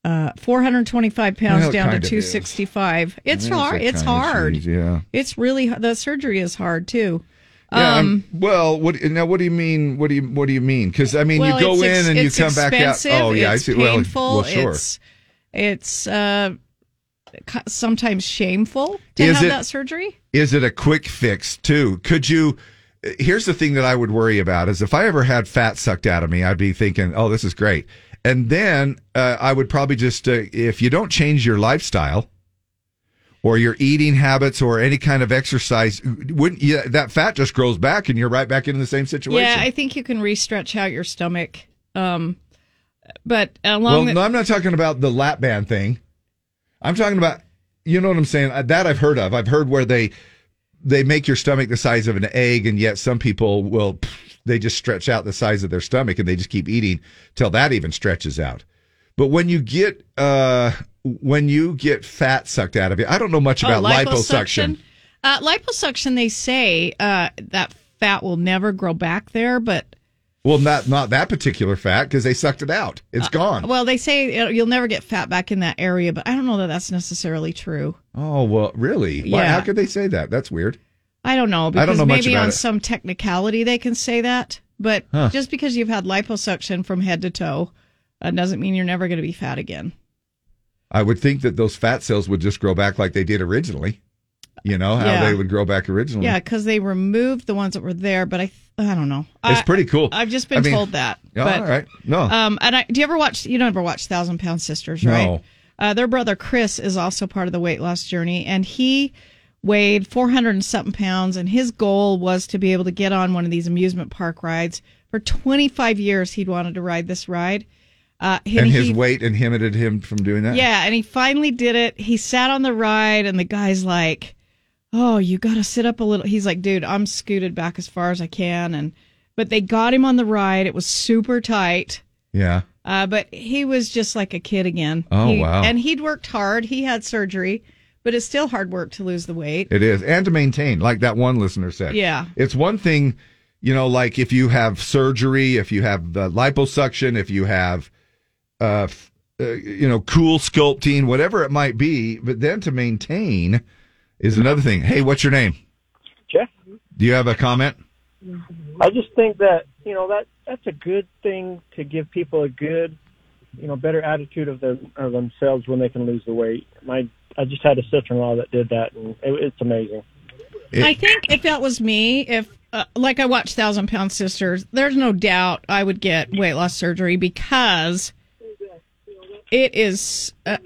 Speaker 2: Uh, 425 pounds
Speaker 3: Well, it
Speaker 2: down to
Speaker 3: kind of is.
Speaker 2: 265. It's
Speaker 3: It is
Speaker 2: hard.
Speaker 3: that
Speaker 2: It's
Speaker 3: kind of
Speaker 2: hard.
Speaker 3: cheat, yeah.
Speaker 2: It's really the surgery is hard too. Um,
Speaker 3: Yeah, I'm- well, what now? What do you mean? What do you What do you mean? Because I mean,
Speaker 2: well,
Speaker 3: you go
Speaker 2: it's
Speaker 3: in
Speaker 2: ex-
Speaker 3: and you
Speaker 2: it's
Speaker 3: come back out.
Speaker 2: expensive,
Speaker 3: Oh yeah,
Speaker 2: it's
Speaker 3: I see. Well,
Speaker 2: Painful,
Speaker 3: well, sure.
Speaker 2: It's it's uh, co- sometimes shameful to
Speaker 3: Is
Speaker 2: have
Speaker 3: it-
Speaker 2: that surgery.
Speaker 3: Is it a quick fix too? Could you? Here's the thing that I would worry about is if I ever had fat sucked out of me, I'd be thinking, "Oh, this is great," and then uh, I would probably just uh, if you don't change your lifestyle or your eating habits or any kind of exercise, wouldn't you, that fat just grows back and you're right back into the same situation?
Speaker 2: Yeah, I think you can re-stretch out your stomach. Um, But along
Speaker 3: Well,
Speaker 2: the-
Speaker 3: no, I'm not talking about the lap band thing. I'm talking about you know what I'm saying. Uh, That I've heard of. I've heard where they they make your stomach the size of an egg, and yet some people will pff, they just stretch out the size of their stomach and they just keep eating till that even stretches out. But when you get uh, when you get fat sucked out of you, I don't know much
Speaker 2: Oh,
Speaker 3: about
Speaker 2: liposuction. Uh, liposuction, they say uh, that fat will never grow back there, but
Speaker 3: Well, not not that particular fat because they sucked it out. It's gone.
Speaker 2: Uh, well, they say uh, you'll never get fat back in that area, but I don't know that that's necessarily true.
Speaker 3: Oh well, really? Why,
Speaker 2: Yeah.
Speaker 3: how could they say that? That's weird.
Speaker 2: I don't know
Speaker 3: I don't
Speaker 2: because
Speaker 3: know much
Speaker 2: maybe
Speaker 3: about
Speaker 2: on
Speaker 3: it.
Speaker 2: some technicality they can say that, but
Speaker 3: Huh.
Speaker 2: just because you've had liposuction from head to toe uh, doesn't mean you're never going to be fat again.
Speaker 3: I would think that those fat cells would just grow back like they did originally. You know how
Speaker 2: Yeah.
Speaker 3: they would grow back originally.
Speaker 2: Yeah, because they removed the ones that were there, but I I don't know.
Speaker 3: it's
Speaker 2: I-
Speaker 3: pretty cool.
Speaker 2: I've just been
Speaker 3: I mean-
Speaker 2: told that.
Speaker 3: Oh,
Speaker 2: but,
Speaker 3: all right. No,
Speaker 2: Um, and I, do you ever watch? You don't ever watch Thousand Pound Sisters,
Speaker 3: No.
Speaker 2: right? Uh, their brother Chris is also part of the weight loss journey, and he weighed 400 and something pounds, and his goal was to be able to get on one of these amusement park rides. For 25 years, he'd wanted to ride this ride. Uh,
Speaker 3: and his
Speaker 2: he-
Speaker 3: weight inhibited him from doing that.
Speaker 2: yeah, and he finally did it. He sat on the ride, and the guy's like, "Oh, you got to sit up a little." He's like, "Dude, I'm scooted back as far as I can." And but they got him on the ride. It was super tight,
Speaker 3: Yeah.
Speaker 2: uh, but he was just like a kid again.
Speaker 3: Oh,
Speaker 2: He-
Speaker 3: wow.
Speaker 2: And he'd worked hard. He had surgery, but it's still hard work to lose the weight.
Speaker 3: It is. And to maintain, like that one listener said.
Speaker 2: Yeah.
Speaker 3: It's one thing, you know, like if you have surgery, if you have the liposuction, if you have, uh, f- uh, you know, cool sculpting, whatever it might be. But then to maintain is another thing. Hey, what's your name?
Speaker 8: Jeff.
Speaker 3: Do you have a comment?
Speaker 8: I just think that you know that that's a good thing to give people a good, you know, better attitude of their of themselves when they can lose the weight. My I just had a sister-in-law that did that, and it, it's amazing.
Speaker 2: I think if that was me, if uh, like I watched Thousand Pound Sisters, there's no doubt I would get weight loss surgery because it is uh,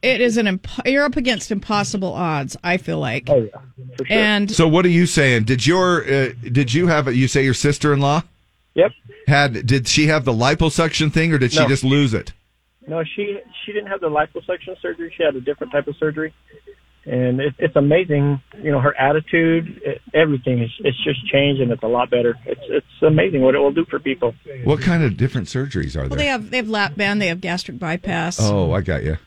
Speaker 2: it is an imp- you're up against impossible odds. I feel like. Oh yeah, for sure. And
Speaker 3: so what are you saying? Did your, uh, did you have, a, you say your sister-in-law?
Speaker 8: Yep.
Speaker 3: Had, did she have the liposuction thing or did she
Speaker 8: No.
Speaker 3: just lose it?
Speaker 8: No, she she didn't have the liposuction surgery. She had a different type of surgery, and it, it's amazing. You know, her attitude, it, everything is it's just changed, and it's a lot better. It's it's amazing what it will do for people.
Speaker 3: What kind of different surgeries are there?
Speaker 2: well, they have they have lap band, they have gastric bypass.
Speaker 3: Oh, I got you.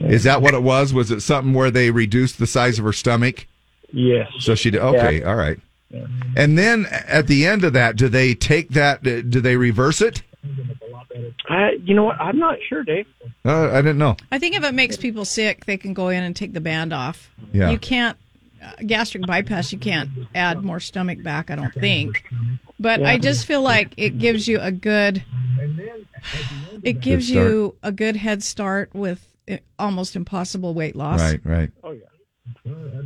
Speaker 3: Is that what it was? Was it something where they reduced the size of her stomach?
Speaker 8: Yes.
Speaker 3: So she did. Okay, all right. And then at the end of that, do they take that? uh, Do they reverse it?
Speaker 8: I, you know what? I'm not sure, Dave.
Speaker 3: Uh, I didn't know.
Speaker 2: I think if it makes people sick, they can go in and take the band off.
Speaker 3: Yeah.
Speaker 2: You can't uh, gastric bypass. You can't add more stomach back. I don't think. But I
Speaker 10: Yeah.
Speaker 2: just feel like it gives you a good. It gives
Speaker 3: start.
Speaker 2: you a good head start with uh, almost impossible weight loss.
Speaker 3: Right, right.
Speaker 8: Oh yeah.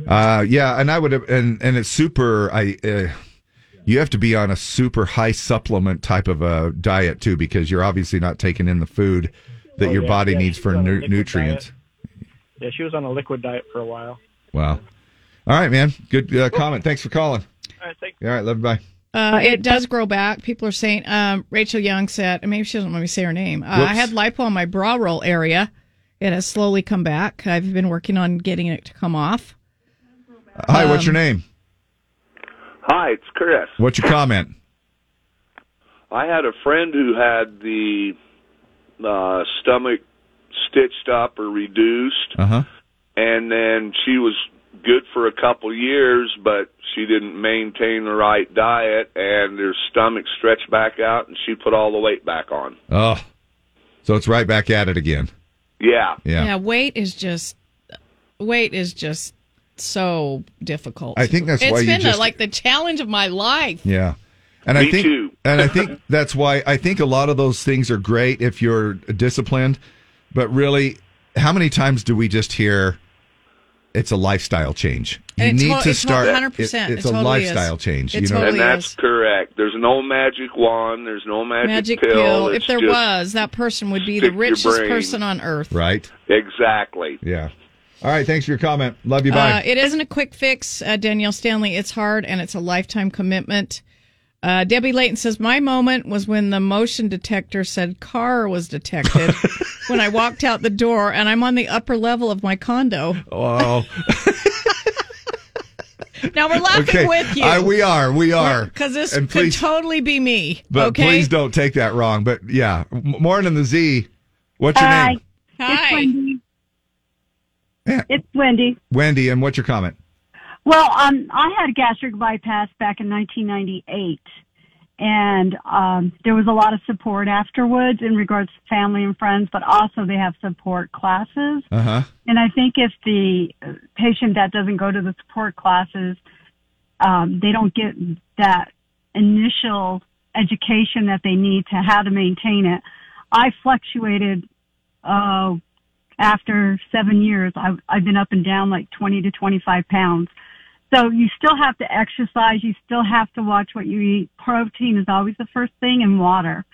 Speaker 3: Uh, yeah, and I would have, and and it's super. I uh, you have to be on a super high supplement type of a diet too, because you're obviously not taking in the food that
Speaker 8: Oh,
Speaker 3: your
Speaker 8: yeah,
Speaker 3: body
Speaker 8: yeah,
Speaker 3: needs
Speaker 8: she's
Speaker 3: for
Speaker 8: on a
Speaker 3: nu-
Speaker 8: liquid
Speaker 3: nutrients.
Speaker 8: diet. Yeah, she was on a liquid diet for a while.
Speaker 3: Wow. All right, man. Good uh, comment. Thanks for calling.
Speaker 8: All right, thanks.
Speaker 3: All right, love you. Bye.
Speaker 2: Uh, it does grow back. People are saying um, Rachel Young said, and maybe she doesn't want me to say her name. Uh, I
Speaker 11: Whoops.
Speaker 2: had lipo on my bra roll area. It has slowly come back. I've been working on getting it to come off.
Speaker 3: Hi, what's
Speaker 2: Um,
Speaker 3: your name?
Speaker 24: Hi, it's Chris.
Speaker 3: What's your comment?
Speaker 24: I had a friend who had the uh, stomach stitched up or reduced,
Speaker 3: Uh huh.
Speaker 24: and then she was good for a couple years, but she didn't maintain the right diet, and her stomach stretched back out, and she put all the weight back on.
Speaker 3: Oh, so it's right back at it again.
Speaker 24: Yeah.
Speaker 3: Yeah.
Speaker 2: weight is just weight is just so difficult.
Speaker 3: I think that's
Speaker 2: It's
Speaker 3: why you
Speaker 2: been the-
Speaker 3: just-
Speaker 2: like the challenge of my life.
Speaker 3: Yeah. And I
Speaker 24: Me
Speaker 3: think,
Speaker 24: too.
Speaker 3: and I think that's why I think a lot of those things are great if you're disciplined. But really, how many times do we just hear it's a lifestyle change? You
Speaker 2: And it
Speaker 24: to-
Speaker 3: need to
Speaker 24: it to-
Speaker 3: start.
Speaker 2: 100%,
Speaker 3: it- it's
Speaker 2: it
Speaker 3: a
Speaker 2: totally
Speaker 3: lifestyle
Speaker 2: is.
Speaker 3: change.
Speaker 2: It
Speaker 3: you know,
Speaker 2: totally
Speaker 24: and that's correct. There's no magic wand. There's no magic,
Speaker 2: Magic
Speaker 24: pill.
Speaker 2: pill.
Speaker 24: It's
Speaker 2: If there
Speaker 24: just-
Speaker 2: was, that person would be the
Speaker 24: stick your
Speaker 2: richest
Speaker 24: brain.
Speaker 2: person on earth.
Speaker 3: right?
Speaker 24: Exactly.
Speaker 3: Yeah. All right. Thanks for your comment. Love you. Bye.
Speaker 2: Uh, it isn't a quick fix, uh, Danielle Stanley. It's hard and it's a lifetime commitment. Uh, Debbie Layton says, My moment was when the motion detector said car was detected when I walked out the door and I'm on the upper level of my condo.
Speaker 3: Oh,
Speaker 2: Now we're laughing
Speaker 3: okay.
Speaker 2: with you.
Speaker 3: I- we are. We are.
Speaker 2: Because this
Speaker 3: And
Speaker 2: could
Speaker 3: please-
Speaker 2: totally be me.
Speaker 3: But
Speaker 2: okay.
Speaker 3: please don't take that wrong. But yeah, M- Morning on the Z. What's your name?
Speaker 2: Hi.
Speaker 1: It's Wendy.
Speaker 3: Wendy, and what's your comment?
Speaker 1: Well, um, I had a gastric bypass back in 1998, and um, there was a lot of support afterwards in regards to family and friends, but also they have support classes.
Speaker 3: Uh huh.
Speaker 1: And I think if the uh, patient that doesn't go to the support classes, um, they don't get that initial education that they need to how to maintain it. I fluctuated uh, after seven years. I've, I've been up and down like 20 to 25 pounds. So you still have to exercise. You still have to watch what you eat. Protein is always the first thing and water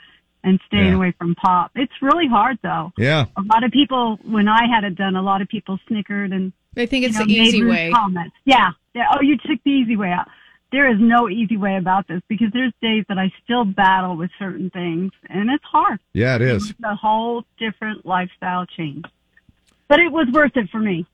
Speaker 1: and staying
Speaker 3: Yeah.
Speaker 1: away from pop. It's really hard though
Speaker 3: Yeah.
Speaker 1: a lot of people when I had it done, a lot of people snickered and
Speaker 2: they think
Speaker 1: it's
Speaker 2: the easy way.
Speaker 1: Comments. Yeah, yeah. Oh, you took the easy way out. There is no easy way about this because there's days that I still battle with certain things, and it's hard.
Speaker 3: Yeah, it is.
Speaker 1: It's a whole different lifestyle change, but it was worth it for me.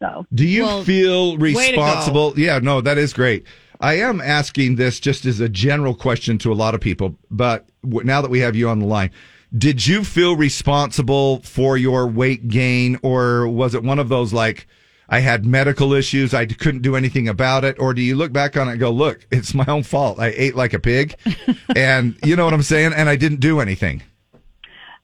Speaker 1: So,
Speaker 3: Do you feel
Speaker 1: way to go.
Speaker 3: responsible? Yeah, no, that is great. I am asking this just as a general question to a lot of people, but w- now that we have you on the line, did you feel responsible for your weight gain, or was it one of those like I had medical issues, I couldn't do anything about it, or do you look back on it and go, look, it's my own fault, I ate like a pig, and you know what I'm saying, and I didn't do anything.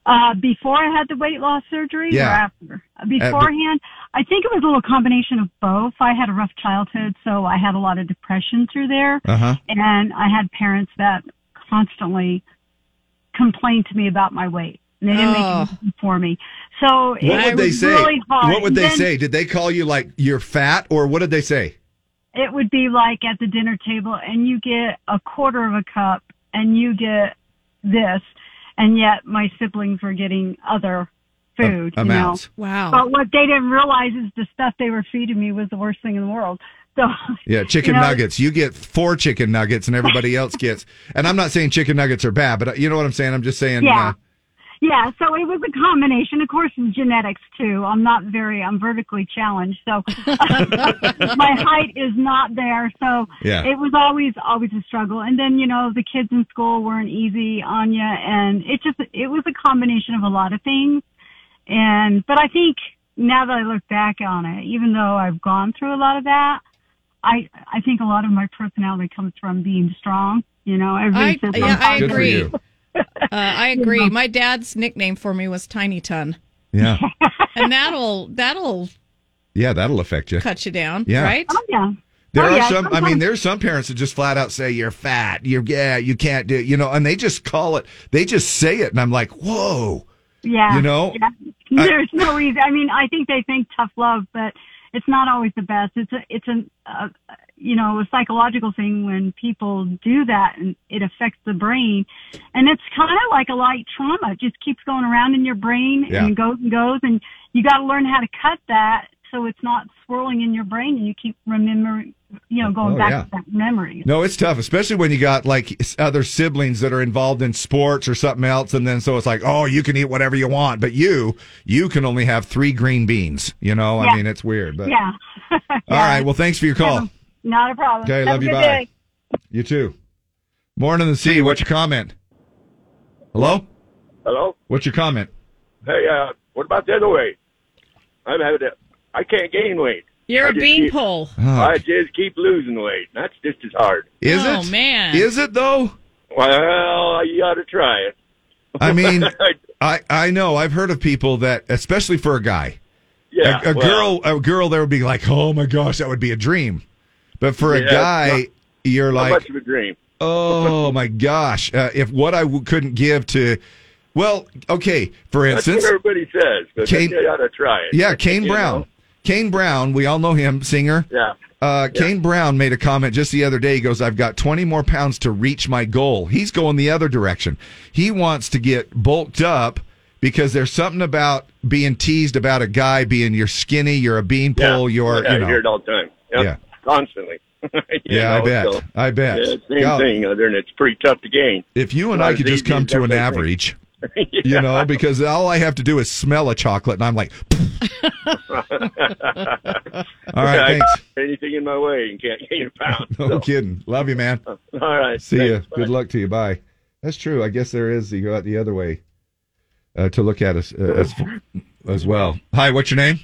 Speaker 1: uh, before I had the weight loss surgery,
Speaker 3: Yeah. Uh,
Speaker 1: or after? Beforehand, I think it was a little combination of both. I had a rough childhood, so I had a lot of depression through there.
Speaker 10: Uh-huh.
Speaker 1: And I had parents that constantly complained to me about my weight. And they didn't
Speaker 3: Oh.
Speaker 1: make anything for me. So it
Speaker 3: What would they
Speaker 1: was
Speaker 3: say?
Speaker 1: really hard.
Speaker 3: What would
Speaker 1: And
Speaker 3: they
Speaker 1: then
Speaker 3: say? Did they call you like you're fat, or what did they say?
Speaker 1: It would be like at the dinner table and you get a quarter of a cup and you get this. And yet my siblings were getting other food. you know?
Speaker 3: amounts.
Speaker 2: Wow.
Speaker 1: But what they didn't realize is the stuff they were feeding me was the worst thing in the world. So
Speaker 3: Yeah, chicken
Speaker 1: You know-
Speaker 3: nuggets. You get four chicken nuggets, and everybody else gets. And I'm not saying chicken nuggets are bad, but uh, you know what I'm saying. I'm just saying. uh,
Speaker 1: Yeah. Yeah, so it was a combination, of course, in genetics too. I'm not very, I'm vertically challenged, so my height is not there. So
Speaker 11: Yeah.
Speaker 1: it was always, always a struggle. And then, you know, the kids in school weren't easy, Anya, and it just, it was a combination of a lot of things. And, but I think now that I look back on it, even though I've gone through a lot of that, I, I think a lot of my personality comes from being strong. You know,
Speaker 2: I,
Speaker 1: everybody says
Speaker 2: yeah,
Speaker 1: I'm
Speaker 2: I
Speaker 1: positive.
Speaker 2: agree.
Speaker 3: you.
Speaker 2: Uh, I agree. My dad's nickname for me was Tiny Ton,
Speaker 3: Yeah,
Speaker 2: and that'll that'll
Speaker 3: yeah, that'll affect you.
Speaker 2: cut you down,
Speaker 3: Yeah.
Speaker 2: right?
Speaker 1: Oh yeah.
Speaker 3: There are some. I mean, there's some parents that just flat out say you're fat. You're yeah, you can't do. You know, and they just call it. They just say it, and I'm like, whoa.
Speaker 1: Yeah.
Speaker 3: You know?
Speaker 1: Yeah.
Speaker 3: I-
Speaker 1: There's no reason. I mean, I think they think tough love, but it's not always the best. It's a, it's an, uh, you know, a psychological thing when people do that and it affects the brain. And it's kind of like a light trauma. It just keeps going around in your brain
Speaker 3: Yeah.
Speaker 1: and goes and goes. And you got to learn how to cut that so it's not swirling in your brain and you keep remembering, you know, going
Speaker 3: Oh,
Speaker 1: back
Speaker 3: yeah.
Speaker 1: to that memory.
Speaker 3: No, it's tough, especially when you got like s- other siblings that are involved in sports or something else, and then so it's like, oh, you can eat whatever you want, but you you can only have three green beans. You know, I
Speaker 1: Yeah.
Speaker 3: mean, it's weird. But
Speaker 1: yeah.
Speaker 3: all right, well, thanks for your call.
Speaker 1: Not a problem.
Speaker 3: Okay,
Speaker 1: Have
Speaker 3: love
Speaker 1: a
Speaker 3: you,
Speaker 1: good
Speaker 3: bye.
Speaker 1: day.
Speaker 3: You too. Morning the sea. What's your comment? Hello.
Speaker 13: Hello.
Speaker 3: What's your comment?
Speaker 13: Hey, uh, what about the other way? I'm having a, I can't gain weight.
Speaker 2: You're
Speaker 13: I
Speaker 2: a
Speaker 13: just
Speaker 2: beanpole.
Speaker 13: Keep, I just keep losing weight. That's just as hard.
Speaker 3: Oh. Is
Speaker 2: Oh,
Speaker 3: it?
Speaker 2: man.
Speaker 3: Is it though?
Speaker 13: Well, you ought to try it.
Speaker 3: I mean, I I know I've heard of people that, especially for a guy,
Speaker 13: Yeah,
Speaker 3: a, a
Speaker 13: well-
Speaker 3: girl a girl there would be like, oh my gosh, that would be a dream, but for a
Speaker 13: Yeah,
Speaker 3: guy,
Speaker 13: it's
Speaker 3: you're
Speaker 13: How
Speaker 3: like,
Speaker 13: much of a dream?
Speaker 3: oh my gosh, uh, if what I w- couldn't give to, well, okay, for
Speaker 13: That's
Speaker 3: instance,
Speaker 13: what everybody says, but
Speaker 3: Kane-
Speaker 13: you ought to try it.
Speaker 3: yeah, Kane
Speaker 13: You
Speaker 3: Brown,
Speaker 13: know?
Speaker 3: Kane Brown, we all know him, singer.
Speaker 13: Yeah.
Speaker 3: Uh, Kane Brown made a comment just the other day. He goes, I've got 20 more pounds to reach my goal. He's going the other direction. He wants to get bulked up because there's something about being teased about a guy being you're skinny, you're a beanpole, you're,
Speaker 13: yeah,
Speaker 3: you
Speaker 13: I hear it
Speaker 3: know.
Speaker 13: all the time. Yep.
Speaker 3: Yeah.
Speaker 13: Constantly.
Speaker 3: Yeah, I bet. I bet.
Speaker 7: Yeah, same
Speaker 3: Yeah.
Speaker 7: thing. Other than it's pretty tough to gain.
Speaker 3: If you and I could just come to an average, you know, because all I have to do is smell a chocolate, and I'm like, all
Speaker 7: I
Speaker 3: right, thanks.
Speaker 7: put Anything in my way and can't gain a pound.
Speaker 3: No kidding. Love you, man.
Speaker 13: Uh,
Speaker 3: All
Speaker 7: right,
Speaker 3: See ya.
Speaker 7: thanks, bye.
Speaker 3: Good luck to you. Bye. That's true. I guess there is. You go out the other way uh, to look at us uh, as, as well. Hi, what's your name?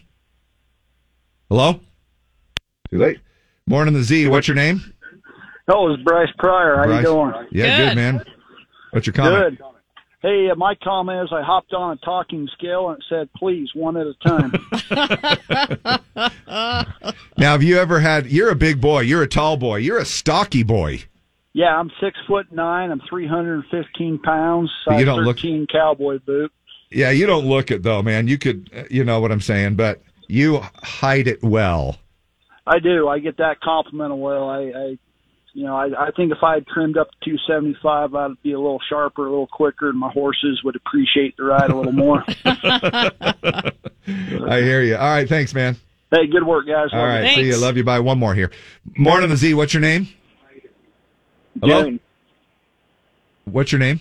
Speaker 3: Hello. Too late. Morning, the Z. What's your name?
Speaker 10: Oh, it's Bryce Pryor. How
Speaker 3: Bryce?
Speaker 10: you doing?
Speaker 3: Yeah, good. man. What's your comment?
Speaker 10: Good. Hey, uh, my comment is I hopped on a talking scale and it said, please, one at a time.
Speaker 3: Now, have you ever had? You're a big boy. You're a tall boy. You're a stocky boy.
Speaker 10: yeah, I'm six foot nine. I'm 315 pounds.
Speaker 3: But
Speaker 10: Size
Speaker 3: you don't look-
Speaker 10: 13 cowboy boot.
Speaker 3: Yeah, you don't look it though, man. You could, uh, you know what I'm saying, but you hide it well.
Speaker 10: I do. I get that compliment a well. I, I you know, I, I think if I had trimmed up to 275, I'd be a little sharper, a little quicker, and my horses would appreciate the ride a little more.
Speaker 3: I hear you. All right, thanks, man.
Speaker 10: hey, good work, guys.
Speaker 3: All
Speaker 10: Love you.
Speaker 3: right, see you. Love you. Bye. One more here. Morning, the Z. What's your name? Hello.
Speaker 11: Jaren.
Speaker 3: What's your name?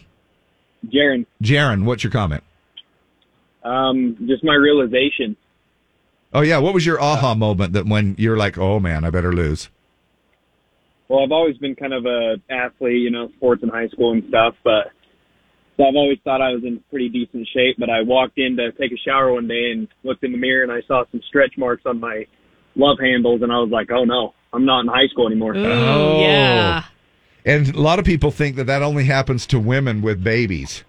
Speaker 11: Jaron,
Speaker 3: Jaron. What's your comment?
Speaker 11: um, just my realization.
Speaker 3: Oh yeah, what was your aha moment that when you're like, oh man, I better lose?
Speaker 11: Well, I've always been kind of a athlete, you know, sports in high school and stuff, but so I've always thought I was in pretty decent shape. But I walked in to take a shower one day and looked in the mirror and I saw some stretch marks on my love handles, and I was like, oh no, I'm not in high school anymore.
Speaker 3: oh And a lot of people think that that only happens to women with babies.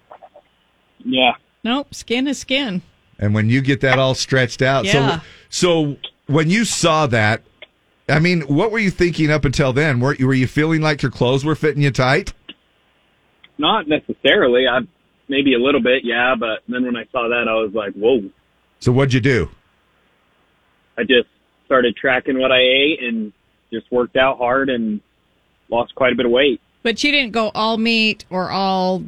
Speaker 11: Yeah.
Speaker 2: Nope. Skin is skin.
Speaker 3: and when you get that all stretched out
Speaker 2: Yeah.
Speaker 3: so so when you saw that i mean what were you thinking up until then were you, were you feeling like your clothes were fitting you tight
Speaker 11: Not necessarily. I maybe a little bit, yeah. But then when I saw that, I was like, whoa.
Speaker 3: so what'd you do
Speaker 11: I just started tracking what I ate and just worked out hard and lost quite a bit of weight.
Speaker 2: But you didn't go all meat or all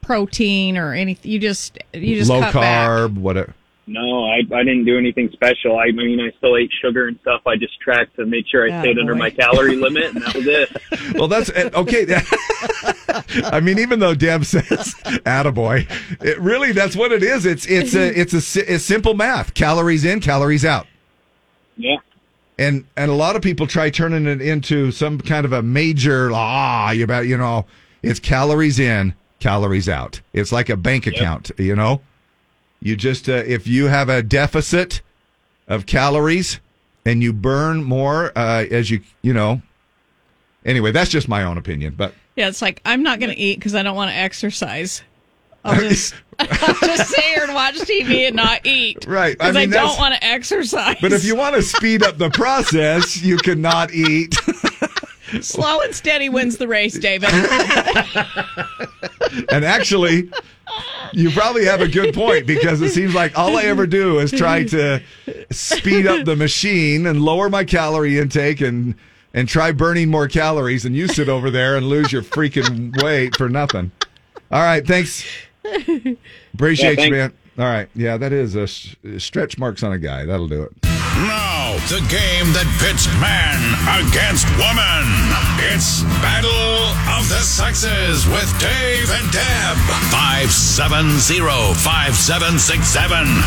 Speaker 2: protein or anything. You just you just cut back.
Speaker 3: whatever.
Speaker 11: No, I I didn't do anything special. I mean, I still ate sugar and stuff. I just tracked to make sure I stayed under my calorie limit, and that was it.
Speaker 3: Ah, well that's eh, okay i mean even though deb says attaboy it really that's what it is it's it's a it's a, si- it's simple math calories in calories out
Speaker 11: Yeah.
Speaker 3: and and a lot of people try turning it into some kind of a major ah you about you know it's calories in calories out it's like a bank account you know you just uh, if you have a deficit of calories and you burn more uh, as you you know anyway that's just my own opinion but
Speaker 2: Yeah, it's like I'm not going to eat because I don't want to exercise. I'll just I'll just sit here and watch TV and not eat.
Speaker 3: Right, I
Speaker 2: Because I,
Speaker 3: mean,
Speaker 2: don't
Speaker 3: that's-
Speaker 2: want to exercise.
Speaker 3: but if you want to speed up the process you cannot eat uh,
Speaker 2: slow and steady wins the race, David.
Speaker 3: and actually, you probably have a good point because it seems like all I ever do is try to speed up the machine and lower my calorie intake and and try burning more calories. And you sit over there and lose your freaking weight for nothing. All right, thanks. Appreciate
Speaker 5: Yeah,
Speaker 3: you, man.
Speaker 5: thanks.
Speaker 3: All right, yeah, that is a s- stretch marks on a guy. That'll do it.
Speaker 5: Now, the game that pits man against woman. It's Battle of the Sexes with Dave and Deb. 570-5767.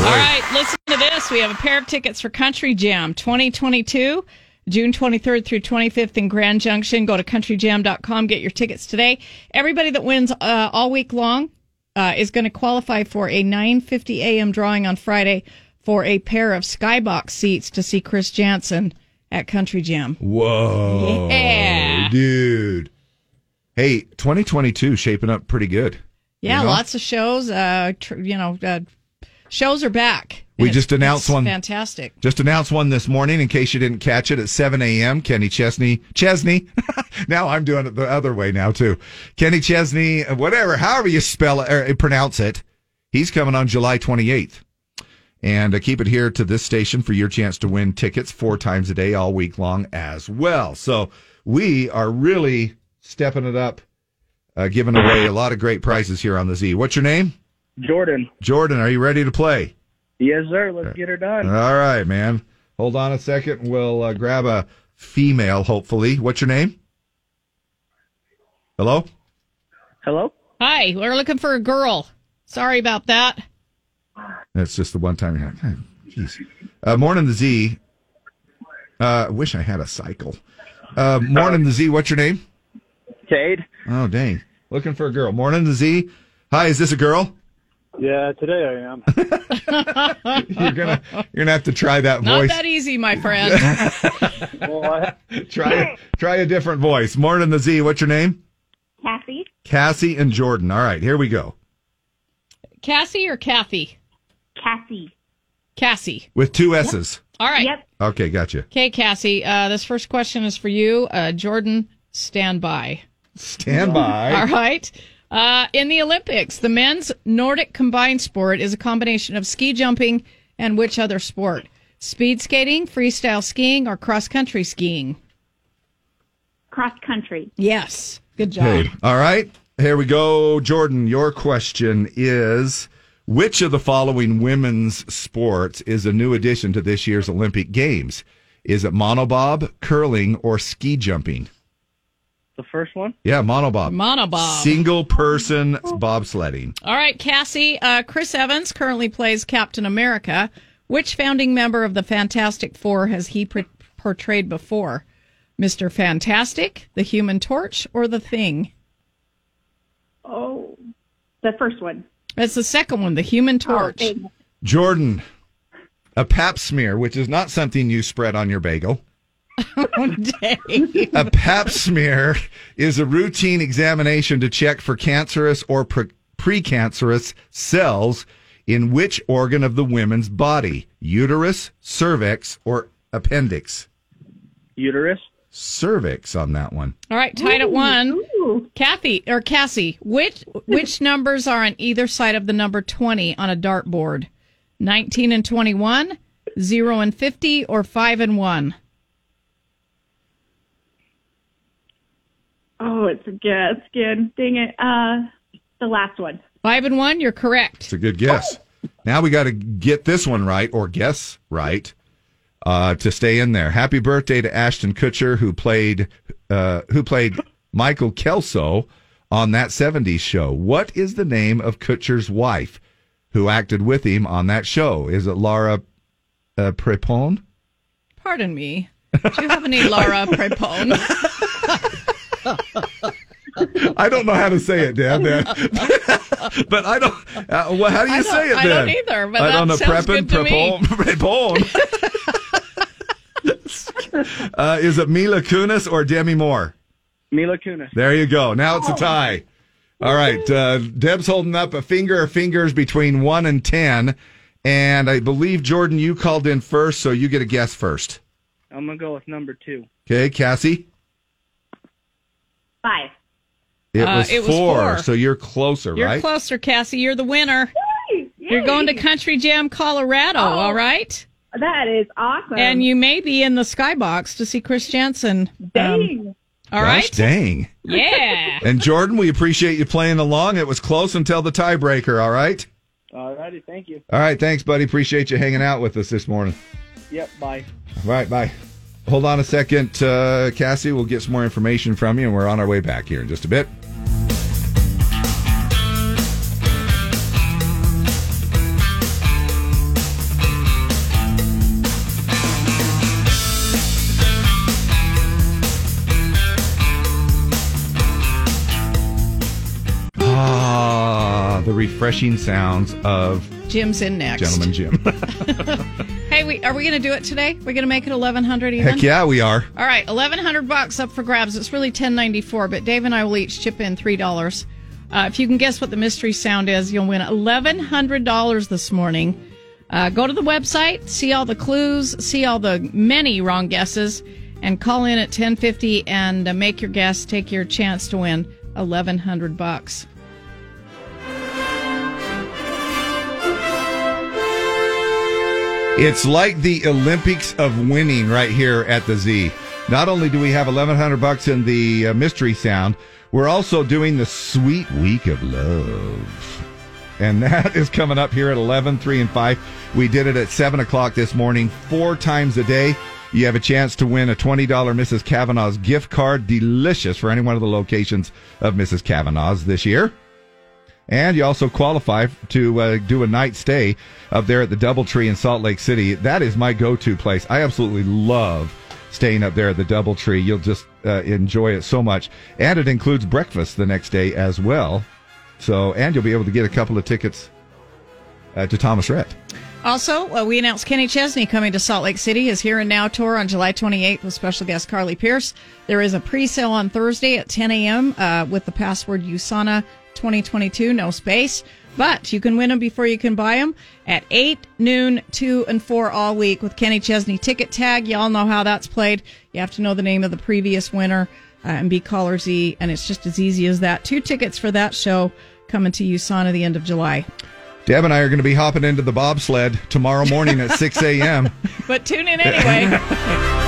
Speaker 2: All right, listen to this. We have a pair of tickets for Country Jam 2022, June 23rd through 25th in Grand Junction. Go to countryjam.com, get your tickets today. Everybody that wins uh, all week long uh, is going to qualify for a 9:50 a.m. drawing on Friday for a pair of Skybox seats to see Chris Jansen at Country Jam.
Speaker 3: Whoa,
Speaker 2: Yeah.
Speaker 3: dude. Hey, 2022 shaping up pretty good.
Speaker 2: Yeah,
Speaker 3: You know?
Speaker 2: lots of shows. Uh, tr- you know, uh, shows are back.
Speaker 3: We just announced
Speaker 2: It's
Speaker 3: one.
Speaker 2: Fantastic.
Speaker 3: Just announced one this morning in case you didn't catch it at 7 a.m. Kenny Chesney. Chesney. now I'm doing it the other way now, too. Kenny Chesney, whatever, however you spell it or pronounce it, he's coming on July 28th. And uh, keep it here to this station for your chance to win tickets four times a day all week long as well. So we are really stepping it up, uh, giving away a lot of great prizes here on the Z. What's your name?
Speaker 7: Jordan.
Speaker 3: Jordan, are you ready to play?
Speaker 8: Yes, sir. Let's get her done.
Speaker 3: All right, man. Hold on a second. We'll uh, grab a female, hopefully. What's your name? Hello?
Speaker 2: Hello? Hi, we're looking for a girl. Sorry about that.
Speaker 3: That's just the one time you're like, "Hmm, jeez. Uh, Morning the Z. Uh, wish I had a cycle. Uh, Morning the Z, what's your name?
Speaker 14: Cade.
Speaker 3: Oh, dang. Looking for a girl. Morning the Z. Hi, is this a girl?
Speaker 14: Yeah, today I am.
Speaker 3: You're gonna you're gonna have to try that
Speaker 2: Not
Speaker 3: voice.
Speaker 2: that easy, my friend.
Speaker 3: try try a different voice. Morning the Z, what's your name?
Speaker 2: Cassie?
Speaker 3: Cassie and Jordan. All right, here we go.
Speaker 2: Cassie or Kathy? Cassie. Cassie.
Speaker 3: With two S's.
Speaker 2: All right. Yep.
Speaker 3: Okay, gotcha.
Speaker 2: Okay, Cassie, uh, this first question is for you. Uh, Jordan, stand by.
Speaker 3: Stand by.
Speaker 2: All right. Uh, in the Olympics, the men's Nordic combined sport is a combination of ski jumping and which other sport? Speed skating, freestyle skiing, or cross country skiing?
Speaker 15: Cross country.
Speaker 2: Yes. Good job.
Speaker 3: Okay. All right. Here we go. Jordan, your question is Which of the following women's sports is a new addition to this year's Olympic Games? Is it monobob, curling, or ski jumping?
Speaker 8: The first one.
Speaker 3: Yeah, monobob.
Speaker 2: Monobob.
Speaker 3: Single person bobsledding.
Speaker 2: All right, Cassie. Uh, Chris Evans currently plays Captain America. Which founding member of the Fantastic Four has he pr- portrayed before? Mr. Fantastic, the Human Torch, or the Thing?
Speaker 15: Oh, the first one. Oh,
Speaker 2: That's the second one, the Human Torch.
Speaker 3: Jordan, a pap smear, which is not something you spread on your bagel. A pap smear is a routine examination to check for cancerous or pre- precancerous cells in which organ of the woman's body? Uterus, cervix, or appendix?
Speaker 8: Uterus.
Speaker 3: Cervix on that one.
Speaker 2: All right, tied at one. Kathy or Cassie, which which numbers are on either side of the number twenty on a dartboard? Nineteen and twenty-one, zero and fifty, or five and one?
Speaker 15: Oh, it's a guess. Good. Dang it. Uh, the last one.
Speaker 2: Five and one, you're correct.
Speaker 3: It's a good guess. Now we got to get this one right or guess right uh, to stay in there. Happy birthday to Ashton Kutcher who played uh, who played Michael Kelso on that 70s show. What is the name of Kutcher's wife who acted with him on that show? Is it Laura uh, Prepon?
Speaker 2: Pardon me. Do you have any Laura Prepon?
Speaker 3: I don't know how to say it, Dad. then. but I don't. Uh, well, how do you
Speaker 2: I don't-
Speaker 3: say it?
Speaker 2: I don't
Speaker 3: then?
Speaker 2: either, but
Speaker 3: I
Speaker 2: that
Speaker 3: don't know.
Speaker 2: sounds good
Speaker 3: Preppin',
Speaker 2: to me.
Speaker 3: prepon, prepon. uh, is it Mila Kunis or Demi Moore?
Speaker 8: Mila Kunis.
Speaker 3: There you go. Now
Speaker 2: Oh.
Speaker 3: it's a tie. All right. Uh, Deb's holding up a finger or fingers between one and ten, and I believe Jordan, you called in first, so you get a guess first.
Speaker 8: I'm gonna go with number two.
Speaker 3: Okay, Cassie.
Speaker 15: Five.
Speaker 3: It,
Speaker 2: Uh,
Speaker 3: was,
Speaker 2: it was
Speaker 3: four,
Speaker 2: four.
Speaker 3: so you're closer,
Speaker 2: You're
Speaker 3: right?
Speaker 2: closer, Cassie. You're the winner. You're going to Country Jam, Colorado. All right.
Speaker 15: Oh, That is awesome.
Speaker 2: And you may be in the skybox to see Chris Jansen. Dang. all right.
Speaker 3: Gosh, dang.
Speaker 2: Yeah.
Speaker 3: And Jordan, we appreciate you playing along. It was close until the tiebreaker, all right?
Speaker 8: All righty. Thank you.
Speaker 3: All right, thanks, buddy. Appreciate you hanging out with us this morning.
Speaker 8: Yep. Bye.
Speaker 3: All right, bye. Hold on a second, uh, Cassie. We'll get some more information from you, and we're on our way back here in just a bit. Ah, the refreshing sounds of
Speaker 2: Um, Jim's in next.
Speaker 3: Gentleman Jim.
Speaker 2: Hey, we, are we going to do it today? We're going to make it 1100 even?
Speaker 3: Heck yeah, we are.
Speaker 2: All right, 1100 bucks up for grabs. It's really 1094, but Dave and I will each chip in $3. Uh, if you can guess what the mystery sound is, you'll win $1,100 this morning. Uh, go to the website, see all the clues, see all the many wrong guesses, and call in at 1050 and uh, make your guess. Take your chance to win 1100 bucks.
Speaker 3: It's like the Olympics of winning right here at the Z. Not only do we have 1100 bucks in the uh, mystery sound, we're also doing the sweet week of love. And that is coming up here at 11, 3, and 5. We did it at 7 o'clock this morning, four times a day. You have a chance to win a $20 Mrs. Kavanaugh's gift card. Delicious for any one of the locations of Mrs. Kavanaugh's this year. And you also qualify to uh, do a night stay up there at the Doubletree in Salt Lake City. That is my go-to place. I absolutely love staying up there at the Doubletree. You'll just uh, enjoy it so much. And it includes breakfast the next day as well. So, and you'll be able to get a couple of tickets uh, to Thomas Rhett.
Speaker 2: Also, uh, we announced Kenny Chesney coming to Salt Lake City. His Here and Now tour on July 28th with special guest Carly Pierce. There is a pre-sale on Thursday at 10 a.m. Uh, with the password USANA 2022, no space. But you can win them before you can buy them at 8, noon, 2, and 4 all week with Kenny Chesney ticket tag. Y'all know how that's played. You have to know the name of the previous winner uh, and be caller Z, and it's just as easy as that. Two tickets for that show coming to USANA the end of July.
Speaker 3: Deb and I are going to be hopping into the bobsled tomorrow morning at 6 a.m.
Speaker 2: But tune in anyway.